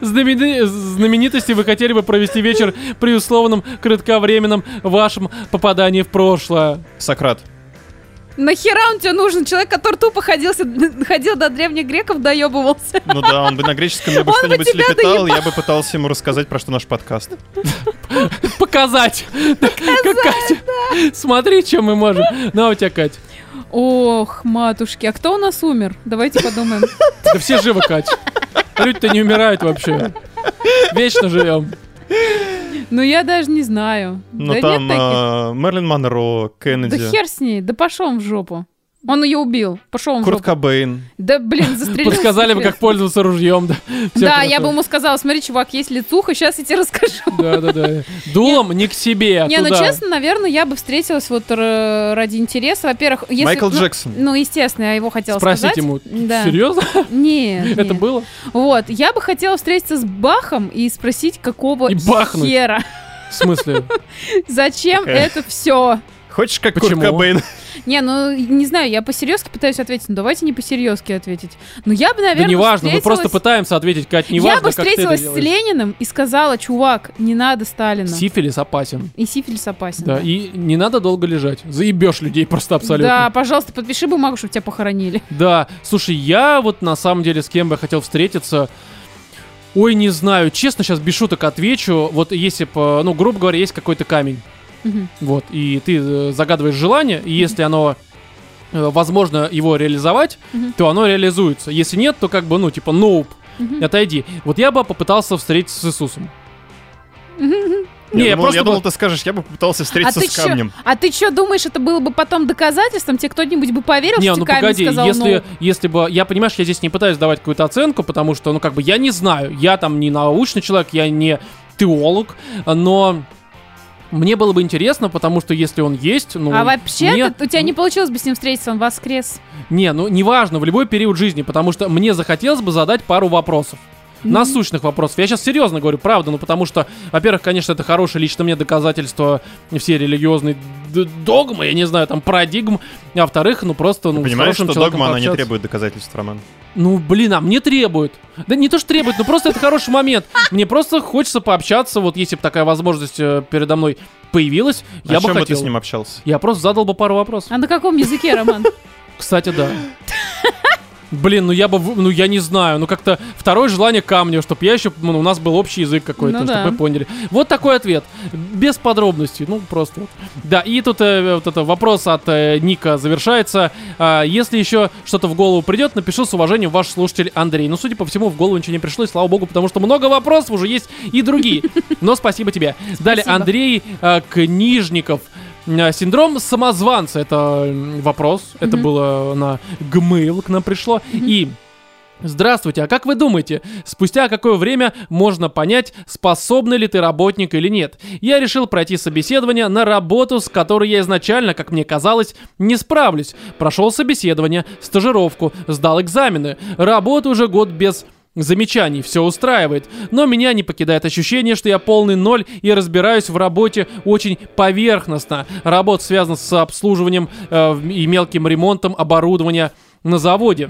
S1: знамени- знаменитостей вы хотели бы провести вечер при условном кратковременном вашем попадании в прошлое?
S2: Сократ.
S3: Нахера он тебе нужен? Человек, который тупо ходился, ходил до древних греков, доебывался.
S2: Ну да, он бы на греческом я бы
S3: Он бы
S2: что-нибудь
S3: тебя
S2: лепетал, я бы пытался ему рассказать про что наш подкаст.
S1: Показать. Как Катя. Смотри, чем мы можем. На у тебя, Катя.
S3: Ох, матушки, а кто у нас умер? Давайте подумаем.
S1: Да все живы, Катя. Люди-то не умирают вообще. Вечно живем.
S3: Ну, я даже не знаю.
S2: Ну
S3: Да
S2: там
S3: нет таких.
S2: а, Мерлин Монро,
S3: Да
S2: Кеннеди,
S3: хер с ней, да пошел он в жопу. Он ее убил, пошел он в
S2: Курт
S3: жопу.
S2: Кобейн.
S3: Да, блин, застрелил.
S1: Подсказали бы, как пользоваться ружьем. Да, Всё
S3: Да,
S1: хорошо.
S3: я бы ему сказала, смотри, чувак, есть лицуха, сейчас я тебе расскажу.
S1: Да, да, да. Дулом не к себе, а
S3: Не, ну
S1: туда.
S3: честно, наверное, я бы встретилась вот р- ради интереса. Во-первых, если...
S2: Майкл
S3: ну,
S2: Джексон.
S3: Ну, естественно, я его хотела
S1: Спросить
S3: сказать.
S1: ему,
S3: Да.
S1: серьезно?
S3: Нет,
S1: Это
S3: нет.
S1: было?
S3: Вот, я бы хотела встретиться с Бахом и спросить, какого
S1: И бахнуть.
S3: хера?
S1: В смысле?
S3: Зачем
S2: Такая.
S3: это все?
S2: Хочешь как
S1: Почему?
S2: Курт Кобейн?
S3: Не, ну, не знаю, я по-серьезки пытаюсь ответить. Ну, давайте не по-серьезки ответить. Ну, я бы,
S1: Да
S3: наверное,
S1: неважно, мы
S3: встретилась-
S1: просто пытаемся ответить, Кать,
S3: Я бы
S1: неважно, как ты это
S3: встретилась с
S1: делаешь.
S3: Лениным и сказала, чувак, не надо Сталина.
S1: Сифилис опасен.
S3: И сифилис опасен.
S1: Да, и не надо долго лежать. Заебешь людей просто
S3: Да,
S1: абсолютно.
S3: пожалуйста, подпиши бумагу, чтобы тебя похоронили.
S1: Да. Слушай, я вот на самом деле с кем бы я хотел встретиться... Ой, не знаю, честно, сейчас без шуток отвечу. Вот если бы, ну, грубо говоря, есть какой-то камень.
S3: Мгм.
S1: Вот, и ты э, загадываешь желание, и если оно э, возможно его реализовать,
S3: Мгм.
S1: то оно реализуется. Если нет, то как бы, ну, типа, ноуп,
S3: Мгм.
S1: отойди. Вот я бы попытался встретиться с Иисусом. Не,
S2: Я
S1: я
S2: думал,
S1: просто
S2: я думал,
S1: бы-
S2: ты скажешь, я бы попытался встретиться с
S3: чё-
S2: камнем.
S3: а ты чё думаешь, это было бы потом доказательством? Тебе кто-нибудь бы поверил,
S1: Не,
S3: что
S1: ну
S3: камень
S1: погоди,
S3: сказал
S1: если,
S3: «no»?
S1: если бы... Я, понимаешь, я здесь не пытаюсь давать какую-то оценку, потому что, ну, как бы, я не знаю. Я там не научный человек, я не теолог, но... Мне было бы интересно, потому что если он есть, ну...
S3: а вообще
S1: мне-
S3: ты- у тебя не получилось бы с ним встретиться, он воскрес.
S1: Не, ну неважно, в любой период жизни, потому что мне захотелось бы задать пару вопросов. Насущных вопросов. Я сейчас серьезно говорю, правда, ну потому что, во-первых, конечно, это хорошее лично мне доказательство все религиозные д- догмы, я не знаю, там парадигм, а во-вторых, ну просто, ну,
S2: Ты
S1: с
S2: понимаешь,
S1: хорошим
S2: что
S1: человеком
S2: догма, она не
S1: пообщаться.
S2: требует доказательств, Роман?
S1: Ну, блин, а мне требует. Да не то, что требует, но просто это хороший момент. Мне просто хочется пообщаться, вот если бы такая возможность э, передо мной появилась,
S2: О
S1: я бы
S2: чем бы ты
S1: хотел.
S2: А с ним общался?
S1: Я просто задал бы пару вопросов.
S3: А на каком языке, Роман?
S1: Кстати, да. Блин, ну я бы, в- ну я не знаю, ну как-то второе желание камня, чтобы я еще, ну, у нас был общий язык какой-то,
S3: Ну
S1: чтобы
S3: да.
S1: вы поняли. Вот такой ответ, без подробностей, ну просто. вот. Да, и тут э, вот это вопрос от э, Ника завершается. А, если еще что-то в голову придет, напишу с уважением ваш слушатель Андрей. Ну, судя по всему, в голову ничего не пришло, и слава богу, потому что много вопросов уже есть и другие. Но спасибо тебе. Далее
S3: Спасибо.
S1: Андрей э, Книжников. Э, Синдром самозванца это м, вопрос. Это
S3: Мгм.
S1: было на Gmail к нам пришло. И Здравствуйте, а как вы думаете, спустя какое время можно понять, способный ли ты работник или нет? Я решил пройти собеседование на работу, с которой я изначально, как мне казалось, не справлюсь. Прошел собеседование, стажировку, сдал экзамены. Работаю уже год без замечаний, все устраивает. Но меня не покидает ощущение, что я полный ноль и разбираюсь в работе очень поверхностно. Работа связана с обслуживанием э, и мелким ремонтом оборудования на заводе.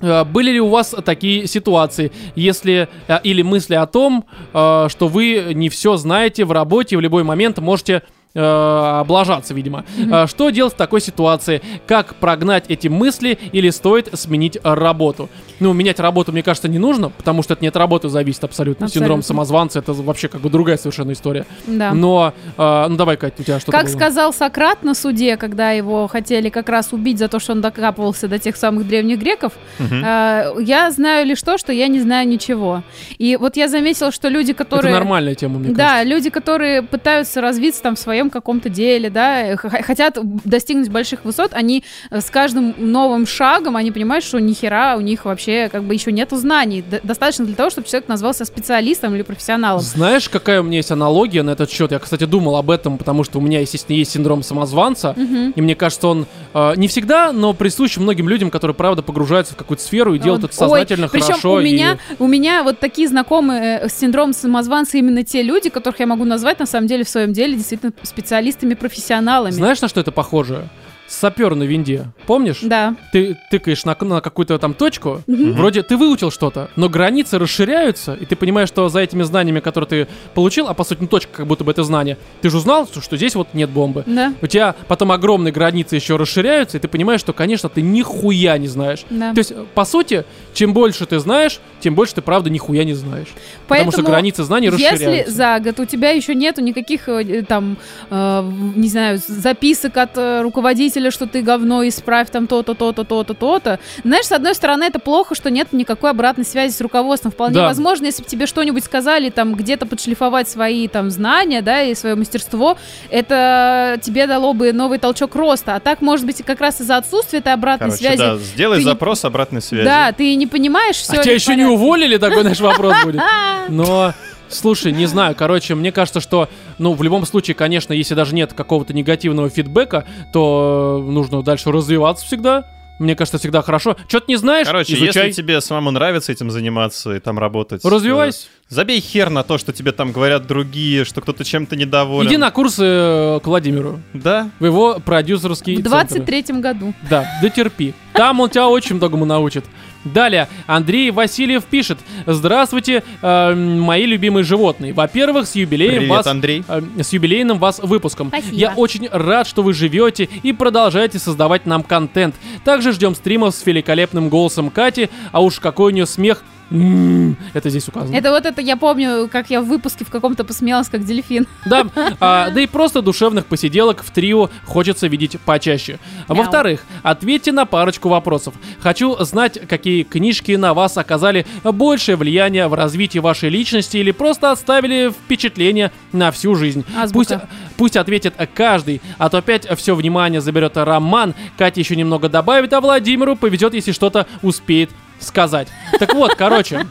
S1: Э, Были ли у вас такие ситуации, если э, или мысли о том, э, что вы не все знаете в работе, в любой момент можете э, облажаться, видимо. Э, Что делать в такой ситуации? Как прогнать эти мысли или стоит сменить э, работу? Ну, менять работу, мне кажется, не нужно, потому что это не от работы зависит абсолютно. Синдром
S3: Абсолютно.
S1: самозванца это вообще как бы другая совершенно история.
S3: Да.
S1: Но, э, ну давай, Кать, у тебя что-то
S3: Как
S1: было?
S3: сказал Сократ на суде, когда его хотели как раз убить за то, что он докапывался до тех самых древних греков,
S2: Мгм.
S3: э, я знаю лишь то, что я не знаю ничего. И вот я заметила, что люди,
S1: Это
S3: которые...
S1: нормальная тема, мне
S3: Да, люди, которые пытаются развиться там в своей своем каком-то деле, да, х- хотят достигнуть больших высот, они э, с каждым новым шагом, они понимают, что нихера у них вообще как бы еще нету знаний. Д- достаточно для того, чтобы человек назвался специалистом или профессионалом.
S1: Знаешь, какая у меня есть аналогия на этот счет? Я, кстати, думал об этом, потому что у меня, естественно, есть синдром самозванца.
S3: Мгм.
S1: И мне кажется, он э, не всегда, но присущ многим людям, которые, правда, погружаются в какую-то сферу и делают
S3: Вот.
S1: это сознательно
S3: Ой, причем
S1: хорошо.
S3: у меня,
S1: и...
S3: у меня вот такие знакомые э, с синдромом самозванца именно те люди, которых я могу назвать на самом деле в своем деле действительно специалистами, профессионалами.
S1: Знаешь, на что это похоже? Сапер на винде. Помнишь?
S3: Да.
S1: Ты тыкаешь на, на какую-то там точку,
S3: Мгм.
S1: вроде ты выучил что-то, но границы расширяются, и ты понимаешь, что за этими знаниями, которые ты получил, а по сути ну, точка как будто бы это знание, ты же узнал, что здесь вот нет бомбы.
S3: Да.
S1: У тебя потом огромные границы еще расширяются, и ты понимаешь, что, конечно, ты нихуя не знаешь.
S3: Да.
S1: То есть, по сути, чем больше ты знаешь, тем больше ты, правда, нихуя не знаешь. Потому что
S3: Поэтому,
S1: границы знаний
S3: Если
S1: расширяются.
S3: за год у тебя еще нету никаких э, там, э, не знаю, записок от э, руководителя, что ты говно, исправь там то-то, то-то, то-то, то-то. Знаешь, с одной стороны, это плохо, что нет никакой обратной связи с руководством. Вполне
S1: Да.
S3: возможно, если бы тебе что-нибудь сказали, там, где-то подшлифовать свои там знания, да, и свое мастерство, это тебе дало бы новый толчок роста. А так, может быть, и как раз из-за отсутствия этой обратной
S2: Короче,
S3: связи.
S2: да, сделай
S3: Ты не-
S2: запрос обратной связи.
S3: Да, ты не А, понимаешь все.
S1: А тебя еще не уволили, такой наш вопрос будет. Но, слушай, не знаю, короче, мне кажется, что, ну, в любом случае, конечно, если даже нет какого-то негативного фидбэка, то э, нужно дальше развиваться всегда. Мне кажется, всегда хорошо. Че ты не знаешь,
S2: Короче,
S1: изучай.
S2: если тебе самому нравится этим заниматься и там работать,
S1: Развивайся.
S2: э, забей хер на то, что тебе там говорят другие, что кто-то чем-то недоволен.
S1: Иди на курсы э, к Владимиру,
S2: Да.
S1: в его продюсерский
S3: В
S1: центр.
S3: 23-м году.
S1: Да, дотерпи. Там он тебя очень многому научит. Далее, Андрей Васильев пишет. Здравствуйте, э, мои любимые животные. Во-первых, с юбилеем
S2: Привет,
S1: вас...
S2: Андрей.
S1: э, С юбилейным вас выпуском.
S3: Спасибо.
S1: Я очень рад, что вы живете и продолжаете создавать нам контент. Также ждем стримов с великолепным голосом Кати, а уж какой у нее смех. М, Это здесь указано.
S3: Это вот это я помню, как я в выпуске в каком-то посмеялась, как дельфин.
S1: Да, а, да и просто душевных посиделок в трио хочется видеть почаще. А
S3: Мяу.
S1: Во-вторых, ответьте на парочку вопросов. Хочу знать, какие книжки на вас оказали большее влияние в развитии вашей личности или просто оставили впечатление на всю жизнь. Пусть,
S3: Азбука.
S1: пусть ответит каждый, а то опять все внимание заберет Роман, Катя еще немного добавит, а Владимиру повезет, если что-то успеет сказать. Так вот, короче,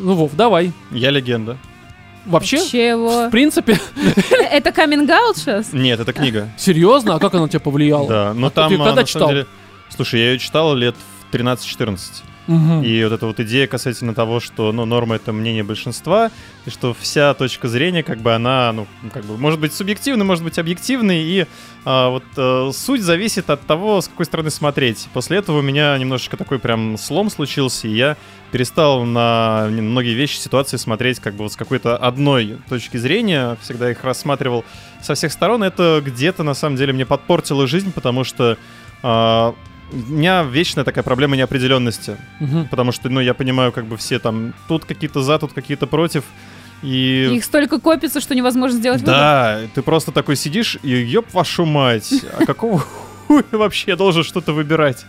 S1: ну, Вов, давай.
S2: Я легенда.
S1: Вообще, в
S3: Чего?
S1: принципе,
S3: Э, Это каминг сейчас?
S2: Нет, это книга.
S1: Серьезно? А как она тебя повлияла?
S2: Да, но
S1: А
S2: там
S1: ты
S2: а,
S1: когда
S2: на самом
S1: читал?
S2: деле- Слушай, я ее читал лет в 13-14.
S1: Мгм.
S2: И вот эта вот идея касательно того, что, ну, норма — это мнение большинства, и что вся точка зрения, как бы, она, ну, как бы, может быть субъективной, может быть объективной, и а, вот э, суть зависит от того, с какой стороны смотреть. После этого у меня немножечко такой прям слом случился, и я перестал на многие вещи, ситуации смотреть как бы вот с какой-то одной точки зрения, всегда их рассматривал со всех сторон. Это где-то, на самом деле, мне подпортило жизнь, потому что... а, у меня вечная такая проблема неопределенности.
S1: Мгм.
S2: Потому что, ну, я понимаю, как бы все там, тут какие-то за, тут какие-то против. И...
S3: Их столько копится, что невозможно сделать выбор.
S2: да, ты просто такой сидишь и ёб вашу мать, а какого хуя вообще я должен что-то выбирать?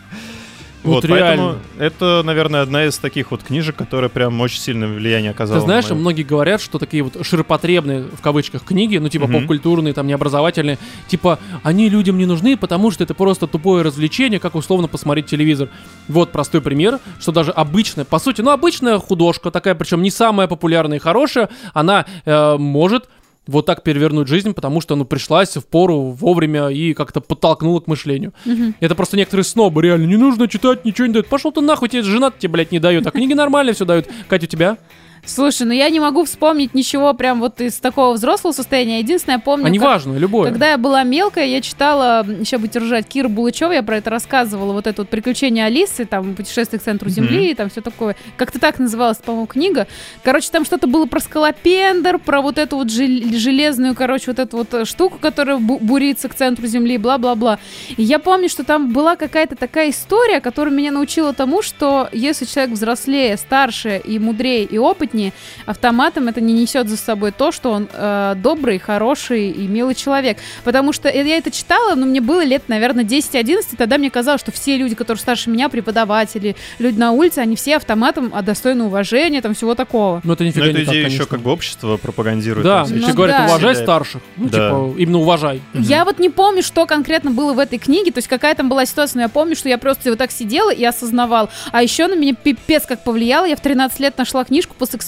S1: Вот реально.
S2: поэтому это, наверное, одна из таких вот книжек, которая прям очень сильное влияние
S1: Ты
S2: оказала.
S1: знаешь,
S2: на моё-
S1: многие говорят, что такие вот ширпотребные, в кавычках, книги, ну типа
S2: Мгм.
S1: попкультурные, там, необразовательные, типа, они людям не нужны, потому что это просто тупое развлечение, как условно посмотреть телевизор. Вот простой пример, что даже обычная, по сути, ну обычная художка, такая, причем не самая популярная и хорошая, она э, может вот так перевернуть жизнь, потому что, ну, пришлась в пору вовремя и как-то подтолкнула к мышлению.
S3: Мгм.
S1: Это просто некоторые снобы, реально, не нужно читать, ничего не дают. Пошел ты нахуй, тебе жена тебе, блядь, не дает. А книги нормально все дают. Катя, у тебя?
S3: Слушай, ну я не могу вспомнить ничего прям вот из такого взрослого состояния. Единственное, я
S1: а
S3: помню, как-
S1: неважно, любое.
S3: Когда я была мелкая, я читала, еще бы держать, Кира Булычева, я про это рассказывала, вот это вот «Приключения Алисы», там, «Путешествие к центру Земли», и там все такое. Как-то так называлась, по-моему, книга. Короче, там что-то было про скалопендр, про вот эту вот жел- железную, короче, вот эту вот э, штуку, которая бу- бурится к центру Земли, бла-бла-бла. И я помню, что там была какая-то такая история, которая меня научила тому, что если человек взрослее, старше и мудрее и опытнее, сотни автоматом, это не несет за собой то, что он э, добрый, хороший и милый человек. Потому что э, я это читала, но мне было лет, наверное, 10-11, тогда мне казалось, что все люди, которые старше меня, преподаватели, люди на улице, они все автоматом а достойны уважения, там всего такого.
S1: Ну это
S2: Но
S1: нифига
S2: эту
S1: не так,
S2: идею
S1: конечно.
S2: еще как бы общество пропагандирует.
S1: Да,
S2: там
S1: все
S2: всякие
S3: Ну
S1: говорят,
S3: да.
S1: уважай
S2: Вселяет.
S1: старших. Ну,
S2: Да.
S1: типа, именно уважай.
S3: Я вот не помню, что конкретно было в этой книге, то есть какая там была ситуация, но я помню, что я просто вот так сидела и осознавал. А еще на меня пипец как повлияло. Я в 13 лет нашла книжку по сексологии,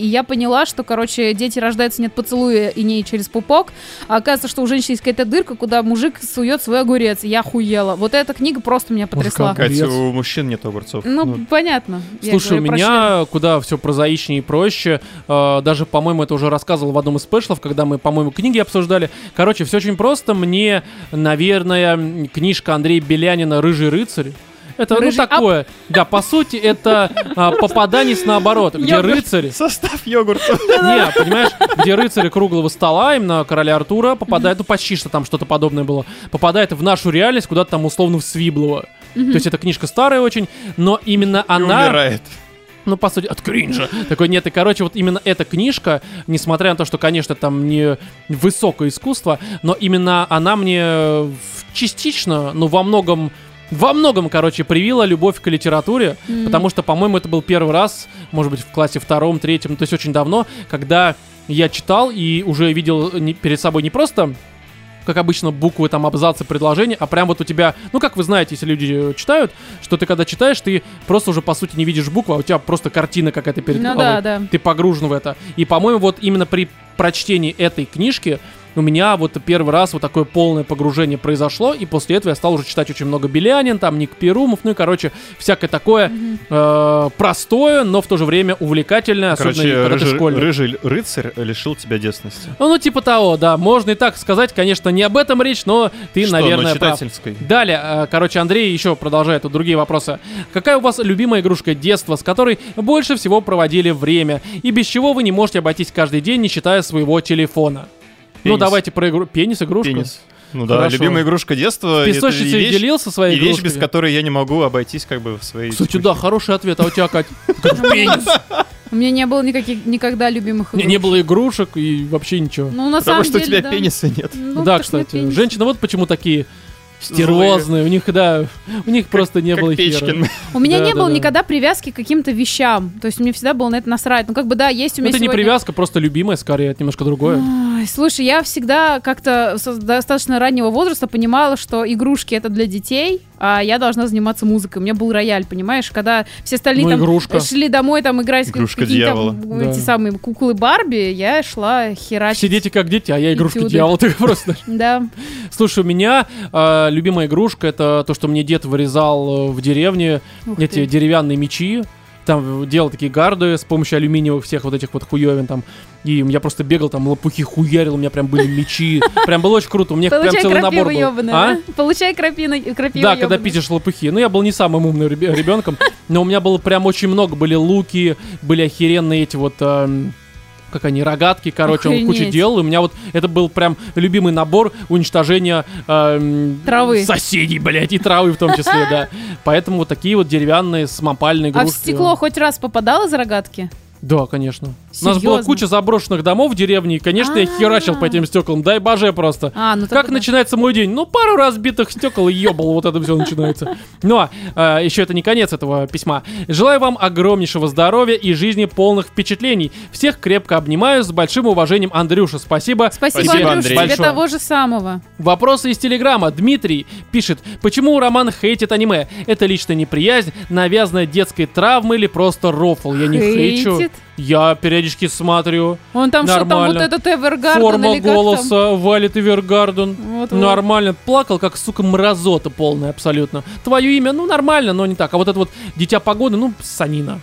S3: и я поняла, что, короче, дети рождаются нет поцелуя и не через пупок. А оказывается, что у женщины есть какая-то дырка, куда мужик сует свой огурец. Я хуела. Вот эта книга просто меня потрясла.
S1: Мужика
S2: Катя,
S1: Огурец.
S2: у мужчин нет огурцов.
S3: Ну, понятно. Я
S1: Слушай, у
S3: говорю про
S1: меня куда все прозаичнее и проще. э, даже, по-моему, это уже рассказывал в одном из спешлов, когда мы, по-моему, книги обсуждали. Короче, все очень просто. Мне, наверное, м, книжка Андрея Белянина «Рыжий рыцарь». Это
S3: Рыжий
S1: ну
S3: ап.
S1: такое. Да, по сути, это а, попаданец наоборот, где
S3: Йогурт.
S1: рыцари.
S2: Состав йогурта.
S1: Не, понимаешь, где рыцари круглого стола, именно короля Артура, попадают, ну почти что там что-то подобное было, попадает в нашу реальность, куда-то там условно в Свиблово. То есть эта книжка старая очень, но именно
S2: И
S1: она...
S2: умирает.
S1: Ну, по сути, от кринжа. Такой, нет, и, короче, вот именно эта книжка, несмотря на то, что, конечно, там не высокое искусство, но именно она мне в- частично, ну, во многом, во многом, короче, привила любовь к литературе,
S3: Мгм.
S1: потому что, по-моему, это был первый раз, может быть, в классе втором, третьем, то есть очень давно, когда я читал и уже видел не- перед собой не просто как обычно, буквы, там, абзацы, предложения, а прям вот у тебя, ну, как вы знаете, если люди э, читают, что ты когда читаешь, ты просто уже, по сути, не видишь буквы, а у тебя просто картина какая-то перед
S3: Ну
S1: головой.
S3: да, да.
S1: Ты погружен в это. И, по-моему, вот именно при прочтении этой книжки у меня вот первый раз вот такое полное погружение произошло, и после этого я стал уже читать очень много Белянин, там, Ник Перумов, ну и, короче, всякое такое э, простое, но в то же время увлекательное, особенно
S2: Короче,
S1: когда ты
S2: рыжий
S1: школьник.
S2: рыжий рыцарь лишил тебя детственности.
S1: Ну, ну, типа того, да. Можно и так сказать, конечно, не об этом речь, но ты,
S2: Что,
S1: наверное,
S2: ну,
S1: прав.
S2: читательской.
S1: Далее, э, короче, Андрей еще продолжает тут другие вопросы. Какая у вас любимая игрушка детства, с которой больше всего проводили время? И без чего вы не можете обойтись каждый день, не считая своего телефона? Ну,
S2: Пенис.
S1: давайте про игру... Пенис, игрушку?
S2: Пенис. Ну да,
S1: Хорошо.
S2: любимая игрушка детства. это и
S1: Песочницей
S2: вещь-
S1: делился своей
S2: И вещь,
S1: игрушкой?
S2: без которой я не могу обойтись как бы в своей...
S1: Кстати,
S2: текущей-
S1: да, хороший ответ. А у тебя, Кать? Ты говоришь, Пенис.
S3: У меня не было никаких никогда любимых
S1: Не,
S3: игрушек.
S1: не было игрушек и вообще ничего.
S3: Ну, на
S2: Потому
S3: самом
S2: что у
S3: деле,
S2: тебя
S3: да.
S2: пениса нет.
S3: Ну,
S1: да,
S3: потому что у меня
S1: кстати.
S3: пенис.
S1: Женщины вот почему такие стервозные. У них, да, у них просто не
S2: Как
S1: было хера. Ну,
S2: Печкин.
S3: У меня
S1: Да,
S3: не
S1: да,
S3: было
S1: да.
S3: никогда привязки к каким-то вещам. То есть мне всегда было на это насрать. Ну, как бы, да, есть у
S1: Ну,
S3: меня
S1: Это не
S3: сегодня-
S1: привязка, просто любимая, скорее, это немножко другое.
S3: Ой, слушай, я всегда как-то с достаточно раннего возраста понимала, что игрушки это для детей, а я должна заниматься музыкой. У меня был рояль, понимаешь, когда все остальные
S1: Ну,
S3: там
S1: игрушка.
S3: шли домой там играть в
S2: Игрушка
S3: какие-то
S2: дьявола.
S3: там,
S1: Да.
S3: эти самые куклы Барби, я шла херачить.
S1: Все дети как дети, а я игрушка
S3: Этюды.
S1: дьявола, ты просто.
S3: Да.
S1: Слушай, у меня э, любимая игрушка это то, что мне дед вырезал э, в деревне
S3: Ух
S1: эти
S3: ты.
S1: деревянные мечи. Там делал такие гарды с помощью алюминиевых всех вот этих вот хуевин там. И я просто бегал там, лопухи хуярил, у меня прям были мечи. Прям было очень круто, у меня прям
S3: Получай
S1: целый набор
S3: крапиву
S1: был.
S3: ёбаную.
S1: А?
S3: а? Получай крапину, крапиву
S1: Да, когда
S3: ёбаную.
S1: пиздишь лопухи. Ну, я был не самым умным ребе- ребенком, но у меня было прям очень много. Были луки, были охеренные эти вот... эм, как они, рогатки, короче, он кучу
S3: Охренеть.
S1: делал. И у меня вот это был прям любимый набор уничтожения эм,
S3: Травы.
S1: соседей, блядь, и травы в том числе, да. Поэтому вот такие вот деревянные смопальные
S3: А в
S1: игрушки.
S3: стекло хоть раз попадала за рогатки?
S1: Да, конечно. У нас была
S3: Серьезно?
S1: куча заброшенных домов в деревне, и, конечно, я херачил по этим стеклам. Дай боже просто.
S3: А, ну
S1: Как
S3: тогда-
S1: начинается мой день? Ну, пару разбитых стекол и ебал, вот это все начинается. Но э, еще это не конец этого письма. Желаю вам огромнейшего здоровья и жизни полных впечатлений. Всех крепко обнимаю, с большим уважением, Андрюша, спасибо.
S3: Спасибо,
S2: Спасибо,
S3: Андрюш,
S2: Андрей.
S3: тебе
S1: Большое.
S3: того же самого.
S1: Вопросы из Телеграма. Дмитрий пишет, почему Роман хейтит аниме? Это личная неприязнь, навязанная детской травмы или просто рофл? Я не хейчу.
S3: Хейтит?
S1: Я периодически смотрю.
S3: Он там что там, вот
S1: Нормально.
S3: этот Эвергарден
S1: Форма
S3: или как там?
S1: голоса валит Эвергарден.
S3: Вот, вот.
S1: Нормально. Плакал, как, сука, мразота полная абсолютно. Твое имя, ну, нормально, но не так. А вот это вот «Дитя погоды», ну, санина.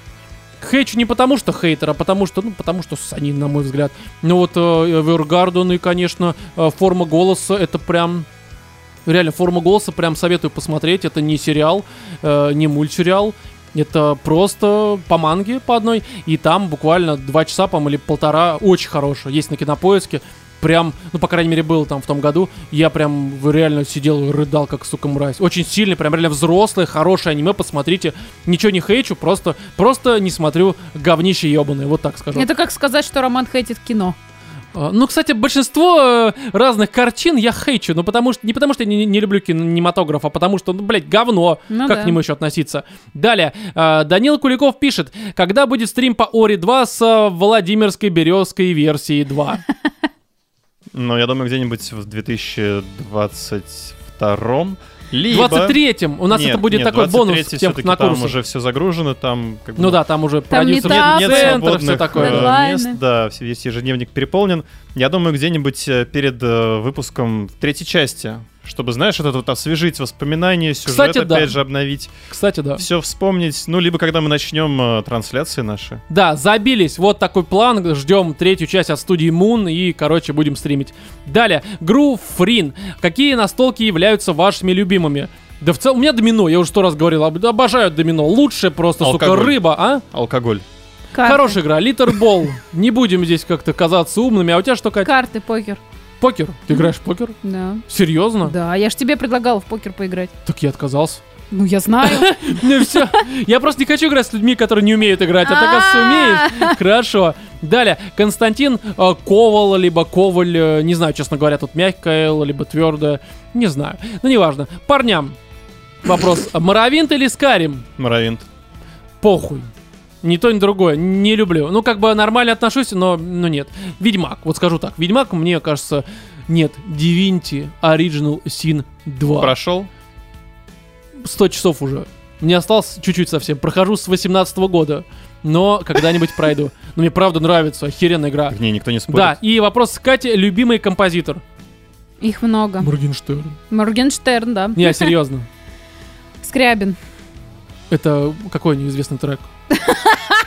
S1: Хейчу не потому, что хейтер, а потому что, ну, потому что санин, на мой взгляд. Ну, вот э, Эвергарден и, конечно, э, форма голоса, это прям... Реально, форма голоса прям советую посмотреть. Это не сериал, э, не мультсериал. Это просто по манге по одной. И там буквально два часа, по-моему, или полтора очень хорошего. Есть на кинопоиске. прям, ну, по крайней мере, был там в том году, я прям реально сидел и рыдал, как, сука, мразь. Очень сильный, прям реально взрослый, хорошее аниме, посмотрите. Ничего не хейчу, просто, просто не смотрю говнище ебаное, вот так скажу.
S3: Это как сказать, что Роман хейтит кино.
S1: А, Ну, кстати, большинство э, разных картин я хейчу, ну потому что не потому что я не, не люблю кинематограф, а потому что, ну, блядь, говно.
S3: Ну
S1: как
S3: да.
S1: к нему еще относиться? Далее, э, Данил Куликов пишет, когда будет стрим по Ори 2 с э, Владимирской березкой версии 2?
S2: Но я думаю, где-нибудь в 2022
S1: В
S2: либо...
S1: 23-м у нас
S2: Нет,
S1: это будет
S2: нет,
S1: такой бонус
S2: 23-й
S1: тем,
S2: всё-таки
S1: на
S2: там
S1: курсы.
S2: уже все загружено, там как бы,
S1: Ну да, там уже
S3: Там
S1: продюсер,
S3: метапы,
S1: А,
S2: нет
S1: центр, все
S2: свободных
S1: такое.
S3: э,
S2: э, мест,
S3: Дедлайны.
S2: да, все- весь ежедневник переполнен. Я думаю, где-нибудь э, перед э, выпуском третьей части, чтобы, знаешь, вот это вот освежить воспоминания, сюжет
S1: Кстати,
S2: опять
S1: да.
S2: же обновить,
S1: Кстати, да.
S2: все вспомнить. Ну, либо когда мы начнем э, трансляции наши.
S1: Да, забились. Вот такой план. Ждем третью часть от студии Moon и, короче, будем стримить. Далее. Гру Фрин. Какие настолки являются вашими любимыми? Да в целом, у меня домино, я уже сто раз говорил, об- обожаю домино. Лучше просто, сука,
S2: Алкоголь.
S1: рыба, а?
S2: Алкоголь.
S3: Карты.
S1: Хорошая игра, литербол. Не будем здесь как-то казаться умными. А у тебя что, Катя?
S3: Карты, покер.
S1: Покер. Ты играешь в покер?
S3: Да.
S1: Серьезно?
S3: Да, я ж тебе предлагала в покер поиграть.
S1: Так я отказался.
S3: Ну, я знаю.
S1: Ну все. Я просто не хочу играть с людьми, которые не умеют играть. А так как сумеешь. Хорошо. Далее. Константин э, Ковал, либо Коваль, э, не знаю, честно говоря, тут мягкое, Л, либо твердое. Не знаю. Ну, неважно. Парням. Вопрос. А Моровинт или Скарим?
S2: Моровинт.
S1: Похуй. Ни то, ни другое. Не люблю. Ну, как бы нормально отношусь, но, но нет. Ведьмак. Вот скажу так. Ведьмак, мне кажется, нет. Дивинти Original Sin 2.
S2: Прошел?
S1: 100 часов уже. Мне осталось чуть-чуть совсем. Прохожу с 18 года, но когда-нибудь пройду. Но мне правда нравится, охеренная игра.
S2: Так не, никто не спорит.
S1: А. Да, и вопрос Катя, любимый композитор?
S3: Их много.
S1: Моргенштерн.
S3: Моргенштерн, да.
S1: Не, серьезно.
S3: Скрябин.
S1: Это какой неизвестный трек?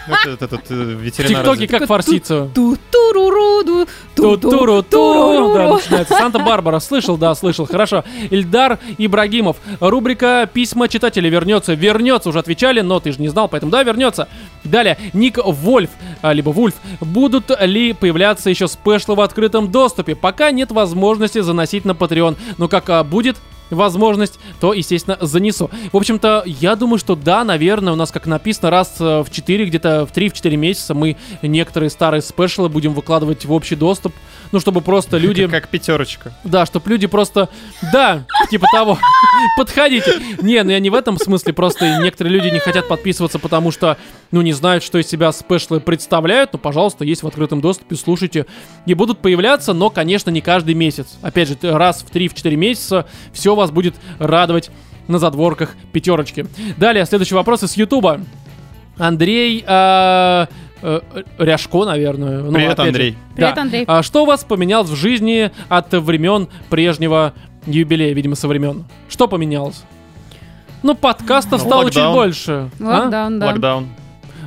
S2: Вот Этот, этот, э,
S1: В
S2: ветеринар.
S1: ТикТоке как
S3: Ту-
S1: форситься.
S3: ту ту ру ру ду ту ту
S1: Ту-туру,
S3: ру
S1: туру, да, начинается. Санта-Барбара, слышал, да, слышал, хорошо. Ильдар Ибрагимов, рубрика «Письма читателя» вернется. Вернется, уже отвечали, но ты же не знал, поэтому да, вернется. Далее, Ник Вольф, а, либо Вульф, будут ли появляться еще спешлы в открытом доступе? Пока нет возможности заносить на Patreon, но как а, будет, возможность, то, естественно, занесу. В общем-то, я думаю, что да, наверное, у нас, как написано, раз э, в 4, где-то в 3-4 месяца мы некоторые старые спешлы будем выкладывать в общий доступ, ну, чтобы просто люди...
S2: Как, как пятерочка.
S1: Да, чтобы люди просто... Да, типа того. Подходите. Не, ну я не в этом смысле, просто некоторые люди не хотят подписываться, потому что, ну, не знают, что из себя спешлы представляют. Ну, пожалуйста, есть в открытом доступе, слушайте. И будут появляться, но, конечно, не каждый месяц. Опять же, т- раз в 3-4 месяца все вас будет радовать на задворках пятерочки. Далее, следующий вопрос из Ютуба. Андрей э, э, Ряшко, наверное. Ну,
S2: Привет,
S1: опять же,
S2: Андрей.
S3: Привет,
S1: да.
S3: Андрей.
S1: А что у вас поменялось в жизни от времен прежнего юбилея, видимо, со времен? Что поменялось? Ну, подкастов
S2: Ну,
S1: стало
S2: локдаун.
S1: чуть больше. а?
S3: Локдаун, да.
S2: Локдаун.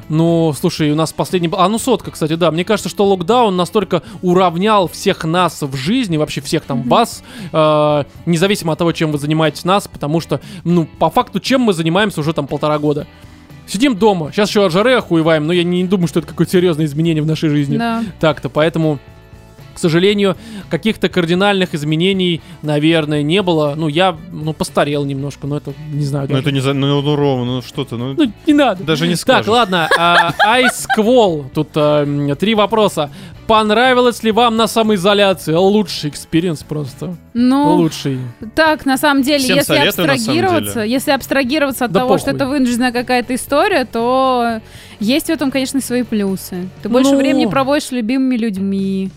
S1: Ну, слушай, у нас последний... был- А, ну, сотка, кстати, да. Мне кажется, что локдаун настолько уравнял всех нас в жизни, вообще всех там вас, э, независимо от того, чем вы занимаетесь нас, потому что, ну, по факту, чем мы занимаемся уже там полтора года. Сидим дома. Сейчас еще от жары охуеваем, но я не думаю, что это какое-то серьезное изменение в нашей жизни
S3: Да.
S1: так-то. Поэтому, к сожалению, каких-то кардинальных изменений, наверное, не было. Ну, я, ну, постарел немножко, но это, не знаю.
S2: Ну
S1: даже.
S2: это не за... Ну, ну Рома, ну что ты, ну...
S1: Ну, не надо.
S2: Даже не скажешь.
S1: Так, ладно, а, Ice Quall. Тут а, м, три вопроса. Понравилось ли вам на самоизоляции? Лучший экспириенс просто.
S3: Ну,
S1: Лучший.
S3: так, на самом деле,
S2: Всем
S3: если
S2: советую, на самом
S3: абстрагироваться,
S2: деле.
S3: если абстрагироваться от
S1: Да
S3: того, что
S1: похуй.
S3: это вынужденная какая-то история, то есть в этом, конечно, свои плюсы. Ты больше
S1: Ну.
S3: времени проводишь с любимыми людьми.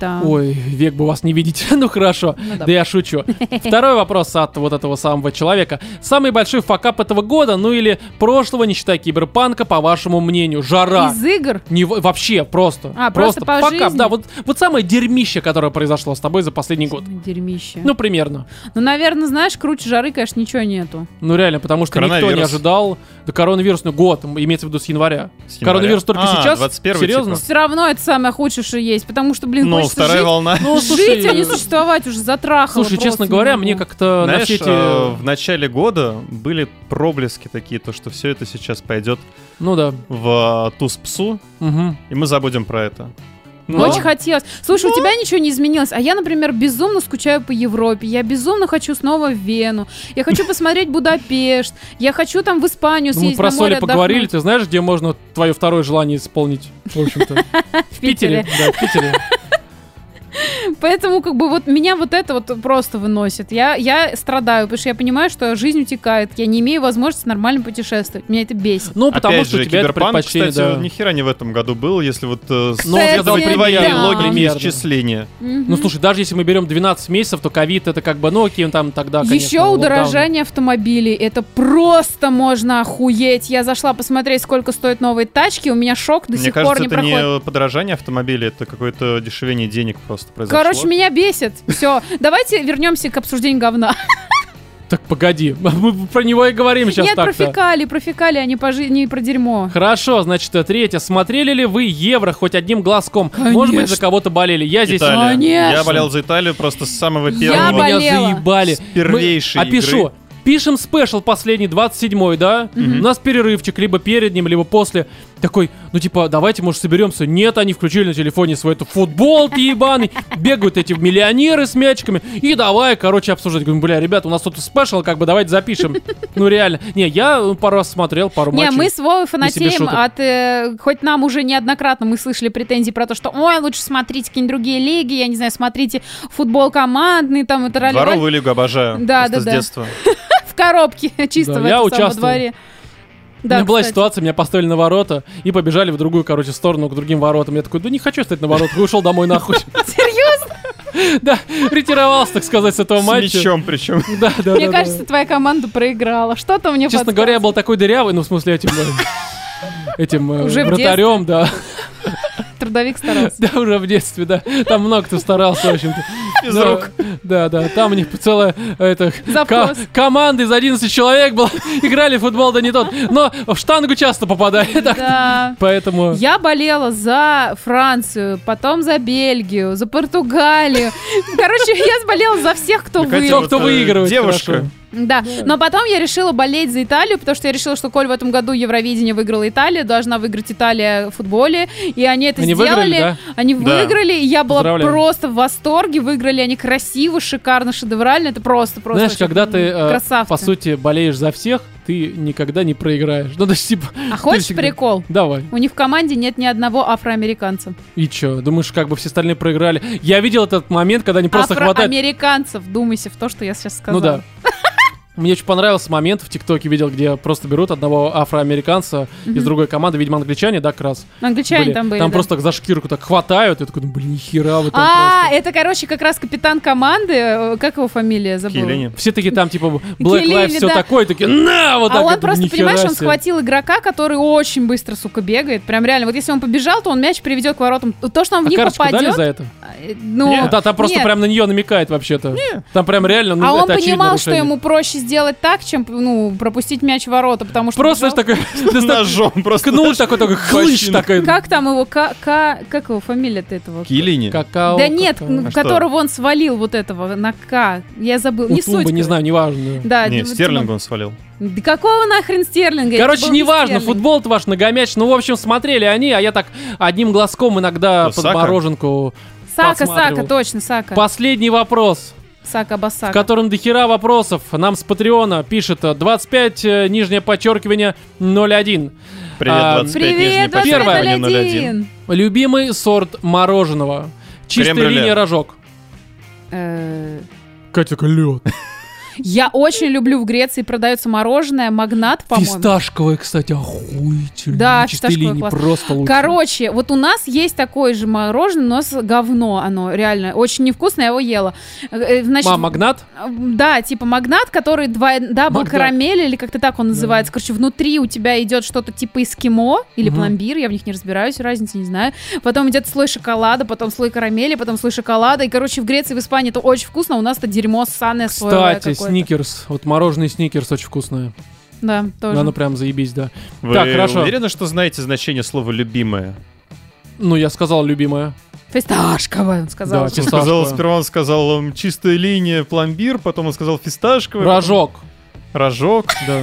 S3: Там.
S1: Ой, век бы вас не видеть. ну, хорошо.
S3: Ну а. да.
S1: Да я шучу. Второй вопрос от вот этого самого человека. Самый большой факап этого года, ну или прошлого, не считая киберпанка, по вашему мнению. Жара.
S3: Из игр
S1: Не во- вообще, просто.
S3: А, просто по
S1: Fuck up,
S3: жизни?
S1: да, вот, вот самое дерьмище, которое произошло с тобой за последний год.
S3: дерьмище.
S1: Ну, примерно.
S3: Ну, наверное, знаешь, круче жары, конечно, ничего нету.
S1: Ну, реально, потому что никто не
S2: Коронавирус.
S1: ожидал. Да, коронавирус, ну, год, м, имеется в виду с января.
S2: с января.
S1: Коронавирус только
S2: А,
S1: сейчас?
S2: 21
S1: Серьезно?
S3: Все равно это самое худшее, что есть, потому что, блин,
S2: Ну,
S3: хочется
S2: вторая
S3: жить,
S2: волна.
S1: Ну,
S3: жить, а не существовать уже затрахало.
S1: слушай,
S3: просто
S1: честно
S3: не
S1: говоря,
S3: могу.
S1: мне как-то на
S2: Знаешь,
S1: все эти...
S2: э, в начале года были проблески такие, то что все это сейчас пойдет
S1: Ну да.
S2: в э, туз псу,
S1: Мгм.
S2: и мы забудем про это. Ну.
S3: Очень хотелось. Слушай, у тебя ничего не изменилось. А я, например, безумно скучаю по Европе. Я безумно хочу снова в Вену. Я хочу посмотреть Будапешт. Я хочу там в Испанию
S1: Ну, мы
S3: съездить
S1: про
S3: на
S1: соли
S3: море
S1: поговорили,
S3: отдохнуть.
S1: ты знаешь, где можно твое второе желание исполнить, в общем-то? В Питере, да, в Питере.
S3: Поэтому, как бы, вот меня вот это вот просто выносит. Я, я страдаю, потому что я понимаю, что жизнь утекает. Я не имею возможности нормально путешествовать. Меня это бесит.
S1: Ну, потому
S2: Опять
S1: что
S2: же,
S1: у тебя это
S2: Киберпанк,
S1: предпочтение,
S2: кстати,
S1: да.
S2: ни хера не в этом году был, если вот э, с
S1: Ну, вот я
S3: Кстати,
S1: дал
S3: да.
S2: твоей
S1: пример,
S2: логики
S1: пример, да.
S2: исчисления.
S3: Мгм.
S1: Ну, слушай, даже если мы берем 12 месяцев, то ковид это как бы, ну, окей, там тогда, конечно,
S3: Еще
S1: локдаун.
S3: удорожание автомобилей. Это просто можно охуеть. Я зашла посмотреть, сколько стоят новые тачки. У меня шок до
S2: Мне
S3: сих
S2: кажется,
S3: пор не
S2: это
S3: проходит.
S2: не подорожание автомобиля, это какое-то дешевение денег просто произошло.
S3: Короче, меня бесит. Все, давайте вернемся к обсуждению говна.
S1: Так, погоди, мы про него и говорим сейчас
S3: Нет, про
S1: так-то.
S3: фекалии, про фекалии, а не, по жи- не про дерьмо.
S1: Хорошо, значит, э, третье. Смотрели ли вы Евро хоть одним глазком? Может быть,
S3: Конечно.
S1: за кого-то болели. Я здесь...
S2: Италия.
S3: Конечно.
S2: Я болел за Италию просто с самого
S3: Я
S1: Вы
S2: первого.
S1: меня
S3: болела.
S1: заебали.
S2: С первейшей
S1: Мы- Опишу.
S2: игры.
S1: Пишем спешл последний, 27-й, да? У нас перерывчик, либо перед ним, либо после. Такой, ну типа, давайте, может, соберемся. Нет, они включили на телефоне свой эту футболки ебаный. Бегают эти миллионеры с мячиками. И давай, короче, обсуждать. Говорю, бля, ребята, у нас тут спешл, как бы давайте запишем. Ну реально. Не, я э, пару раз смотрел, пару
S3: Не,
S1: матчей.
S3: мы с Вовой фанатеем
S1: шуток.
S3: от... э, хоть нам уже неоднократно мы слышали претензии про то, что ой, лучше смотрите какие-нибудь другие лиги, я не знаю, смотрите футбол командный, там, это ралли
S2: Дворовую лигу обожаю.
S3: Да,
S2: просто
S3: да,
S2: с
S3: да.
S2: детства.
S3: в коробке, чисто
S1: Да,
S3: в
S1: я
S3: этом самом
S1: участвовал.
S3: дворе.
S1: у меня была
S3: кстати.
S1: ситуация, меня поставили на ворота и побежали в другую, короче, сторону, к другим воротам. Я такой, да не хочу стоять на воротах, и ушел домой нахуй.
S3: Серьезно?
S1: Да, ретировался, так сказать, с этого
S2: С
S1: матча.
S2: мячом причем.
S1: Да, да,
S3: Мне
S1: да, да.
S3: кажется, твоя команда проиграла. Что-то мне
S1: Честно
S3: подсказывает.
S1: говоря, я был такой дырявый, ну, в смысле, этим... э, Этим э,
S3: Уже в
S1: вратарем, да.
S3: Трудовик старался.
S1: Да, уже в детстве, да. Там много кто старался, в общем-то.
S2: Из
S1: Да,
S2: рук.
S1: Да, да. Там у них целая э, это,
S3: Запрос.
S1: ко- команда из 11 человек была. Играли в футбол, да не тот. Но в штангу часто попадали. так.
S3: Да.
S1: Поэтому...
S3: Я болела за Францию, потом за Бельгию, за Португалию. Короче, я болела за всех, Ну, кто
S2: Мне
S1: Кто
S2: кажется,
S3: выиграл.
S2: вот,
S1: кто
S2: э,
S1: выигрывает,
S2: Девушка.
S1: хорошо.
S3: Да. Но потом я решила болеть за Италию, потому что я решила, что коль в этом году Евровидение выиграла Италия, должна выиграть Италия в футболе. И они это
S1: Они
S3: сделали.
S1: выиграли, да?
S3: Они
S2: Да.
S3: выиграли, и я была
S1: Поздравляю.
S3: просто в восторге. Выиграли они красиво, шикарно, шедеврально. Это просто, просто.
S1: Знаешь,
S3: вообще,
S1: когда ты, э,
S3: красавцы.
S1: по сути, болеешь за всех, ты никогда не проиграешь. Ну, то есть, типа,
S3: А хочешь
S1: всегда-
S3: прикол?
S1: давай.
S3: У них в команде нет ни одного афроамериканца.
S1: И чё, думаешь, как бы все остальные проиграли? Я видел этот момент, когда они просто хватают...
S3: Афроамериканцев, думайся в то, что я сейчас сказала.
S1: Ну да. Мне очень понравился момент, в ТикТоке видел, где просто берут одного афроамериканца из другой команды, видимо, англичане, да, как раз.
S3: Англичане
S1: были.
S3: там были.
S1: Там
S3: да.
S1: просто за шкирку так хватают, и такой, ну, блин, нихера вы там
S3: А, это, короче, как раз капитан команды, э, как его фамилия, забыла.
S2: Киелини.
S1: просто. Все такие там, типа, Black
S3: Келили,
S1: Lives, все
S3: да.
S1: такое, такие, на, вот так.
S3: а
S1: Я
S3: он
S1: думаю,
S3: просто,
S1: «Нихера
S3: понимаешь, он
S1: себе».
S3: схватил игрока, который очень быстро, сука, бегает. Прям реально. Вот если он побежал, то он мяч приведет к воротам. То, что
S1: А
S3: он в них
S1: карточку дали
S3: попадет...
S1: за это?
S3: э, Ну,
S1: Ну, да, там просто
S3: нет.
S1: прям на нее намекает вообще-то. Там прям реально, ну,
S3: а он
S1: это очевидное
S3: понимал, что
S1: нарушение.
S3: ему проще сделать так, чем ну, пропустить мяч в ворота, потому что...
S1: Просто, знаешь,
S3: бежал-
S1: такой,
S2: С
S1: достал-
S2: ножом просто.
S1: ткнул такой, такой, хлыщ
S2: Мощно.
S1: такой.
S3: Как там его... Ка, ка- как его фамилия-то этого?
S2: Килини.
S1: Какао.
S3: Да нет,
S1: какао.
S3: ну,
S2: А что?
S3: которого он свалил вот этого на К. Я забыл.
S1: У
S3: не
S1: Ну, Тумба,
S3: суть.
S1: не знаю, неважно.
S3: Да,
S2: Не,
S3: вот
S2: Стерлинг он свалил.
S3: Тумба. Да какого нахрен Стерлинга? Это
S1: Короче,
S3: был
S1: неважно,
S3: Стерлинг.
S1: футбол-то ваш многомяч. Ну, в общем, смотрели они, а я так одним глазком иногда под
S2: Кто, Сака?
S1: мороженку.
S3: Сака,
S1: подсматривал.
S3: Сака, точно, Сака.
S1: Последний вопрос,
S3: Сака,
S1: в
S3: Басака.
S1: котором дохера вопросов. Нам с Патреона пишет э, 25, э, нижнее подчеркивание, 01.
S2: Привет,
S1: А,
S2: 25, нижний
S3: Привет,
S2: подчеркивание, 01.
S3: 21.
S1: Любимый сорт мороженого. Чистая
S2: Крем-брюле.
S1: линия рожок.
S3: Э,
S1: Катя, лед.
S3: Я очень люблю в Греции продается мороженое, магнат, по-моему.
S1: Фисташковое, кстати, охуительно.
S3: Да,
S1: Чистые
S3: фисташковое
S1: линии,
S3: классно.
S1: просто лучше.
S3: Короче, вот у нас есть такое же мороженое, но с говно оно, реально. Очень невкусное, я его ела. Э, э, Значит,
S1: Мам, магнат?
S3: Да, типа магнат, который два дабл
S1: Магнат.
S3: карамель, или как-то так он называется. Короче, внутри у тебя идет что-то типа эскимо или
S1: Мгм.
S3: пломбир, я в них не разбираюсь, разницы не знаю. Потом идет слой шоколада, потом слой карамели, потом слой шоколада. И, короче, в Греции, в Испании это очень вкусно, а у нас это дерьмо ссаное соевое
S1: Кстати,
S3: какое-то.
S1: сникерс. Вот мороженое сникерс очень вкусное.
S3: Да, тоже.
S1: Да, ну прям заебись, да.
S2: Вы
S1: Так, хорошо.
S2: уверены, что знаете значение слова «любимое»?
S1: Ну, я сказал, любимая.
S3: Фисташковое, он сказал.
S1: Да, типа
S2: Он
S1: Фисташковое.
S2: сказал, сперва он сказал м, чистая линия, пломбир, потом он сказал фисташковый.
S1: Рожок.
S2: потом Рожок.
S1: Да.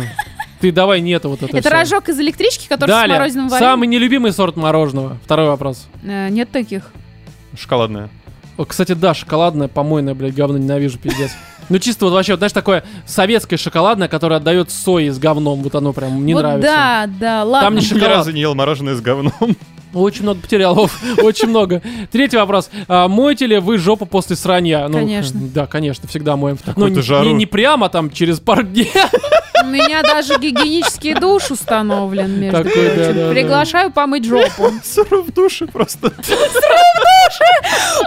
S1: Ты давай нет вот это
S3: это
S1: всё.
S3: рожок из электрички, который с
S1: Далее.
S3: морозным вареньем.
S1: Самый нелюбимый сорт мороженого. Второй вопрос.
S3: Э, нет таких.
S2: Шоколадная.
S1: О, Кстати, да, шоколадное, помойное, блядь, говно ненавижу, пиздец. Ну чисто вот вообще, вот, знаешь, такое советское шоколадное, которое отдает сои с говном, вот оно прям не
S3: вот
S1: нравится.
S3: Да, да, ладно.
S1: Там не
S2: Ни
S1: шоколад.
S2: разу не ел мороженое с говном.
S1: Очень много потерялов, очень много. Третий вопрос. А, Моете ли вы жопу после сранья? Ну,
S3: Конечно.
S1: Да, конечно, всегда моем. Ну,
S2: такую-то
S1: не-
S2: жару.
S1: не не прямо, там, через пару дней.
S3: У меня даже гигиенический душ установлен, между
S1: Такой, да, да,
S3: прочим.
S1: да.
S3: Приглашаю помыть жопу.
S2: Сыру в душе просто.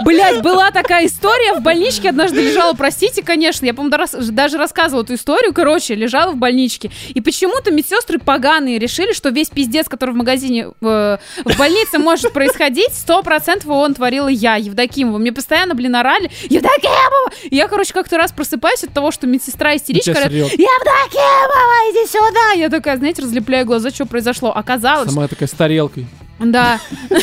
S3: Блять, была такая история. В больничке однажды лежала, простите, конечно. Я, по-моему, да рас- даже рассказывала эту историю. Короче, лежала в больничке. И почему-то медсестры поганые решили, что весь пиздец, который в магазине э, в больнице может происходить, сто процентов его он творила я, Евдокимова. Мне постоянно, блин, орали. Евдокимова! И Я, короче, как-то раз просыпаюсь от того, что медсестра истеричка.
S1: Тебя
S3: говорит,
S1: срёт.
S3: Евдокимова, иди сюда! Я такая, знаете, разлепляю глаза, что произошло. Оказалось,
S1: Сама такая с тарелкой.
S3: да.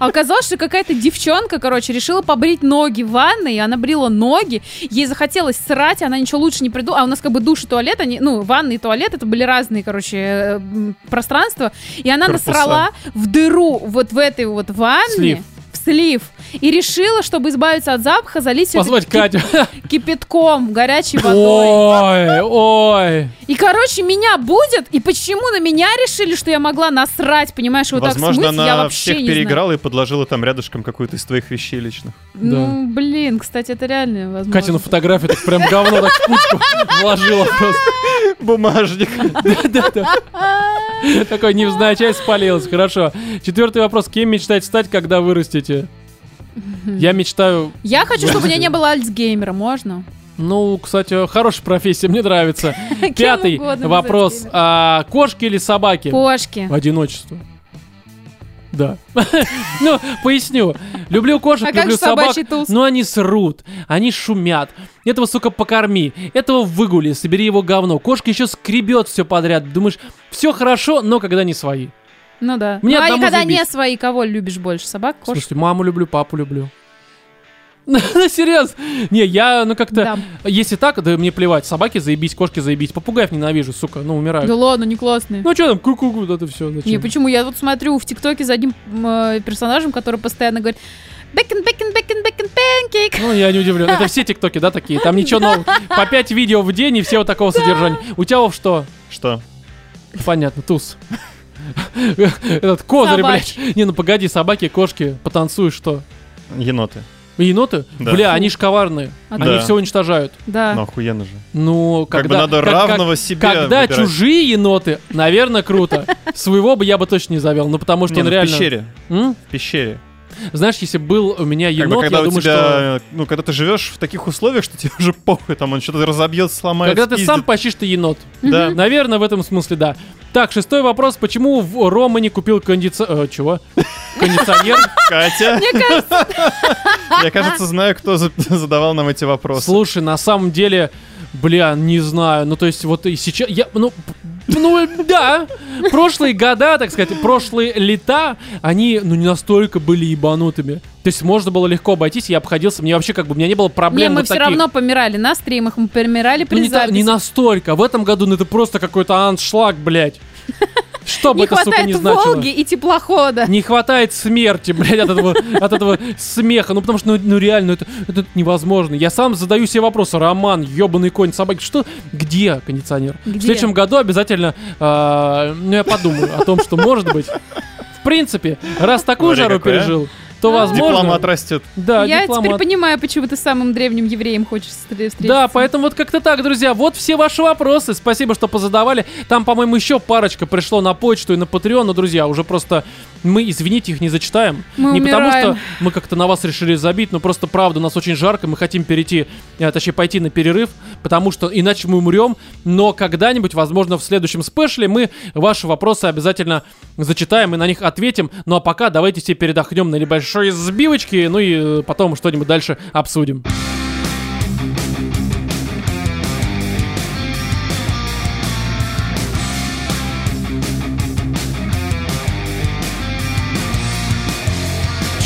S3: А Оказалось, что какая-то девчонка, короче, решила побрить ноги в ванной, и она брила ноги, ей захотелось срать, она ничего лучше не придумала. А у нас как бы душ и туалет, они, ну, ванна и туалет, это были разные, короче, э, м, пространства. И она
S2: Корпуса.
S3: насрала в дыру вот в этой вот ванне.
S1: Слив.
S3: в слив. И решила, чтобы избавиться от запаха, залить всё это
S1: Позвать
S3: кип-
S1: Катю.
S3: кипятком, горячей Типа, водой.
S1: Ой, ой.
S3: И, короче, меня будет, и почему на меня решили, что я могла насрать, понимаешь,
S1: Ну,
S3: вот
S2: Возможно,
S3: так смыть, я
S2: она
S3: вообще
S2: всех
S3: не знаю.
S2: переиграла и подложила там рядышком какую-то из твоих вещей личных.
S3: Ну, блин, кстати, это реально возможно.
S1: Катину фотографию так прям говно так в кучку вложила просто.
S2: Бумажник.
S1: Да-да-да. Такой невзначай спалилась, хорошо. Четвертый вопрос. Кем мечтать стать, когда вырастете? Я мечтаю...
S3: Я хочу, чтобы у меня не было альцгеймера, можно?
S1: Ну, кстати, хорошая профессия, мне нравится.
S3: Кем
S1: Пятый
S3: угодно без
S1: вопрос.
S3: альцгеймера.
S1: А, Кошки или собаки?
S3: Кошки.
S1: Одиночество. Да. Ну, поясню. Люблю кошек,
S3: А как
S1: люблю
S3: же
S1: собак,
S3: собачий туз?
S1: но они срут, они шумят. Этого, сука, покорми, этого выгули, собери его говно. Кошка еще скребет все подряд. Думаешь, все хорошо, но когда не свои.
S3: Ну да.
S1: Мне
S3: ну, а
S1: одному
S3: когда
S1: заебись.
S3: не свои, кого любишь больше? Собак,
S1: В
S3: кошек?
S1: смысле, маму люблю, папу люблю. Ну, серьезно. Не, я, ну как-то...
S3: Да.
S1: Если так, да мне плевать. Собаки заебись, кошки заебись. Попугаев ненавижу, сука, ну умираю.
S3: Да ладно, не классные.
S1: Ну что там, ку-ку-ку, вот это все.
S3: не, почему? Я вот смотрю в ТикТоке за одним м, э, персонажем, который постоянно говорит Бэкин, бэкин, бэкин, бэкин, пэнкейк.
S1: Ну, я не удивлен. Это все тиктоки, да, такие? Там ничего нового. По 5 видео в день и все вот такого содержания. У тебя Вов, что?
S2: Что?
S1: Понятно, туз. Этот козырь, блядь.
S3: Собачий.
S1: Не, ну погоди, собаки, кошки, потанцуй, что?
S2: Еноты.
S1: Еноты?
S2: Да.
S1: Бля, они ж коварные.
S3: А
S1: Они
S2: да.
S1: все уничтожают.
S3: Да.
S2: Ну, охуенно же.
S1: Ну,
S2: Как бы
S1: А. когда...
S2: надо
S1: как- как-
S2: равного себе
S1: Когда
S2: выбирать.
S1: чужие еноты, наверное, круто. Своего бы я бы точно не завел, ну потому что
S2: Не,
S1: он
S2: ну,
S1: реально...
S2: В пещере.
S1: М?
S2: В пещере.
S1: Знаешь, если был у меня
S2: Как бы
S1: енот,
S2: когда
S1: я
S2: у
S1: думаю, что...
S2: тебя, ну, когда ты живешь в таких условиях, что тебе уже похуй, там он что-то разобьет, сломает.
S1: Когда ты сам
S2: спиздит.
S1: почти ты енот.
S2: Да.
S1: Наверное, в этом смысле да. Так, шестой вопрос. Почему в Рома не купил кондиционер... чего? Кондиционер?
S2: Катя. Я, кажется, знаю, кто за- задавал нам эти вопросы.
S1: Слушай, на самом деле... Бля, не знаю. Ну, то есть, вот и сейчас... Я, ну, п- ну, да. Прошлые года, так сказать, прошлые лета, они, ну, не настолько были ебанутыми. То есть, можно было легко обойтись, я обходился. Мне вообще, как бы, у меня не было
S3: Не,
S1: проблем
S3: мы
S1: вот
S3: все
S1: таких.
S3: равно помирали на стримах, мы помирали
S1: Ну,
S3: при
S1: не, та- не
S3: записи.
S1: настолько. В этом году, ну, это просто какой-то аншлаг, блядь. Что бы
S3: Не
S1: это, сука, не
S3: хватает
S1: значило.
S3: Волги и теплохода.
S1: Не хватает смерти, блядь, от этого, от этого смеха. Ну, потому что, ну, ну, реально, это, это невозможно. Я сам задаю себе вопрос. Роман, ебаный конь, собаки. Что? Где кондиционер?
S3: Где?
S1: В следующем году обязательно, э, ну, я подумаю о том, что может быть. В принципе, раз такую
S2: Смотри,
S1: жару
S2: какой, а.
S1: пережил, то, возможно...
S2: Дипломат растет.
S1: Да,
S3: Я теперь
S1: дипломат.
S3: понимаю, почему ты с самым древним евреем хочешь встр- встретиться.
S1: Да, поэтому вот как-то так, друзья. Вот все ваши вопросы. Спасибо, что позадавали. Там, по-моему, еще парочка пришло на почту и на Patreon, но, друзья, уже просто мы, извините, их не зачитаем.
S3: Мы
S1: не потому,
S3: умираем.
S1: что мы как-то на вас решили забить, но просто правда, у нас очень жарко, мы хотим перейти, э, точнее, пойти на перерыв, потому что иначе мы умрем. Но когда-нибудь, возможно, в следующем спешле мы ваши вопросы обязательно зачитаем и на них ответим. Ну а пока давайте все передохнем на небольшой сбивочке, ну и э, потом что-нибудь дальше обсудим.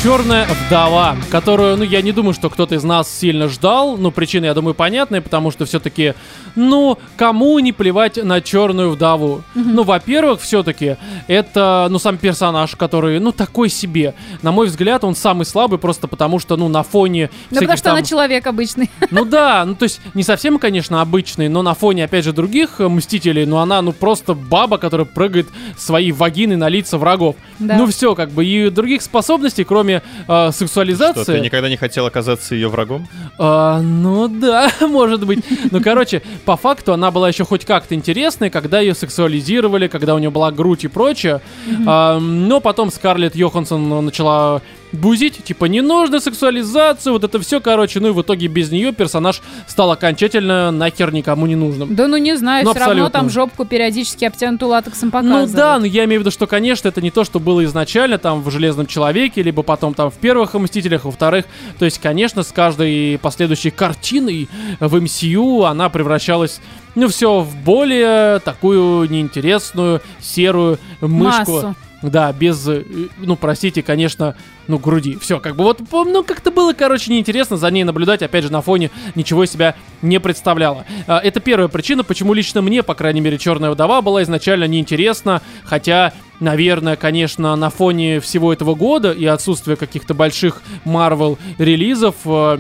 S1: Черная вдова, которую, ну, я не думаю, что кто-то из нас сильно ждал. Ну, причины, я думаю, понятные, потому что все-таки, ну, кому не плевать на черную вдову? Ну, во-первых, все-таки, это, ну, сам персонаж, который, ну, такой себе. На мой взгляд, он самый слабый, просто потому что, ну, на фоне.
S3: Ну, потому
S1: всяких
S3: что
S1: там-
S3: она человек обычный.
S1: ну да, ну то есть не совсем, конечно, обычный, но на фоне, опять же, других э, мстителей, ну она, ну просто баба, которая прыгает свои вагины на лица врагов.
S3: Да.
S1: Ну все, как бы, и других способностей, кроме э,
S2: Что, ты
S1: сексуализации.
S2: никогда не хотел оказаться ее врагом?
S1: А, ну да, может быть. Ну, короче, по факту она была еще хоть как-то интересной, когда ее сексуализировали, когда у нее была грудь и прочее. А, но потом Скарлетт Йоханссон начала бузить, типа, не нужно сексуализацию, вот это все, короче. Ну и в итоге без нее персонаж стал окончательно нахер никому не нужным.
S3: Да ну не знаю,
S1: Ну,
S3: все равно
S1: абсолютно.
S3: там жопку периодически обтянутую латексом
S1: Ну
S3: показывают.
S1: да, но я имею в виду, что, конечно, это не то, что было изначально там в Железном Человеке, либо потом там в первых Мстителях, во-вторых. То есть, конечно, с каждой последующей картиной в MCU она превращалась, ну, все в более такую неинтересную серую ну, мышку.
S3: Массу.
S1: Да, без, э, ну, простите, конечно, ну, груди. Все, как бы вот, по- ну, как-то было, короче, неинтересно за ней наблюдать. Опять же, на фоне ничего из себя не представляла. А, Это первая причина, почему лично мне, по крайней мере, «Черная вдова» была изначально неинтересна. Хотя, наверное, конечно, на фоне всего этого года и отсутствия каких-то больших Marvel релизов э,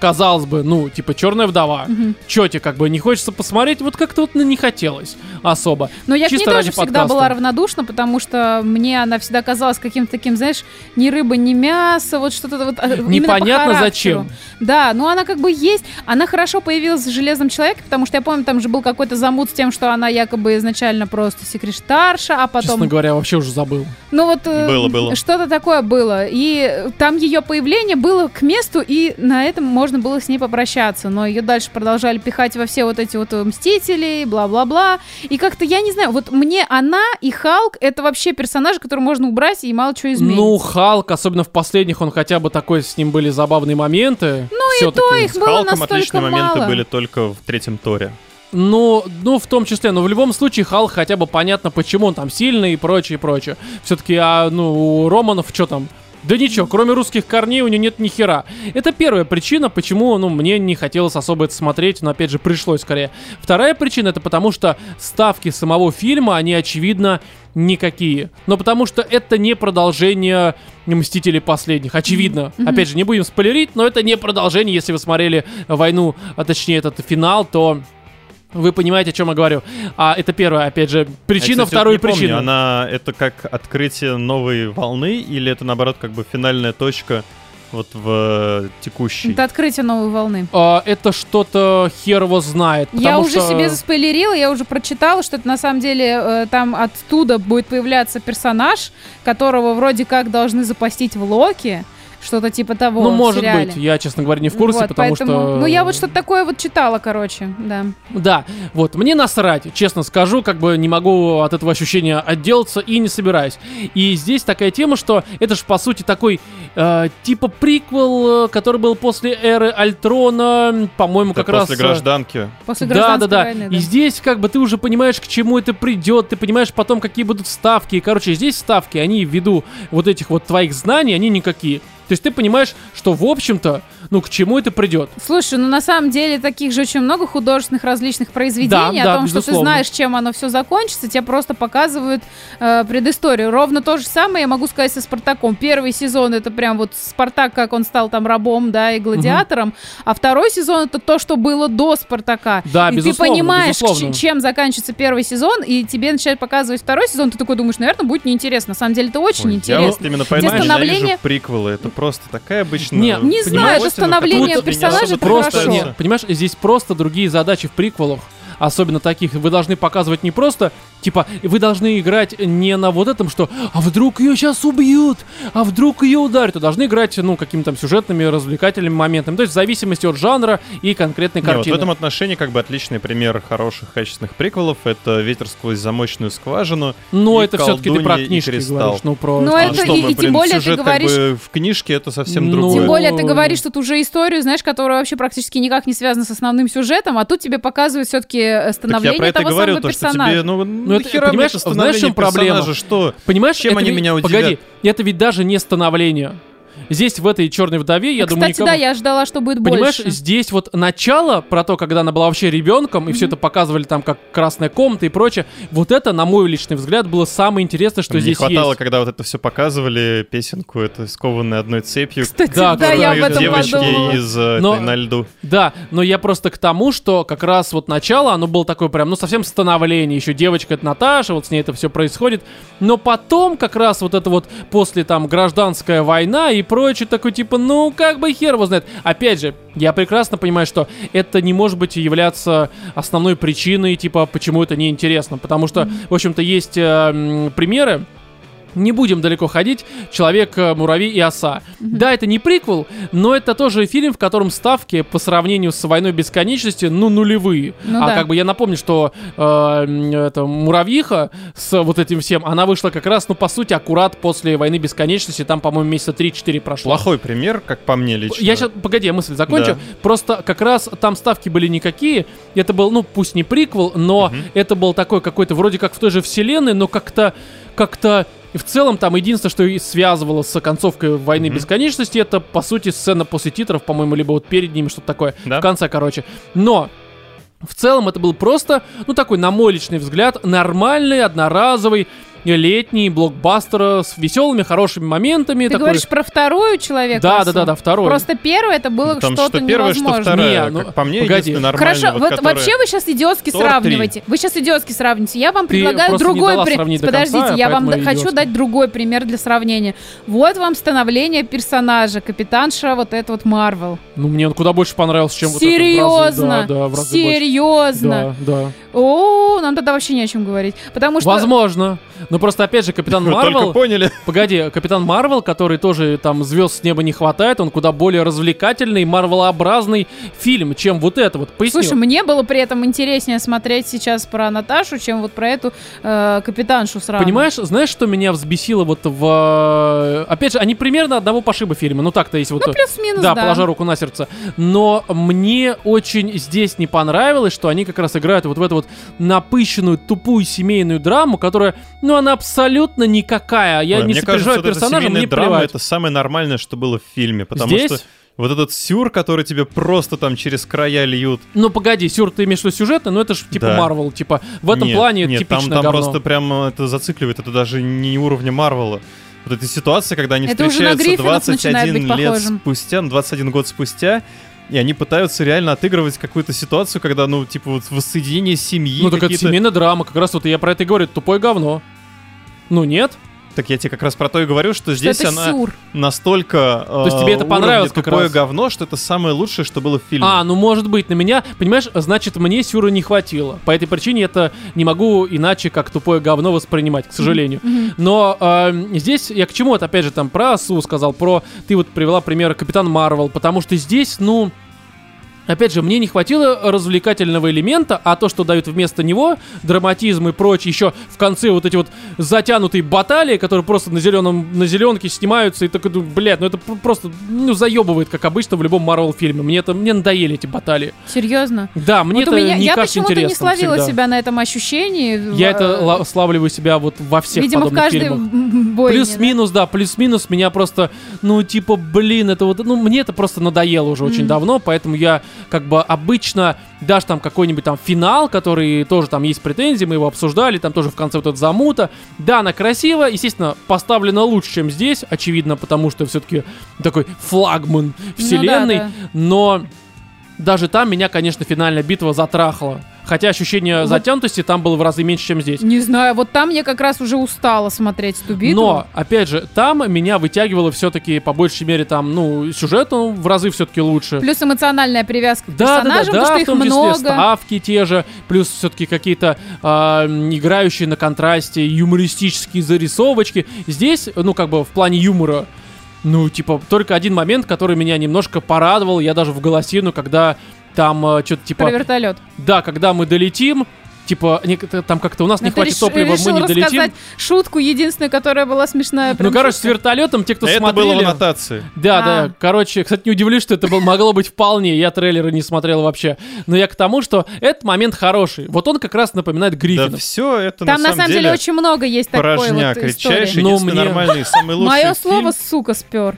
S1: казалось бы, ну, типа, черная вдова.
S3: Мгм.
S1: Чё тебе, как бы, не хочется посмотреть? Вот как-то вот ну, не хотелось особо.
S3: Но я к ней
S1: Чисто ради
S3: тоже всегда
S1: подкаста.
S3: была равнодушна, потому что мне она всегда казалась каким-то таким, знаешь, ни рыба, ни мясо, вот что-то вот а, именно по
S1: Непонятно
S3: характеру.
S1: зачем.
S3: Да, но она как бы есть. Она хорошо появилась в «Железном человеке», потому что я помню, там же был какой-то замут с тем, что она якобы изначально просто секретарша, а потом...
S1: Честно говоря, вообще уже забыл.
S3: Ну вот... э,
S2: Было, было.
S3: Что-то такое было. И там ее появление было к месту, и на этом можно было с ней попрощаться. Но ее дальше продолжали пихать во все вот эти вот э, Мстители, бла-бла-бла. И как-то, я не знаю, вот мне она и Халк — это вообще персонажи, которые можно убрать, и мало чего изменить.
S1: Ну, Халк, особенно в последних, он хотя бы такой, с ним были забавные моменты. Ну
S3: и то их
S2: С
S3: было
S2: Халком
S3: настолько
S2: отличные моменты
S3: мало.
S2: были только в третьем Торе. А,
S1: Ну, ну, в том числе, но в любом случае Халк хотя бы понятно, почему он там сильный и прочее, и прочее. Все-таки, а, ну, у Романов что там? Да ничего, кроме русских корней у него нет ни хера. Это первая причина, почему, ну, мне не хотелось особо это смотреть, но, опять же, пришлось скорее. Вторая причина, это потому что ставки самого фильма, они, очевидно, никакие. Но потому что это не продолжение «Мстителей последних», очевидно. Опять же, не будем спойлерить, но это не продолжение. Если вы смотрели «Войну», а точнее этот финал, то вы понимаете, о чем я говорю. А это первая, опять же, причина,
S2: Я, кстати,
S1: второй
S2: вот не помню,
S1: причина.
S2: Она это как открытие новой волны, или это наоборот как бы финальная точка вот в э, текущей.
S3: Это открытие новой волны.
S1: А, это что-то хер его знает.
S3: я
S1: потому
S3: уже
S1: что- ну,
S3: себе заспойлерила, я уже прочитала, что это на самом деле э, там оттуда будет появляться персонаж, которого вроде как должны запастить в Локи, что-то типа того.
S1: Ну,
S3: в
S1: может
S3: сериале.
S1: быть, я, честно говоря, не в курсе,
S3: Вот,
S1: потому
S3: поэтому-
S1: что...
S3: Ну, я вот что-то такое вот читала, короче, да.
S1: Да, вот, мне насрать, честно скажу, как бы не могу от этого ощущения отделаться и не собираюсь. И здесь такая тема, что это же, по сути, такой э, типа приквел, э, который был после эры Альтрона, м, по-моему,
S2: Это
S1: как раз...
S2: после
S1: э,
S2: гражданки.
S3: После
S1: да,
S3: гражданской
S1: да, да.
S3: войны.
S1: И здесь как бы ты уже понимаешь, к чему это придет, ты понимаешь потом, какие будут ставки. И, короче, здесь ставки, они ввиду вот этих вот твоих знаний, они никакие. То есть ты понимаешь, что, в общем-то, ну, к чему это придет.
S3: Слушай, ну на самом деле таких же очень много художественных различных произведений
S1: Да, да,
S3: о том, что ты
S1: безусловно.
S3: знаешь, чем оно все закончится, тебе просто показывают э, предысторию. Ровно то же самое я могу сказать со Спартаком. Первый сезон это прям вот Спартак, как он стал там рабом, да, и гладиатором, а второй сезон это то, что было до Спартака.
S2: А,
S1: Да,
S3: и
S1: безусловно,
S3: ты понимаешь, к
S1: безусловно.
S3: ч- чем заканчивается первый сезон, и тебе начинает показывать второй сезон, ты такой думаешь, наверное, будет неинтересно. На самом деле это очень
S2: Ой, Я
S3: интересно.
S2: вот именно поэтому
S3: Здесь становление-
S2: ненавижу приквелы. Это просто такая обычная...
S1: Не, не
S3: знаю, это становление персонажа это
S1: Просто,
S3: хорошо.
S1: нет, понимаешь, здесь просто другие задачи в приквелах. Особенно таких, вы должны показывать не просто, типа, вы должны играть не на вот этом, что «а вдруг ее сейчас убьют? А вдруг ее ударят?» А должны играть, ну, какими-то там сюжетными, развлекательными моментами. То есть в зависимости от жанра и конкретной
S2: Не, вот в
S1: картины.
S2: этом отношении как бы отличный пример хороших качественных приквелов. Это «Ветер сквозь замочную скважину».
S1: Но
S2: и
S1: это все-таки ты
S2: «Колдунья»
S1: про
S2: и
S1: книжки
S2: «Кристалл».
S1: говоришь, ну, про...
S3: Ну,
S1: А,
S2: А
S3: это
S2: что
S3: и-
S2: мы,
S3: и тем
S2: блин,
S3: более ты
S2: сюжет как
S3: говоришь-
S2: бы в книжке это совсем
S1: Ну,
S2: другое.
S1: Ой.
S3: Тем более ты
S1: Ну,
S3: говоришь тут уже историю, знаешь, которая вообще практически никак не связана с основным сюжетом, а тут тебе показывают все-таки
S2: Так я
S3: становление
S2: про это
S3: того
S2: говорю,
S3: самого
S2: то, что
S3: персонажа.
S2: тебе, ну,
S1: это-
S2: нахера
S1: понимаешь,
S2: мне
S1: знаешь, в чем
S2: становление
S1: проблема?
S2: персонажа, Что?
S1: Понимаешь,
S2: Чем
S1: это
S2: они
S1: ведь-
S2: меня удивят?
S1: Погоди, это ведь даже не становление. Здесь, в этой черной вдове, я
S3: Ну, Кстати,
S1: думаю, никому...
S3: да, я ждала, что будет
S1: Понимаешь,
S3: больше.
S1: здесь вот начало про то, когда она была вообще ребенком, и все это показывали там как красная комната и прочее. Вот это, на мой личный взгляд, было самое интересное, что
S2: Мне не
S1: здесь
S2: хватало,
S1: есть.
S2: когда вот это все показывали, песенку, это скованной одной цепью.
S3: Кстати,
S1: Да,
S3: да, я об
S2: которую
S3: этом
S2: девочки
S3: подумала.
S2: из э,
S1: Но-
S2: этой на льду.
S1: Да, но я просто к тому, что как раз вот начало, оно было такое прям, ну, совсем становление. Еще девочка это Наташа, вот с ней это все происходит. Но потом как раз вот это вот после там гражданская война и прочее, такой типа, ну, как бы хер его знает. Опять же, я прекрасно понимаю, что это не может быть и являться основной причиной, типа, почему это неинтересно. Потому что, в общем-то, есть э, м, примеры, не будем далеко ходить. Человек, э, муравей и оса. Да, это не приквел, но это тоже фильм, в котором ставки по сравнению с войной бесконечности, ну, нулевые.
S3: Ну
S1: а
S3: да.
S1: как бы я напомню, что э, м, это, муравьиха с вот этим всем, она вышла как раз, ну, по сути, аккурат после войны бесконечности. Там, по-моему, месяца 3-4 прошло.
S2: Плохой пример, как по мне лично.
S1: Я сейчас, погоди, я мысль закончу.
S2: Да.
S1: Просто как раз там ставки были никакие. Это был, ну, пусть не приквел, но это был такой какой-то вроде как в той же вселенной, но как-то, как-то в целом там единственное, что и связывало с концовкой войны бесконечности, это по сути сцена после титров, по-моему, либо вот перед ними что-то такое.
S2: Да.
S1: В конце, короче. Но в целом это был просто, ну такой, на мой личный взгляд, нормальный, одноразовый летний блокбастер с веселыми, хорошими моментами.
S3: Ты
S1: такой-
S3: говоришь про вторую человека?
S1: да, да, да, да, второй.
S3: Просто первое это было
S2: Там
S3: что-то
S2: что первое, что
S3: невозможное.
S2: второе.
S1: Не, ну,
S2: как по мне,
S1: погоди.
S2: единственное нормальное,
S3: Хорошо,
S2: вот
S3: вот
S2: которое-
S3: вообще вы сейчас идиотски
S2: Тор три.
S3: сравниваете. Вы сейчас идиотски сравните. Я вам
S1: Ты
S3: предлагаю
S1: просто не
S3: другой
S1: дала
S3: пример.
S1: сравнить до
S3: Подождите,
S1: конца,
S3: я вам
S1: поэтому
S3: д- хочу
S1: идиотски.
S3: дать другой пример для сравнения. Вот вам становление персонажа, капитанша, вот это вот Марвел.
S1: Ну, мне он куда больше понравился, чем вот этот в разы.
S3: Серьезно?
S1: Да, да, в разы больше.
S3: Серьезно?
S1: Да, да.
S3: О, нам тогда вообще не о чем говорить. Потому что...
S1: Возможно. Но просто, опять же, Капитан
S2: Вы только
S1: Марвел...
S2: поняли.
S1: Погоди, Капитан Марвел, который тоже там звезд с неба не хватает, он куда более развлекательный, марвелообразный фильм, чем вот это вот. Поясню.
S3: Слушай, мне было при этом интереснее смотреть сейчас про Наташу, чем вот про эту э, капитаншу сразу.
S1: Понимаешь, знаешь, что меня взбесило вот в... э, Опять же, они примерно одного пошиба фильма. Ну так-то есть вот...
S3: Ну, плюс-минус,
S1: да,
S3: да.
S1: положа руку на сердце. Но мне очень здесь не понравилось, что они как раз играют вот в эту вот напыщенную, тупую семейную драму, которая, ну, она абсолютно никакая. Я
S2: Ой,
S1: не
S2: мне кажется,
S1: сопереживаю
S2: вот эта
S1: персонажа,
S2: семейная
S1: мне
S2: драма
S1: плевать.
S2: это самое нормальное, что было в фильме, потому
S1: Здесь?
S2: что вот этот сюр, который тебе просто там через края льют.
S1: Ну, погоди, Сюр, ты имеешь в виду сюжетно, но это же типа
S2: Да.
S1: Марвел, типа в этом
S2: Нет,
S1: плане
S2: нет,
S1: типично
S2: там, там
S1: говно. Ну,
S2: просто прям э, это зацикливает, это даже не уровня Марвела. Вот эта ситуация, когда они
S3: Это уже на
S2: встречаются
S3: Гриффинов
S2: 21
S3: начинает быть
S2: лет
S3: похожим.
S2: спустя, ну, 21 год спустя, и они пытаются реально отыгрывать какую-то ситуацию, когда, ну, типа, вот воссоединение семьи
S1: Ну, так это
S2: какие-то.
S1: семейная драма, как раз вот я про это и говорю, это тупое говно. Ну, нет?
S2: Так я тебе как раз про то и говорю, что
S3: что
S2: здесь
S3: это
S2: она
S3: сюр.
S2: настолько То
S1: есть тебе это понравилось как
S2: такое
S1: раз?
S2: говно, что это самое лучшее, что было в фильме.
S1: А, ну может быть, на меня, понимаешь, значит, мне Сюра не хватило. По этой причине это не могу иначе, как тупое говно воспринимать, к сожалению. Но эм, здесь я к чему это, опять же, там про Асу сказал, про... Ты вот привела пример Капитан Марвел, потому что здесь, ну... Опять же, мне не хватило развлекательного элемента, а то, что дают вместо него, драматизм и прочее, еще в конце вот эти вот затянутые баталии, которые просто на зеленом, на зеленке снимаются, и такой, думаю, блядь, ну это пр- просто, ну, заебывает, как обычно в любом Марвел фильме. Мне это, мне надоели эти баталии.
S3: Серьезно?
S1: Да, мне
S3: Вот
S1: это
S3: у меня,
S1: не
S3: я
S1: кажется
S3: почему-то не
S1: интересным
S3: словила
S1: всегда.
S3: себя на этом ощущении.
S1: Я
S3: Э,
S1: это ла- славливаю себя вот во всех
S3: Видимо, в
S1: подобных
S3: каждой
S1: фильмах.
S3: м, бойне, да?
S1: Плюс-минус, да, плюс-минус меня просто, ну, типа, блин, это вот, ну, мне это просто надоело уже очень давно, поэтому я, как бы, обычно даже там какой-нибудь там финал, который тоже там есть претензии, мы его обсуждали, там тоже в конце вот этот замута. Да, она красиво, естественно, поставлена лучше, чем здесь, очевидно, потому что все-таки такой флагман вселенной,
S3: Ну
S1: но
S3: да.
S1: даже там меня, конечно, финальная битва затрахала. Хотя ощущение
S3: Вот.
S1: затянутости там было в разы меньше, чем здесь.
S3: Не знаю, вот там я как раз уже устала смотреть эту битву.
S1: Но, опять же, там меня вытягивало все-таки, по большей мере, там, ну, сюжет он в разы все-таки лучше.
S3: Плюс эмоциональная привязка к
S1: Да, да, да,
S3: персонажам, потому
S1: да,
S3: что
S1: в
S3: их
S1: том числе
S3: много.
S1: ставки те же, плюс все-таки какие-то а, м, играющие на контрасте юмористические зарисовочки. Здесь, ну, как бы в плане юмора, ну, типа, только один момент, который меня немножко порадовал, я даже в голосину, когда там что-то типа...
S3: Про вертолет.
S1: Да, когда мы долетим, типа, не- там как-то у нас не
S3: Но Ну, ты
S1: хватит
S3: реш-
S1: топлива, мы
S3: решил
S1: не долетим.
S3: рассказать шутку единственную, которая была смешная.
S1: Ну,
S3: прям
S1: короче, с
S3: шутка.
S1: вертолетом те, кто
S2: это
S1: ну, смотрели...
S2: было в аннотации.
S1: Да, да.
S3: А.
S1: Короче, кстати, не удивлюсь, что это был, могло быть вполне. Я трейлеры не смотрел вообще. Но я к тому, что этот момент хороший. Вот он как раз напоминает
S2: Да
S1: Гриффинов.
S2: все это
S3: Там на самом деле, очень много есть такой
S2: порожня,
S3: вот истории.
S2: кричайший,
S1: Ну,
S2: единственный
S1: мне-
S2: нормальный, самый лучший
S3: Мое
S2: фильм.
S3: слово, сука, спер.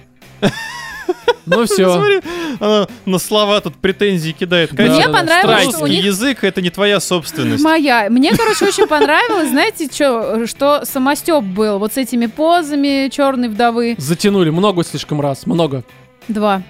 S1: Ну все.
S2: Смотри, она на слова тут претензии кидает.
S1: Да,
S3: Мне
S1: да,
S3: понравилось, что у
S2: Страйский
S3: них
S2: язык — это не твоя собственность.
S3: Моя. Мне, короче, очень понравилось, знаете, чё, что самостеп был вот с этими позами черной вдовы.
S1: Затянули много слишком раз, много.
S3: Два,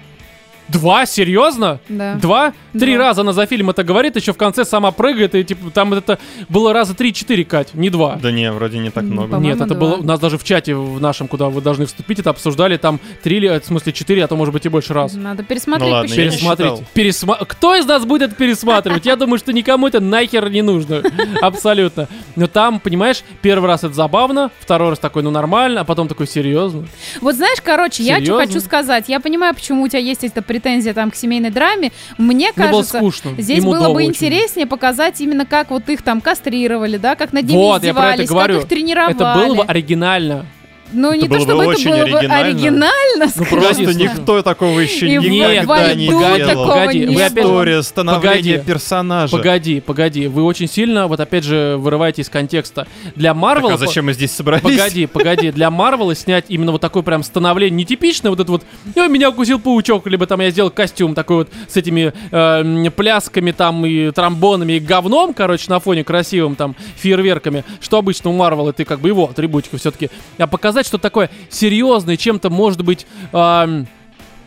S1: Два? Серьезно?
S3: да. Ну.
S1: Два? Три
S3: Два.
S1: раза она за фильм это говорит, еще в конце сама прыгает, и типа там это было раза три-четыре, Кать, не два.
S2: Да не, вроде не так
S3: Ну,
S2: много.
S3: по-моему.
S1: Нет, это
S3: два.
S1: было у нас даже в чате в нашем, куда вы должны вступить, это обсуждали там три, или, э, в смысле четыре, а то может быть и больше раз.
S3: Надо пересмотреть.
S2: Ну ладно,
S3: посчитать.
S2: я не
S1: Пересмотрите. Пересма- Кто из нас будет это пересматривать? Я думаю, что никому это нахер не нужно. Абсолютно. Но там, понимаешь, первый раз это забавно, второй раз такой, ну нормально, а потом такой, серьезно.
S3: Вот знаешь, короче, я что
S1: Серьезно?
S3: хочу сказать. Я понимаю, почему у тебя есть эта претензия там к семейной драме. Мне
S1: Мне было
S3: кажется,
S1: скучно.
S3: здесь
S1: ему
S3: было
S1: дома
S3: бы
S1: очень.
S3: интереснее показать именно, как вот их там кастрировали, да, как над ними
S1: Вот, я про это
S3: издевались,
S1: говорю.
S3: как их тренировали.
S1: Это было бы оригинально.
S3: Ну, не
S2: Это было бы
S3: то, чтобы это
S2: очень
S3: было бы
S2: оригинально.
S1: Ну,
S3: оригинально, скажем.
S2: Просто
S1: Подожди,
S2: никто такого еще
S3: И в
S2: никогда не
S3: Вальду
S2: делал.
S3: такого
S1: Погоди,
S3: не
S1: вы опять
S3: было.
S2: История становления
S1: Погоди.
S2: персонажа.
S1: Погоди, погоди, вы очень сильно, вот опять же, вырываете из контекста. Для
S2: Так,
S1: Марвела...
S2: а зачем мы здесь собрались?
S1: Погоди, погоди, для Марвела снять именно вот такое прям становление нетипичное, вот это вот, «Ой, меня укусил паучок, либо там я сделал костюм такой вот с этими э, м, плясками там и тромбонами и говном, короче, на фоне красивым там фейерверками, что обычно у Марвела, ты как бы его атрибутика все-таки, а показать, что такое серьезное, чем-то может быть... эм,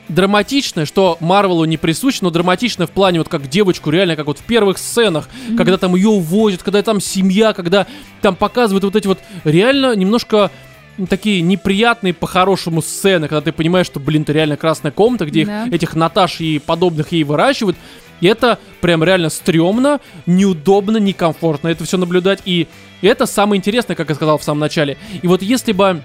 S1: драматичное, что Марвелу не присуще, но драматичное в плане вот как девочку, реально как вот в первых сценах, когда там ее увозят, когда там семья, когда там показывают вот эти вот реально немножко такие неприятные по-хорошему сцены, когда ты понимаешь, что, блин, это реально красная комната, где их-
S3: Да.
S1: этих Наташ и подобных ей выращивают. И это прям реально стрёмно, неудобно, некомфортно это все наблюдать. И это самое интересное, как я сказал в самом начале. И вот если бы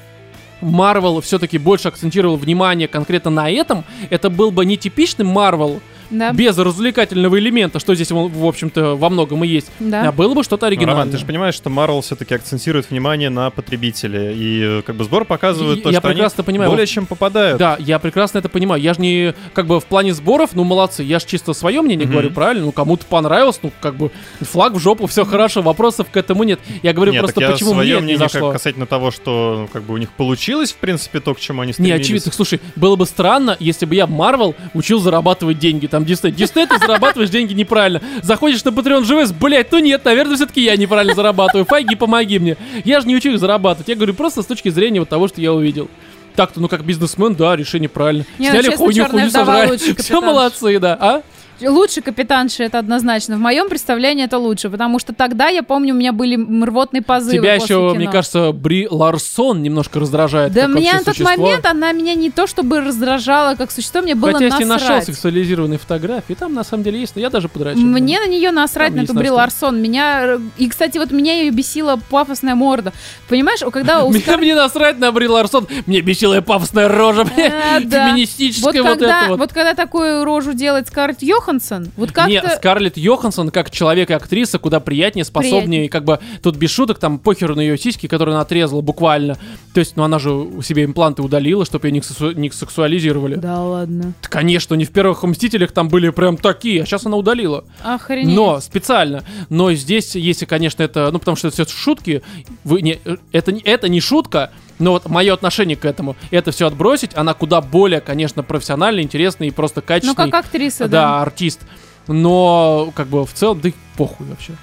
S1: Марвел все-таки больше акцентировал внимание конкретно на этом, это был бы нетипичный Марвел,
S3: Да,
S1: без развлекательного элемента, что здесь, в общем-то, во многом и есть, а
S3: да.
S1: было бы что-то
S2: Ну,
S1: оригинальное.
S2: Роман, ты же понимаешь, что Марвел все-таки акцентирует внимание на потребителя. И э, как бы сбор показывает
S1: Я-
S2: то,
S1: я
S2: что
S1: прекрасно
S2: они
S1: понимаю.
S2: более
S1: Вот-
S2: чем попадают.
S1: Да, я прекрасно это понимаю. Я же не, как бы, в плане сборов, ну, молодцы. Я же чисто свое мнение
S2: Мгм.
S1: говорю, правильно? Ну, кому-то понравилось, ну, как бы, флаг в жопу, все хорошо, вопросов к этому нет. Я говорю
S2: Нет,
S1: просто,
S2: так я
S1: почему мне
S2: свое
S1: это не
S2: мнение как
S1: зашло.
S2: касательно того, что ну, как бы у них получилось, в принципе, то, к чему они
S1: Не,
S2: стремились.
S1: очевидно. Так, Слушай, было бы странно, если бы я Марвел учил зарабатывать деньги. Там Дисней. Дисней, ты зарабатываешь деньги неправильно. Заходишь на Patreon живешь, блядь, ну нет, наверное, все-таки я неправильно зарабатываю. Файги, помоги мне. Я же не учу их зарабатывать. Я говорю просто с точки зрения вот того, что я увидел. Так-то, ну как бизнесмен, да, решение правильно.
S3: Не, ну,
S1: Сняли
S3: честно,
S1: хуйню,
S3: «Чёрная
S1: хуйню
S3: вдова»
S1: сожрали.
S3: лучше,
S1: Все
S3: «Капитан».
S1: молодцы, да. А?
S3: Лучше капитанши это однозначно. В моем представлении это лучше, потому что тогда, я помню, у меня были м, рвотные позывы.
S1: Тебя
S3: после
S1: еще,
S3: кино.
S1: мне кажется, Бри Ларсон немножко раздражает.
S3: Да
S1: как
S3: меня на
S1: вообще
S3: тот
S1: существо.
S3: момент она меня не то чтобы раздражала как существо, мне было
S1: Хотя я себе нашел
S3: насрать.
S1: сексуализированные фотографии, там на самом деле есть, но я даже подрачиваю.
S3: Мне на нее насрать,
S1: Там
S3: на
S1: есть
S3: эту
S1: на
S3: Бри
S1: что.
S3: Ларсон. Меня... э, И, кстати, вот меня ее бесила пафосная морда. Понимаешь, о, когда у
S1: Меня мне насрать на Бри Ларсон. Мне бесилая пафосная рожа, бля,
S3: Э, да. Вот
S1: феминистическая вот
S3: когда,
S1: это вот.
S3: вот когда такую рожу делает Скарлетт Йоханссон, вот
S1: Не,
S3: как-то...
S1: Скарлетт Йоханссон как человек и актриса куда приятнее, способнее, и как бы тут без шуток, там похер на ее сиськи, которые она отрезала буквально. То есть, ну она же у себя импланты удалила, чтобы ее не, сексу- не сексуализировали.
S3: Да ладно.
S1: Да, Конечно, не в первых «Мстителях» там были прям такие, а сейчас она удалила.
S3: Охренеть.
S1: Но специально. Но здесь, если, конечно, это, ну потому что это все шутки, вы не, э, это не- это не шутка. Но вот мое отношение к этому, это все отбросить, она куда более, конечно, профессионально, интересная и просто
S3: Ну,
S1: качественный,
S3: как актриса,
S1: да,
S3: да.
S1: артист. Но как бы в целом, да и похуй вообще.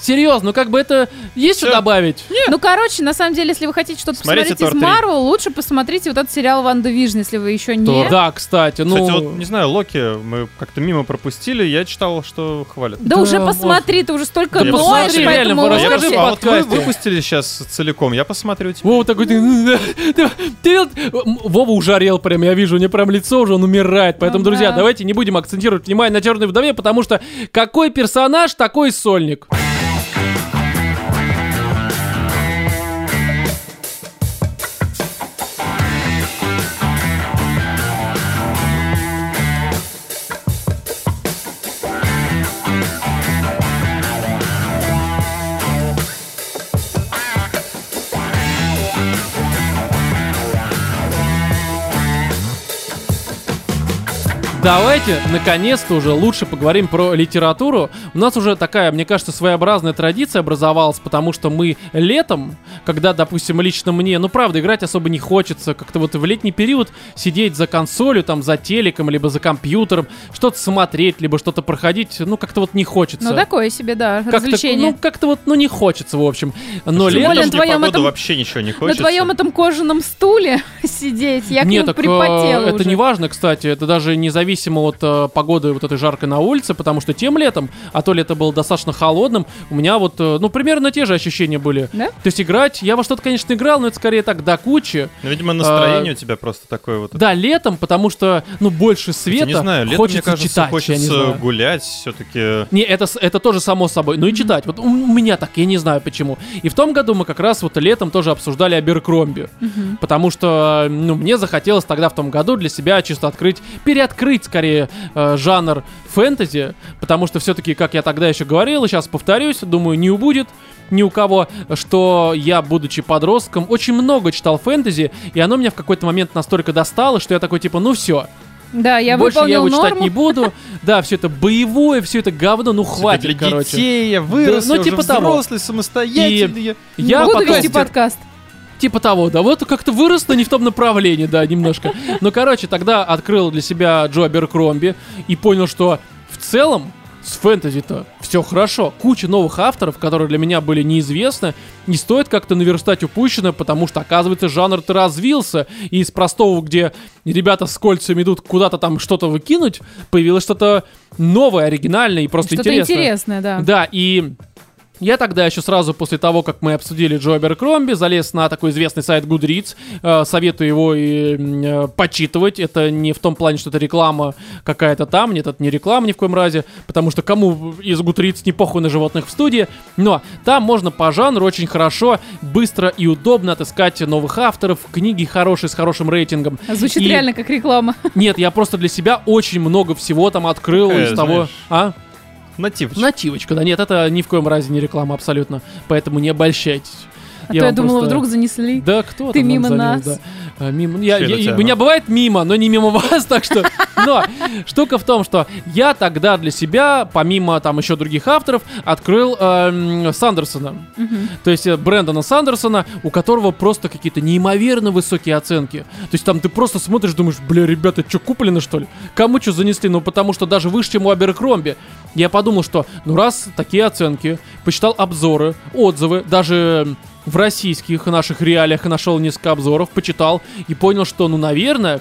S1: Серьезно, ну как бы это есть что
S2: Всё.
S1: добавить?
S3: Ну, короче, на самом деле, если вы хотите что-то
S2: Смотрите
S3: посмотреть из
S2: «Тор три».
S3: Марвел, лучше посмотрите вот этот сериал «Ван Division, если вы еще не...
S1: Да, кстати, ну
S2: Кстати, вот, не знаю, Локи мы как-то мимо пропустили, я читал, что хвалят.
S3: Да,
S1: Да,
S3: уже
S1: можно.
S3: посмотри, ты уже столько
S2: Да я
S3: ноешь
S2: посмотрю,
S3: по
S1: реально,
S3: этому
S1: вы
S2: А я
S1: расскажи
S3: Локи.
S2: посмотрел, а вот вы
S1: подкасте.
S2: выпустили сейчас целиком, я посмотрю. типа.
S1: Вова такой, ты, ты- ты видел? М, Вова ужарел прям, я вижу, у него прям лицо уже, он умирает. Поэтому,
S3: Ну
S1: друзья,
S3: да.
S1: давайте не будем акцентировать внимание на черной вдове, потому что какой персонаж, такой сольник. Давайте, наконец-то уже лучше поговорим про литературу. У нас уже такая, мне кажется, своеобразная традиция образовалась, потому что мы летом, когда, допустим, лично мне, ну правда, играть особо не хочется, как-то вот в летний период сидеть за консолью, там, за телеком, либо за компьютером, что-то смотреть, либо что-то проходить, ну как-то вот не хочется.
S3: Ну, такое себе, да,
S1: Как-то,
S3: развлечение.
S1: Ну, как-то вот, ну, не хочется, в общем. Но
S2: Слушай,
S1: летом...
S2: в
S3: более
S2: дождь и
S3: твоем
S2: погоду
S3: этом-
S2: типа, вообще ничего не
S3: На
S2: хочется.
S3: твоем этом кожаном стуле сидеть, я к
S1: Нет,
S3: нему
S1: так, э,
S3: припотела
S1: это
S3: уже.
S1: не важно, кстати, это даже независимо от э, погоды вот этой жаркой на улице, потому что тем летом, а то лето было достаточно холодным, у меня вот, э, ну, примерно те же ощущения были.
S3: Да?
S1: То есть играть, я во что-то, конечно, играл, но это скорее так, до кучи.
S2: Ну, видимо, настроение у тебя просто такое вот.
S1: А, Да, летом, потому что, ну, больше света,
S2: Я не знаю, летом,
S1: хочется
S2: мне кажется,
S1: читать, я не
S2: хочется
S1: знаю.
S2: гулять все-таки.
S1: Не, это, с- это тоже само собой. Ну и читать. Вот у у меня так, я не знаю почему. И в том году мы как раз вот летом тоже обсуждали Аберкромби.
S3: Мгм.
S1: Потому что, ну, мне захотелось тогда в том году для себя чисто открыть, переоткрыть скорее э, жанр фэнтези, потому что все-таки, как я тогда еще говорил, и сейчас повторюсь, думаю, не убудет ни у кого, что я, будучи подростком, очень много читал фэнтези, и оно меня в какой-то момент настолько достало, что я такой, типа, ну все,
S3: Да, я
S1: больше я
S3: выполнил
S1: его читать
S3: норму.
S1: не буду. Да, все это боевое, все это говно, ну
S2: Типа
S1: хватит,
S2: для
S1: короче.
S2: детей, я вырос,
S1: ну,
S2: я уже
S1: типа того.
S2: взрослый, самостоятельный.
S3: Не
S1: Я
S3: буду
S1: потом-
S3: вести подкаст.
S1: Типа того, да, вот как-то вырос, но не в том направлении, да, немножко. Но, короче, тогда открыл для себя Джо Беркромби и понял, что в целом с фэнтези-то все хорошо. Куча новых авторов, которые для меня были неизвестны, не стоит как-то наверстать упущенное, потому что, оказывается, жанр-то развился, и из простого, где ребята с кольцами идут куда-то там что-то выкинуть, появилось что-то новое, оригинальное и просто
S3: Что-то интересное, да.
S1: да, и я тогда еще сразу после того, как мы обсудили Джо Кромби, залез на такой известный сайт Goodreads. Э, советую его и, м, э, почитывать. Это не в том плане, что это реклама какая-то там. Нет, это не реклама ни в коем разе. Потому что кому из Goodreads не похуй на животных в студии. Но там можно по жанру очень хорошо, быстро и удобно отыскать новых авторов, книги хорошие, с хорошим рейтингом.
S3: Звучит
S1: И-
S3: реально как реклама.
S1: Нет, я просто для себя очень много всего там открыл
S2: Такая,
S1: из того...
S2: знаешь,
S1: А?
S2: Нативочка.
S1: Нативочка, да нет, это ни в коем разе не реклама абсолютно, поэтому не обольщайтесь.
S3: А то я
S1: вам
S3: думала,
S1: просто-
S3: вдруг занесли.
S1: Да кто
S3: ты
S1: там нам
S3: мимо
S1: залез,
S3: нас.
S1: да. А, мимо. Я,
S2: Всё,
S1: я-
S2: Татьяна.
S1: у меня бывает мимо, но не мимо вас, так что. Но штука в том, что я тогда для себя, помимо там еще других авторов, открыл эм, Сандерсона.
S3: Мгм.
S1: То есть э, Брэндона Сандерсона, у которого просто какие-то неимоверно высокие оценки. То есть там ты просто смотришь, думаешь, бля, ребята, что, куплено что ли? Кому что занесли? Ну потому что даже выше, чем у Аберкромби. Я подумал, что ну раз такие оценки, почитал обзоры, отзывы, даже м, в российских наших реалиях нашел несколько обзоров, почитал и понял, что ну наверное,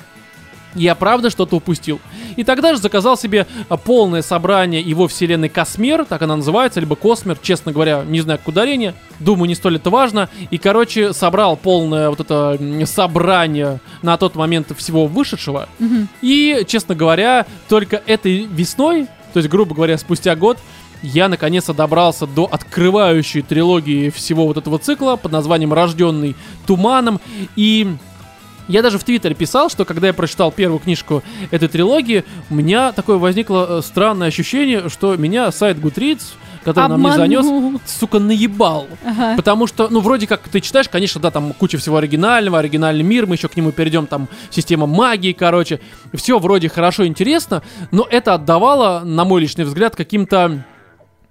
S1: я правда что-то упустил. И тогда же заказал себе а, полное собрание его вселенной Космер, так она называется, либо Космер, честно говоря, не знаю, как ударение, думаю, не столь это важно. И, короче, собрал полное вот это м, собрание на тот момент всего вышедшего.
S3: Мгм.
S1: И, честно говоря, только этой весной, то есть, грубо говоря, спустя год, я наконец-то добрался до открывающей трилогии всего вот этого цикла под названием «Рожденный туманом». И я даже в Твиттере писал, что когда я прочитал первую книжку этой трилогии, у меня такое возникло э, странное ощущение, что меня сайт Goodreads, который нам не занес,
S3: Обманул.
S1: сука, наебал.
S3: Ага.
S1: Потому что, ну, вроде как ты читаешь, конечно, да, там куча всего оригинального, оригинальный мир, мы еще к нему перейдем, там, система магии, короче. Все вроде хорошо, интересно, но это отдавало, на мой личный взгляд, каким-то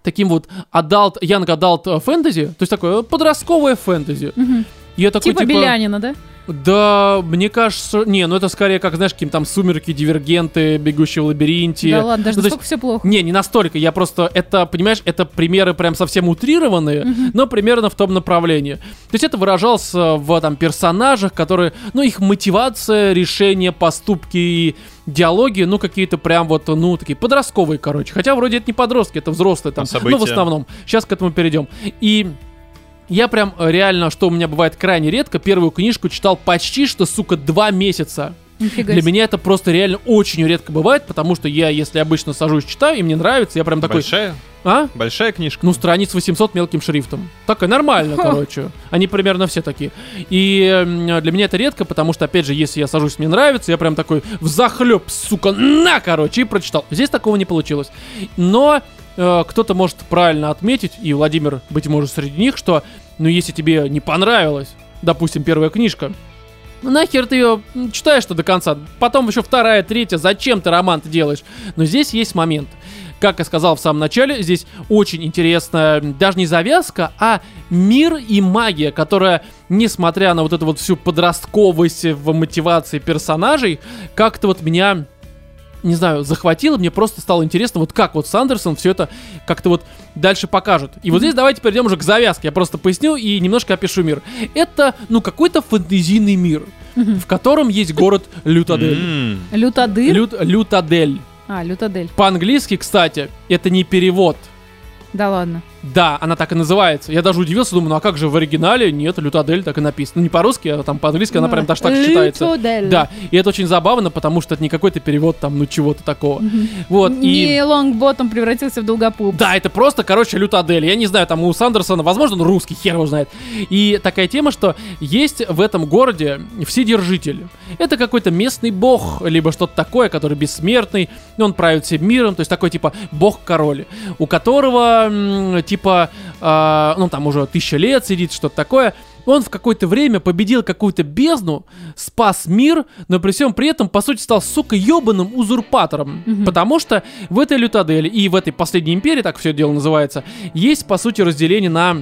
S1: таким вот adult, young adult фэнтези, то есть такое э, подростковое фэнтези.
S3: Мгм.
S1: И Я такой,
S3: Типа Белянина, да?
S1: да, мне кажется, не, ну это скорее как, знаешь, каким там сумерки, дивергенты, бегущие в лабиринте.
S3: Да ладно, даже
S1: Ну, то есть-
S3: настолько все плохо.
S1: не, не настолько. Я просто это, понимаешь, это примеры прям совсем утрированные, но примерно в том направлении. То есть это выражалось э, в там персонажах, которые, ну их мотивация, решения, поступки и диалоги, ну какие-то прям вот, ну такие подростковые, короче. Хотя вроде это не подростки, это взрослые там.
S2: А
S1: ну в
S2: события?
S1: основном. Сейчас к этому перейдем. И я прям э, реально, что у меня бывает крайне редко, первую книжку читал почти что, сука, два месяца.
S3: Нифига
S1: Для
S3: себе.
S1: меня это просто реально очень редко бывает, потому что я, если обычно сажусь, читаю, и мне нравится, я прям такой,
S2: Большая,
S1: а?
S2: большая книжка.
S1: Ну, страниц 800 мелким шрифтом. Такая нормально,
S3: Ха.
S1: короче. Они примерно все такие. И м, для меня это редко, потому что, опять же, если я сажусь, мне нравится, я прям такой взахлеб, сука, на, короче, и прочитал. Здесь такого не получилось. Но э, кто-то может правильно отметить, и Владимир, быть может, среди них, что, ну, если тебе не понравилась, допустим, первая книжка, Нахер ты ее читаешь-то до конца? Потом еще вторая, третья. Зачем ты роман делаешь? Но здесь есть момент. Как я сказал в самом начале, здесь очень интересная даже не завязка, а мир и магия, которая, несмотря на вот эту вот всю подростковость в мотивации персонажей, как-то вот меня не знаю, захватило, мне просто стало интересно, вот как вот Сандерсон все это как-то вот дальше покажет. И вот здесь давайте перейдем уже к завязке. Я просто поясню и немножко опишу мир. Это, ну, какой-то фэнтезийный мир, в котором есть город Лютадель.
S2: М.
S3: Лютадыр?
S1: Лют, Лютадель.
S3: А, лютадель.
S1: По-английски, кстати, это не перевод.
S3: Да ладно.
S1: Да, она так и называется. Я даже удивился, думаю, ну а как же в оригинале? Нет, Лютадель так и написано. Ну, не по-русски, а там по-английски она
S3: Ну,
S1: прям даже так и читается.
S3: Лютадель.
S1: Да, и это очень забавно, потому что это не какой-то перевод там, ну, чего-то такого.
S3: Мгм.
S1: Вот, и...
S3: Не лонгботом превратился в долгопуп.
S1: Да, это просто, короче, лютадель. Я не знаю, там у Сандерсона, возможно, он русский, хер его знает. И такая тема, что есть в этом городе вседержитель. Это какой-то местный бог, либо что-то такое, который бессмертный, и он правит всем миром, то есть такой, типа, бог-король, у которого, м, типа, а, ну, там уже тысяча лет сидит, что-то такое. Он в какое-то время победил какую-то бездну, спас мир, но при всем при этом, по сути, стал, сука, ебаным узурпатором.
S3: Мгм.
S1: Потому что в этой лютаделе и в этой последней империи, так все дело называется, есть, по сути, разделение на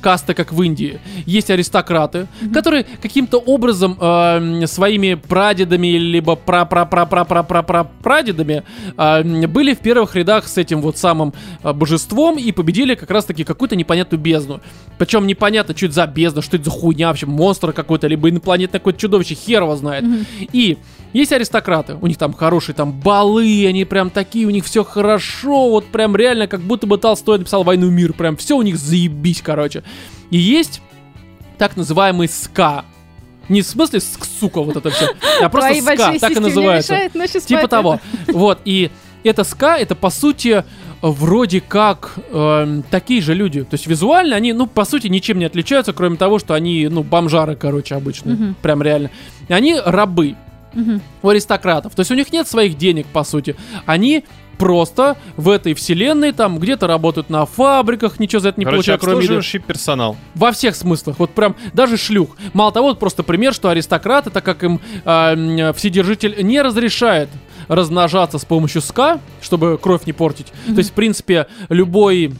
S1: касты, как в Индии. Есть аристократы, которые каким-то образом эм, своими прадедами, либо пра пра пра пра пра пра пра прадедами э, были в первых рядах с этим вот самым э, божеством и победили как раз-таки какую-то непонятную бездну. Причем непонятно, что это за бездна, что это за хуйня вообще, монстр какой-то, либо инопланетное какое-то чудовище, хер его знает. И есть аристократы, у них там хорошие там балы, они прям такие, у них все хорошо, вот прям реально, как будто бы Толстой написал «Войну и мир», прям все у них заебись, короче. И есть так называемый ска. Не в смысле ск- сука вот это все, а просто
S3: Твои
S1: ска,
S3: большие
S1: так и
S3: сиськи мне
S1: называется.
S3: мешают, но щас
S1: Типа
S3: пойду.
S1: того. Вот, и это ска, это по сути вроде как эм, такие же люди. То есть визуально они, ну, по сути, ничем не отличаются, кроме того, что они, ну, бомжары, короче, обычные.
S3: Мгм.
S1: Прям реально. И Они рабы
S3: Мгм.
S1: у аристократов. То есть у них нет своих денег, по сути. Они просто в этой вселенной там где-то работают на фабриках, ничего за это не
S2: Короче,
S1: получают, кроме еды.
S2: обслуживающий персонал.
S1: Во всех смыслах, вот прям даже шлюх. Мало того, вот просто пример, что аристократы, так как им а, м, вседержитель не разрешает размножаться с помощью ска, чтобы кровь не портить. То есть, в принципе, любой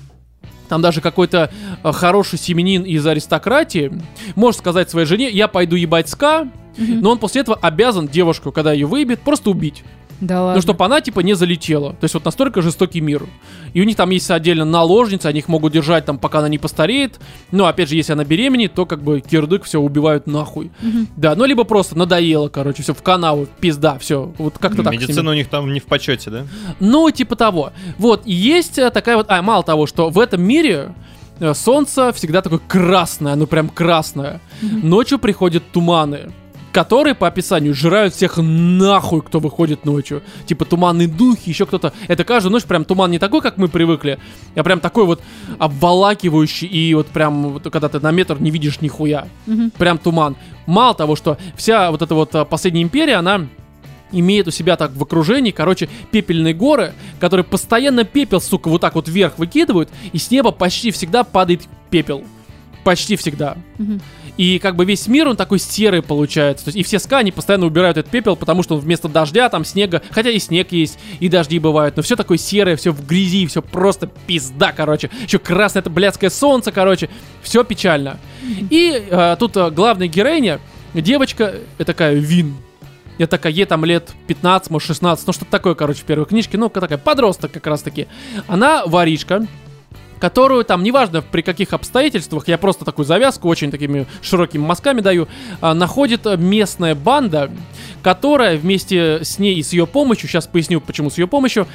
S1: там даже какой-то э, хороший семенин из аристократии может сказать своей жене, я пойду ебать ска,
S3: Мгм.
S1: но он после этого обязан девушку, когда ее выебет, просто убить.
S3: Да ладно.
S1: Ну, чтобы она, типа, не залетела. То есть вот настолько жестокий мир. И у них там есть отдельно наложницы, они их могут держать там, пока она не постареет. Но, опять же, если она беременеет, то как бы кирдык все убивают нахуй.
S3: Мгм.
S1: Да, ну, либо просто надоело, короче, все в канаву, пизда, все. Вот как-то так. с ними.
S2: Медицина у них там не в почете, да?
S1: Ну, типа того. Вот, и есть э, такая вот... А, мало того, что в этом мире э, солнце всегда такое красное, ну прям красное. Ночью приходят туманы, которые, по описанию, жирают всех нахуй, кто выходит ночью. Типа туманные духи, еще кто-то. Это каждую ночь прям туман не такой, как мы привыкли, а прям такой вот обволакивающий, и вот прям, вот, когда ты на метр не видишь нихуя
S3: Мгм.
S1: прям туман. Мало того, что вся вот эта вот а, последняя империя, она имеет у себя так в окружении, короче, пепельные горы, которые постоянно пепел, сука, вот так вот вверх выкидывают, и с неба почти всегда падает пепел. Почти всегда.
S3: Мгм.
S1: И как бы весь мир, он такой серый получается. То есть, и все ска, они постоянно убирают этот пепел, потому что он вместо дождя, там снега, хотя и снег есть, и дожди бывают, но все такое серое, все в грязи, все просто пизда, короче. Еще красное это блядское солнце, короче. Все печально. И э, тут э, главная героиня, девочка, э, такая Вин. Я такая, ей там лет 15, может 16, ну что-то такое, короче, в первой книжке. Ну, такая подросток как раз-таки. Она воришка, которую там, неважно при каких обстоятельствах, я просто такую завязку очень такими широкими мазками даю, а, находит э, местная банда, которая вместе с ней и с ее помощью, сейчас поясню, почему с ее помощью,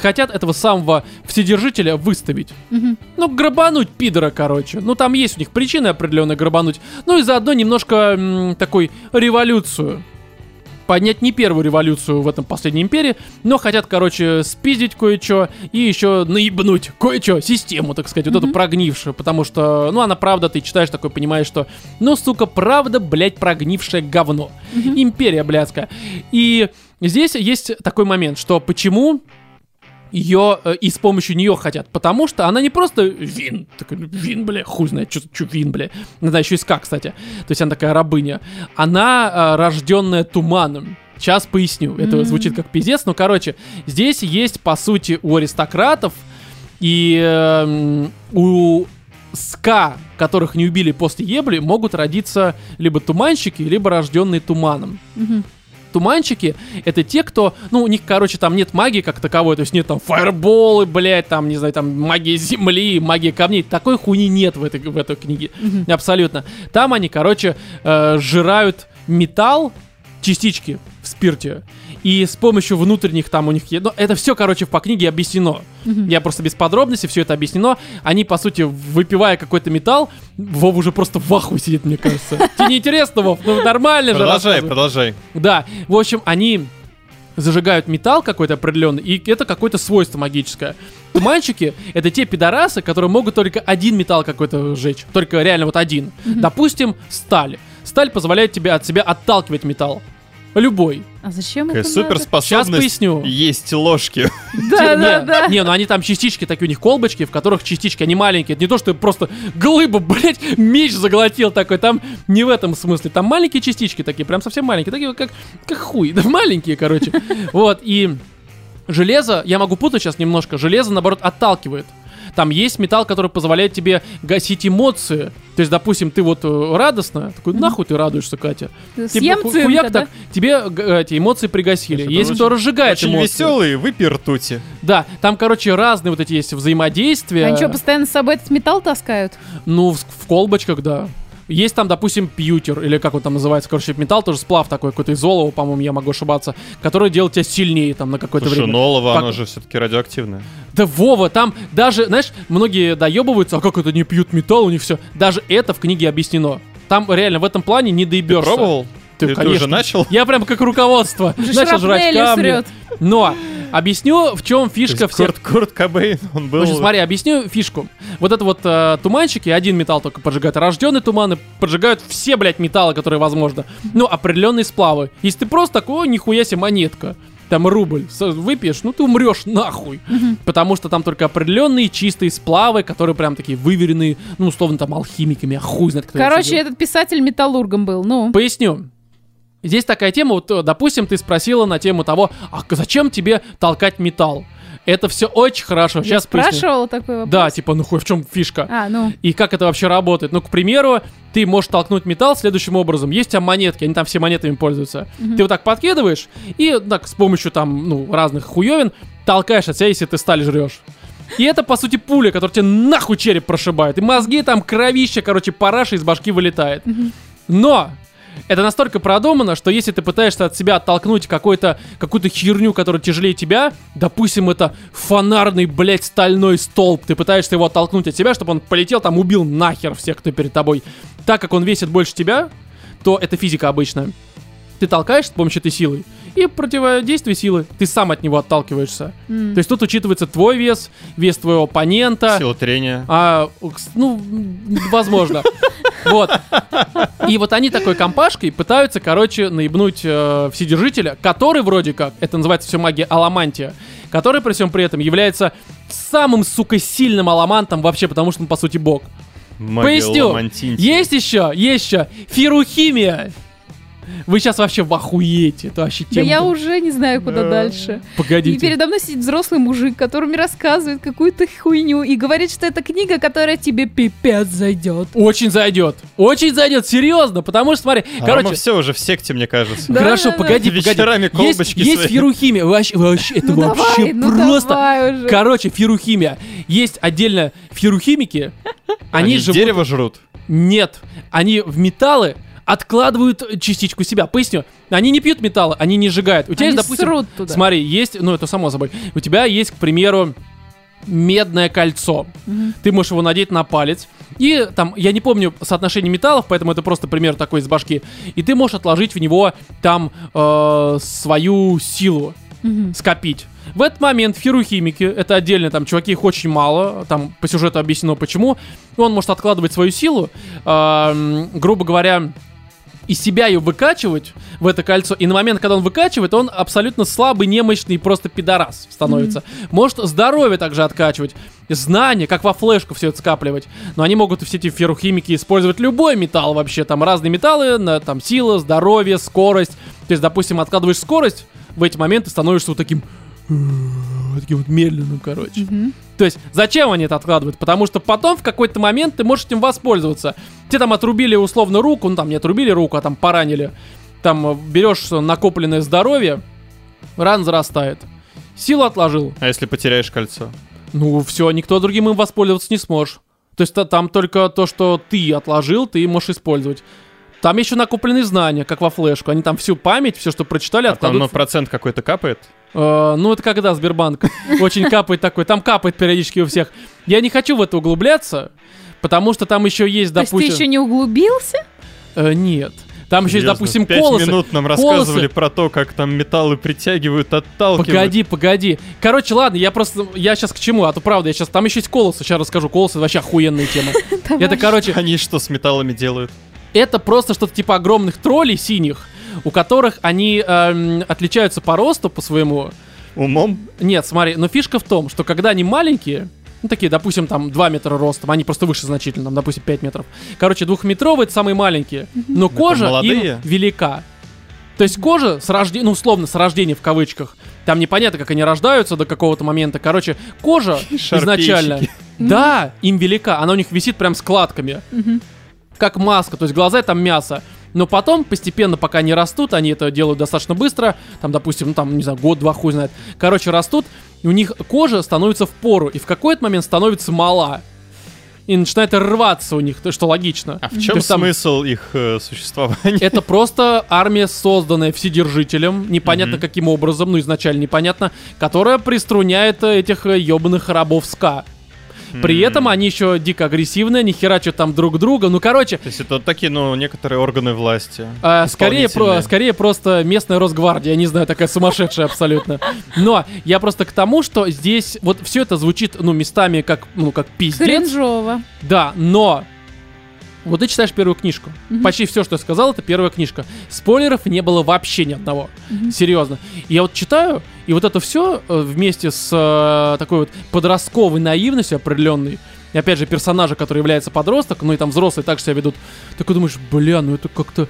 S1: хотят этого самого вседержителя выставить.
S3: Мгм.
S1: Ну, грабануть пидора, короче. Ну, там есть у них причины определенные грабануть. Ну, и заодно немножко м, такой революцию. Поднять не первую революцию в этом последней империи, но хотят, короче, спиздить кое-что и еще наебнуть кое-что, систему, так сказать, вот эту
S3: Мгм.
S1: прогнившую, потому что, ну, она правда, ты читаешь такой, понимаешь, что, ну, сука, правда, блядь, прогнившее говно. Империя блядская. И здесь есть такой момент, что почему ее э, и с помощью нее хотят, потому что она не просто вин, такой, ну, вин, бля, хуй знает, что вин, бля, она еще и ска, кстати, то есть она такая рабыня, она э, рожденная туманом, сейчас поясню, это
S3: М.
S1: звучит как пиздец, но, короче, здесь есть, по сути, у аристократов и эм, у ска, которых не убили после ебли, могут родиться либо туманщики, либо рожденные туманом
S3: Мгм.
S1: туманчики это те, кто, ну, у них, короче, там нет магии как таковой, то есть нет там фаерболы, блядь, там, не знаю, там магия земли, магия камней, такой хуйни нет в этой, в этой книге,
S3: Мгм.
S1: абсолютно. Там они, короче, э, жирают металл, частички в спирте, и с помощью внутренних там у них... е- Ну, это все, короче, по книге объяснено.
S3: Мгм.
S1: Я просто без подробностей, все это объяснено. Они, по сути, выпивая какой-то металл, Вов уже просто в ахуе сидит, мне кажется. Тебе не интересно, Вов? Ну, нормально же.
S2: Продолжай,
S1: рассказывай. Ну,
S2: продолжай.
S1: Да, в общем, они зажигают металл какой-то определенный, и это какое-то свойство магическое. Туманчики — это те пидорасы, которые могут только один металл какой-то сжечь. Только реально вот один. Допустим, сталь. Сталь позволяет тебе от себя отталкивать металл. Любой.
S3: А зачем
S2: Такая
S3: это надо?
S1: Сейчас
S2: суперспособность
S1: поясню.
S2: есть ложки.
S3: Да,
S1: Не,
S3: да, да.
S1: Не, ну они там частички такие, у них колбочки, в которых частички, они маленькие. Это не то, что просто глыба, блядь, меч заглотил такой. Там не в этом смысле. Там маленькие частички такие, прям совсем маленькие. Такие как, как хуй. Да маленькие, короче. Вот, и железо, я могу путать сейчас немножко, железо, наоборот, отталкивает. Там есть металл, который позволяет тебе гасить эмоции. То есть, допустим, ты вот э, радостно, такой, нахуй ты радуешься, Катя. Тебе
S3: Съем
S1: типа ху-
S3: цинка,
S1: хуяк
S3: да?
S1: так, тебе г- эти эмоции пригасили.
S2: Слушай, это
S1: Есть кто
S2: очень-
S1: разжигает
S2: Очень
S1: эмоции.
S2: веселый, выпей ртути.
S1: Да, там, короче, разные вот эти есть взаимодействия.
S3: Они что, постоянно с собой этот металл таскают?
S1: Ну, в, в колбочках, да. Есть там, допустим, пьютер, или как он там называется, короче, металл, тоже сплав такой, какой-то из олова, по-моему, я могу ошибаться, который делает тебя сильнее там на какое-то
S2: Слушай, ну.
S1: время.
S2: noloво,
S1: Пок-
S2: оно же все-таки радиоактивное.
S1: Да Вова, там даже, знаешь, многие доебываются, а как это не пьют металл, у них все. Даже это в книге объяснено. Там реально в этом плане не
S2: Ты
S1: доебешься.
S2: пробовал?
S1: Ты,
S2: Ты ты
S1: конечно.
S2: уже начал?
S1: Я прям как руководство.
S3: Уже
S1: Начал жрать
S3: Шрапнелью
S1: камни.
S3: срет.
S1: Но объясню, в чем фишка
S2: Курт,
S1: всех
S2: Курт Кобейн, он был...
S1: В общем, смотри, объясню фишку. Вот это вот э, туманчики, один металл только поджигают. Рожденные туманы поджигают все, блядь, металлы, которые возможно. Ну, определенные сплавы. Если ты просто такой, «О, нихуя себе монетка. Там рубль с- выпьешь, ну ты умрешь нахуй. Потому что там только определенные чистые сплавы, которые прям такие выверенные, ну, условно, там, алхимиками, а хуй знает, кто это
S3: Короче,
S1: делает.
S3: этот писатель металлургом был. Ну,
S1: Поясню. Здесь такая тема, вот, э, допустим, ты спросила на тему того, а к- зачем тебе толкать металл? Это все очень хорошо.
S3: я
S1: Сейчас поясню.
S3: спрашивала такой вопрос.
S1: Да, типа, ну хуй, в чем фишка?
S3: А, ну.
S1: И как это вообще работает? Ну, к примеру, ты можешь толкнуть металл следующим образом. Есть у тебя монетки, они там все монетами пользуются. Ты вот так подкидываешь, и так с помощью там, ну, разных хуевин толкаешь от себя, если ты сталь жрешь. И это, по сути, пуля, которая тебе нахуй череп прошибает. И мозги там кровище, короче, параша из башки вылетает. Но это настолько продумано, что если ты пытаешься от себя оттолкнуть какой-то, какую-то херню, которая тяжелее тебя, допустим, это фонарный, блядь, стальной столб, ты пытаешься его оттолкнуть от себя, чтобы он полетел, там, убил нахер всех, кто перед тобой. Так как он весит больше тебя, то это физика обычная. Ты толкаешь с помощью этой силы, и противодействие силы, ты сам от него отталкиваешься.
S3: м.
S1: То есть тут учитывается твой вес, вес твоего оппонента.
S2: Сила трения.
S1: А, кс- ну, м, возможно. Вот. И вот они такой компашкой пытаются, короче, наебнуть э, Вседержителя, который вроде как, это называется все магия Аламантия, который при всем при этом является самым, сука, сильным аламантом вообще, потому что он, по сути, бог. Поясню. Есть еще, есть еще фирухимия. Вы сейчас вообще в охуете. Это вообще
S3: Да
S1: тема.
S3: я уже не знаю, куда
S2: Да.
S3: дальше. И
S1: Погодите.
S3: передо мной сидит взрослый мужик, который мне рассказывает какую-то хуйню и говорит, что это книга, которая тебе пипец зайдет.
S1: Очень зайдет. Очень зайдет, серьезно, потому что, смотри, короче...
S2: Короче, все А уже в секте, мне кажется.
S3: Да,
S1: Хорошо,
S3: да, да.
S1: погоди, погоди.
S2: Вечерами
S1: есть,
S2: колбочки
S1: есть
S2: свои.
S1: фирухимия. Вообще, вообще, это
S3: ну
S1: вообще
S3: давай, ну
S1: просто.
S3: давай уже.
S1: Короче, фирухимия. Есть отдельно фирухимики. Они,
S2: Они
S1: живут...
S2: дерево жрут.
S1: Нет. Они в металлы откладывают частичку себя. Поясню. Они не пьют металлы, они не сжигают. У тебя
S3: Они
S1: есть, допустим...
S3: срут туда.
S1: Смотри, есть... Ну, это само собой. У тебя есть, к примеру, медное кольцо.
S3: Мгм.
S1: Ты можешь его надеть на палец. И там, я не помню соотношение металлов, поэтому это просто пример такой из башки. И ты можешь отложить в него там э, свою силу
S3: Мгм.
S1: скопить. В этот момент фирухимики, это отдельно, там, чуваки, их очень мало, там, по сюжету объяснено почему, он может откладывать свою силу, эм, грубо э, говоря, из себя ее выкачивать в это кольцо, и на момент, когда он выкачивает, он абсолютно слабый, немощный, просто пидорас становится. Может здоровье также откачивать, знания, как во флешку все это скапливать. Но они могут и все эти ферухимики использовать любой металл вообще, там разные металлы, на, там сила, здоровье, скорость. То есть, допустим, откладываешь скорость, в эти моменты становишься вот таким... Таким вот медленным, короче.
S3: Мгм.
S1: То есть, зачем они это откладывают? Потому что потом в какой-то момент ты можешь этим воспользоваться. Тебе там отрубили условно руку, ну там не отрубили руку, а там поранили. Там э, берешь э, накопленное здоровье, ран зарастает. Силу отложил.
S2: А если потеряешь кольцо?
S1: Ну все, никто другим им воспользоваться не сможешь. То есть та- там только то, что ты отложил, ты можешь использовать. Там еще накопленные знания, как во флешку. Они там всю память, все, что прочитали,
S2: А там ну,
S1: откладывают.
S2: процент какой-то капает?
S1: Э, ну, это когда Сбербанк очень капает такой. Там капает периодически у всех. Я не хочу в это углубляться, потому что там еще есть,
S3: То есть ты
S1: допустим...
S3: еще не углубился?
S1: Э, нет. Там еще есть,
S2: Серьезно,
S1: допустим,
S2: пять
S1: колосы.
S2: минут нам
S1: Колосы.
S2: рассказывали про то, как там металлы притягивают, отталкивают.
S1: Погоди, погоди. Короче, ладно, я просто... Я сейчас к чему? А то правда, я сейчас... Там еще есть колосы. Сейчас расскажу. Колосы вообще охуенная тема. Это, короче,
S2: Они что с металлами делают?
S1: Это просто что-то типа огромных троллей синих, у которых они эм, отличаются по росту, по своему.
S2: Умом?
S1: Нет, смотри, но фишка в том, что когда они маленькие, ну такие, допустим, там 2 метра ростом, они просто выше значительно, там, допустим, 5 метров. Короче, двухметровые это самые маленькие, но кожа
S2: молодые?
S1: им велика. То есть кожа с рождения, ну условно, с рождения в кавычках. Там непонятно, как они рождаются до какого-то момента. Короче, кожа изначально,
S2: Шарпейщики.
S1: да, им велика, она у них висит прям складками как маска, то есть глаза там мясо. Но потом, постепенно, пока они растут, они это делают достаточно быстро, там, допустим, ну, там, не знаю, год-два хуй знает. Короче, растут, и у них кожа становится в пору, и в какой-то момент становится мала. И начинает рваться у них, то, что логично.
S2: А в
S1: То
S2: чем
S1: есть там
S2: смысл их э, существования?
S1: это просто армия, созданная вседержителем, непонятно
S2: Мгм.
S1: каким образом, ну изначально непонятно, которая приструняет э, этих э, ёбаных рабов СКА. При
S2: М.
S1: этом они еще дико агрессивные, они херачат там друг друга. Ну, короче,
S2: То есть это вот такие, ну, некоторые органы власти.
S1: А, скорее,
S2: Исполнительные.
S1: про, скорее просто местная Росгвардия, я не знаю, такая сумасшедшая абсолютно. Но я просто к тому, что здесь вот все это звучит, ну, местами как, ну, как пиздец.
S3: Кринжово.
S1: Да, но... Вот ты читаешь первую книжку.
S3: Мгм.
S1: Почти все, что я сказал, это первая книжка. Спойлеров не было вообще ни одного.
S3: Мгм.
S1: Серьезно. И Я вот читаю, и вот это все вместе с э, такой вот подростковой наивностью определенной, и опять же, персонажа, который является подросток, ну и там взрослые так же себя ведут, такой думаешь, бля, ну это как-то...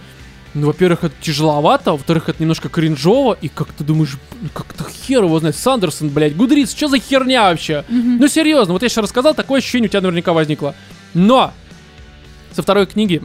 S1: Ну, во-первых, это тяжеловато, а во-вторых, это немножко кринжово, и как ты думаешь, «Блин, как-то хер его знает, Сандерсон, блядь, Гудриц, что за херня вообще?
S3: Мгм.
S1: Ну, серьезно, вот я сейчас рассказал, такое ощущение у тебя наверняка возникло. Но со второй книги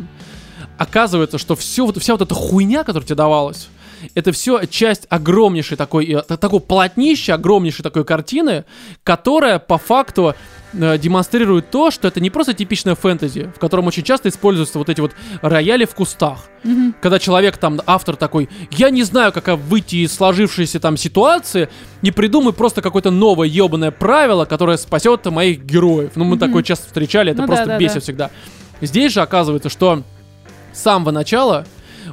S1: оказывается, что все, вот, вся вот эта хуйня, которая тебе давалась, это все часть огромнейшей такой, э, та- такого плотнища, огромнейшей такой картины, которая по факту э, демонстрирует то, что это не просто типичная фэнтези, в котором очень часто используются вот эти вот рояли в кустах.
S3: Мгм.
S1: Когда человек там, автор такой, я не знаю, как выйти из сложившейся там ситуации, не придумай просто какое-то новое ебаное правило, которое спасет моих героев. Ну, мы
S3: Мгм.
S1: такое часто встречали, это
S3: Ну да,
S1: просто
S3: да,
S1: бесит
S3: да.
S1: всегда. Здесь же оказывается, что с самого начала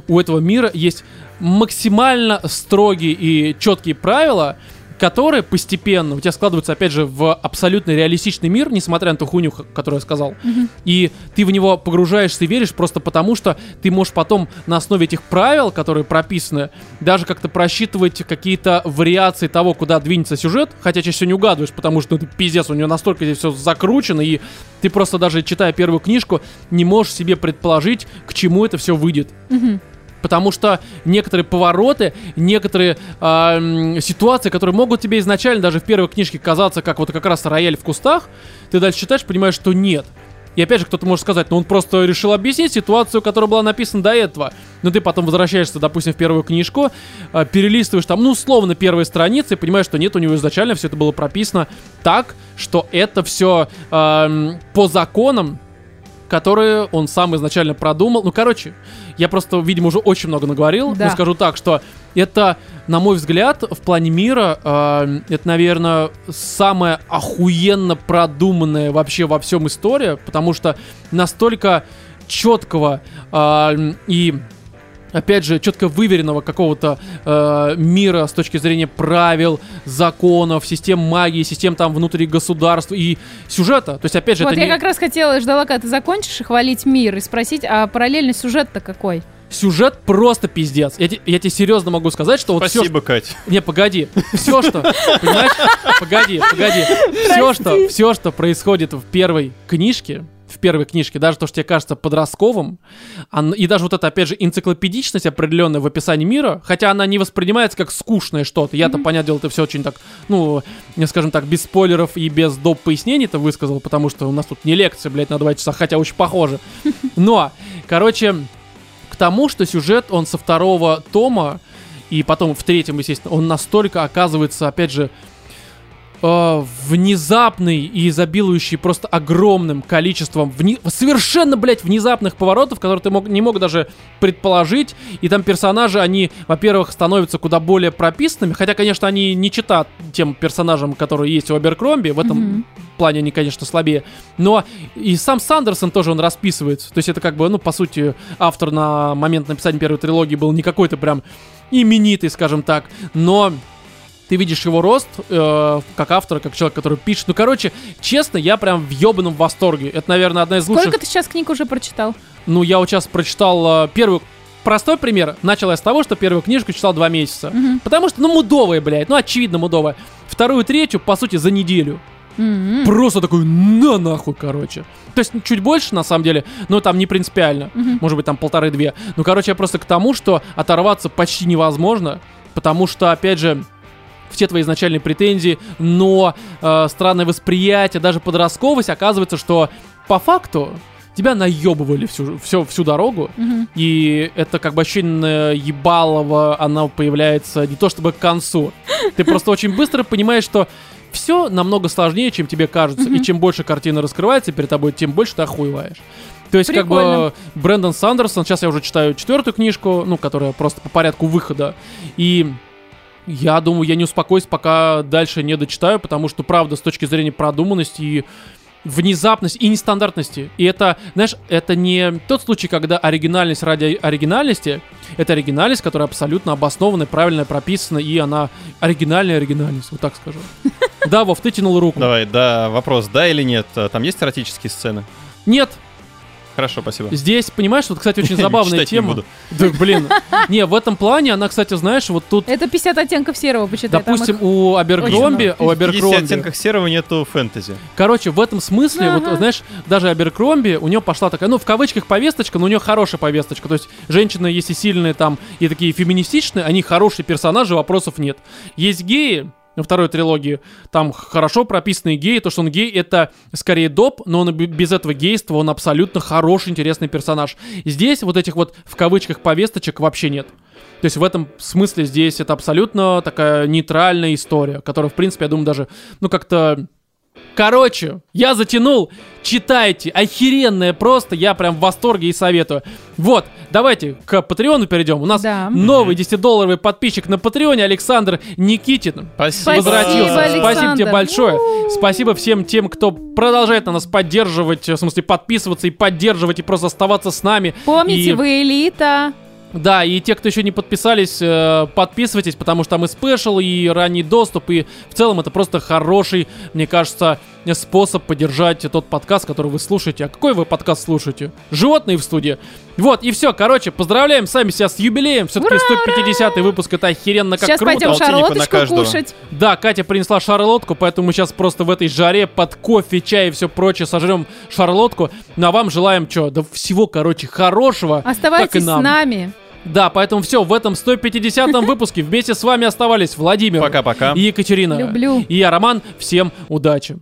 S1: у этого мира есть максимально строгие и четкие правила, которые постепенно у тебя складываются, опять же, в абсолютно реалистичный мир, несмотря на ту хуйню, х- которую я сказал.
S3: Мгм.
S1: И ты в него погружаешься и веришь просто потому, что ты можешь потом на основе этих правил, которые прописаны, даже как-то просчитывать какие-то вариации того, куда двинется сюжет, хотя чаще всего не угадываешь, потому что ну, это пиздец, у него настолько здесь все закручено, и ты просто даже читая первую книжку, не можешь себе предположить, к чему это все выйдет.
S3: Мгм.
S1: Потому что некоторые повороты, некоторые а, м, ситуации, которые могут тебе изначально даже в первой книжке казаться как вот как раз рояль в кустах, ты дальше читаешь, понимаешь, что нет. И опять же кто-то может сказать, ну он просто решил объяснить ситуацию, которая была написана до этого. Но ты потом возвращаешься, допустим, в первую книжку, а, перелистываешь там, ну, условно, первые страницы, и понимаешь, что нет, у него изначально все это было прописано так, что это все по законам, которые он сам изначально продумал. Ну, короче, я просто, видимо, уже очень много наговорил.
S3: Да.
S1: Но скажу так, что это, на мой взгляд, в плане мира, эм, это, наверное, самая охуенно продуманная вообще во всем история, потому что настолько четкого эм, и опять же, четко выверенного какого-то э, мира с точки зрения правил, законов, систем магии, систем там внутри государств и сюжета. То есть, опять же,
S3: Вот
S1: это
S3: я
S1: не...
S3: как раз хотела и ждала, когда ты закончишь и хвалить мир, и спросить, а параллельный сюжет-то какой?
S1: Сюжет просто пиздец. Я, те- я тебе серьезно могу сказать, что вот все,
S2: Спасибо, Кать.
S1: не, погоди. Все, что... Понимаешь? Погоди, погоди. Все, что, все, что происходит в первой книжке, в первой книжке, даже то, что тебе кажется подростковым, оно- и даже вот эта, опять же, энциклопедичность определенная в описании мира, хотя она не воспринимается как скучное что-то. Я-то, понятное дело, это все очень так, ну, не скажем так, без спойлеров и без доп. пояснений это высказал, потому что у нас тут не лекция, блядь, на два часа, хотя очень похоже. Но, короче, к тому, что сюжет, он со второго тома, и потом в третьем, естественно, он настолько оказывается, опять же, э, внезапный и изобилующий просто огромным количеством вни- совершенно, блядь, внезапных поворотов, которые ты мог, не мог даже предположить. И там персонажи, они, во-первых, становятся куда более прописанными, хотя, конечно, они не читают тем персонажам, которые есть у Аберкромби, в этом
S3: Мгм.
S1: плане они, конечно, слабее. Но и сам Сандерсон тоже он расписывается. То есть это как бы, ну, по сути, автор на момент написания первой трилогии был не какой-то прям именитый, скажем так, но ты видишь его рост э, как автора, как человек, который пишет. Ну, короче, честно, я прям в ебаном восторге. Это, наверное, одна из лучших...
S3: Сколько ты сейчас книг уже прочитал?
S1: Ну, я вот сейчас прочитал э, первую... Простой пример. Начал я с того, что первую книжку читал два месяца.
S3: Мгм.
S1: Потому что, ну, мудовая, блядь. Ну, очевидно, мудовая. Вторую, третью, по сути, за неделю.
S3: Мгм.
S1: Просто такой, на нахуй, короче. То есть ну, чуть больше, на самом деле, но там не принципиально.
S3: Мгм.
S1: Может быть, там полторы-две. Ну, короче, я просто к тому, что оторваться почти невозможно, потому что, опять же, все твои изначальные претензии, но э, странное восприятие, даже подростковость, оказывается, что по факту тебя наебывали всю, всю, всю дорогу,
S3: Мгм.
S1: и это как бы ощущение ебалово, оно появляется не то чтобы к концу. Ты просто очень быстро понимаешь, что все намного сложнее, чем тебе кажется. И
S3: Мгм.
S1: чем больше картина раскрывается перед тобой, тем больше ты охуеваешь. То есть,
S3: Прикольно.
S1: как бы, Брэндон Сандерсон, сейчас я уже читаю четвертую книжку, ну, которая просто по порядку выхода, и я думаю, я не успокоюсь, пока дальше не дочитаю, потому что, правда, с точки зрения продуманности и внезапность и нестандартности. И это, знаешь, это не тот случай, когда оригинальность ради оригинальности, это оригинальность, которая абсолютно обоснована, правильно прописана, и она оригинальная оригинальность, вот так скажу. Да, Вов, ты тянул руку.
S2: Давай, да, вопрос, да или нет? А, Там есть эротические сцены?
S1: Нет,
S2: Хорошо, спасибо.
S1: здесь, понимаешь, вот, кстати, очень забавная
S2: Читать не
S1: тема.
S2: буду.
S1: Да, блин. Не, в этом плане она, кстати, знаешь, вот тут,
S3: Это 50 оттенков серого, почитай. там
S1: допустим, у Абергромби, у
S2: В 50
S1: Абергромби,
S2: оттенках серого нету фэнтези.
S1: Короче, в этом смысле, вот,
S3: Ага.
S1: знаешь, даже Аберкромби, у нее пошла такая, ну, в кавычках повесточка, но у нее хорошая повесточка. То есть, женщины, если сильные там и такие феминистичные, они хорошие персонажи, вопросов нет. Есть геи, во второй трилогии, там хорошо прописанные геи, то, что он гей, это скорее доп, но он и б- без этого гейства, он абсолютно хороший, интересный персонаж. Здесь вот этих вот, в кавычках, повесточек вообще нет. То есть в этом смысле здесь это абсолютно такая нейтральная история, которая, в принципе, я думаю, даже, ну, как-то Короче, я затянул. Читайте. Охеренное просто. Я прям в восторге и советую. Вот, давайте к Патреону перейдем. У нас
S3: Да.
S1: новый 10-долларовый подписчик на Патреоне Александр Никитин.
S2: Спасибо.
S1: Возвратился.
S3: Александр.
S1: Спасибо тебе большое. Спасибо всем тем, кто продолжает на нас поддерживать, э, в смысле подписываться и поддерживать, и просто оставаться с нами.
S3: Помните,
S1: И-
S3: вы элита.
S1: Да, и те, кто еще не подписались, э, подписывайтесь, потому что там и спешл, и ранний доступ, и в целом это просто хороший, мне кажется, способ поддержать тот подкаст, который вы слушаете. А какой вы подкаст слушаете? Животные в студии. Вот, и все, короче, поздравляем сами себя с юбилеем. Все-таки 150-й выпуск, это охеренно как
S3: Сейчас
S1: круто.
S3: пойдем
S2: полтинник на
S3: шарлоточку
S2: каждого.
S3: кушать.
S1: Да, Катя принесла шарлотку, поэтому мы сейчас просто в этой жаре под кофе, чай и все прочее сожрем шарлотку. Ну а вам желаем что? Да всего, короче, хорошего. так и
S3: Оставайтесь с
S1: нам.
S3: нами.
S1: Да, поэтому все, в этом 150-м выпуске вместе с вами оставались Владимир
S2: Пока-пока.
S1: и Екатерина.
S3: Люблю.
S1: И я, Роман. Всем удачи.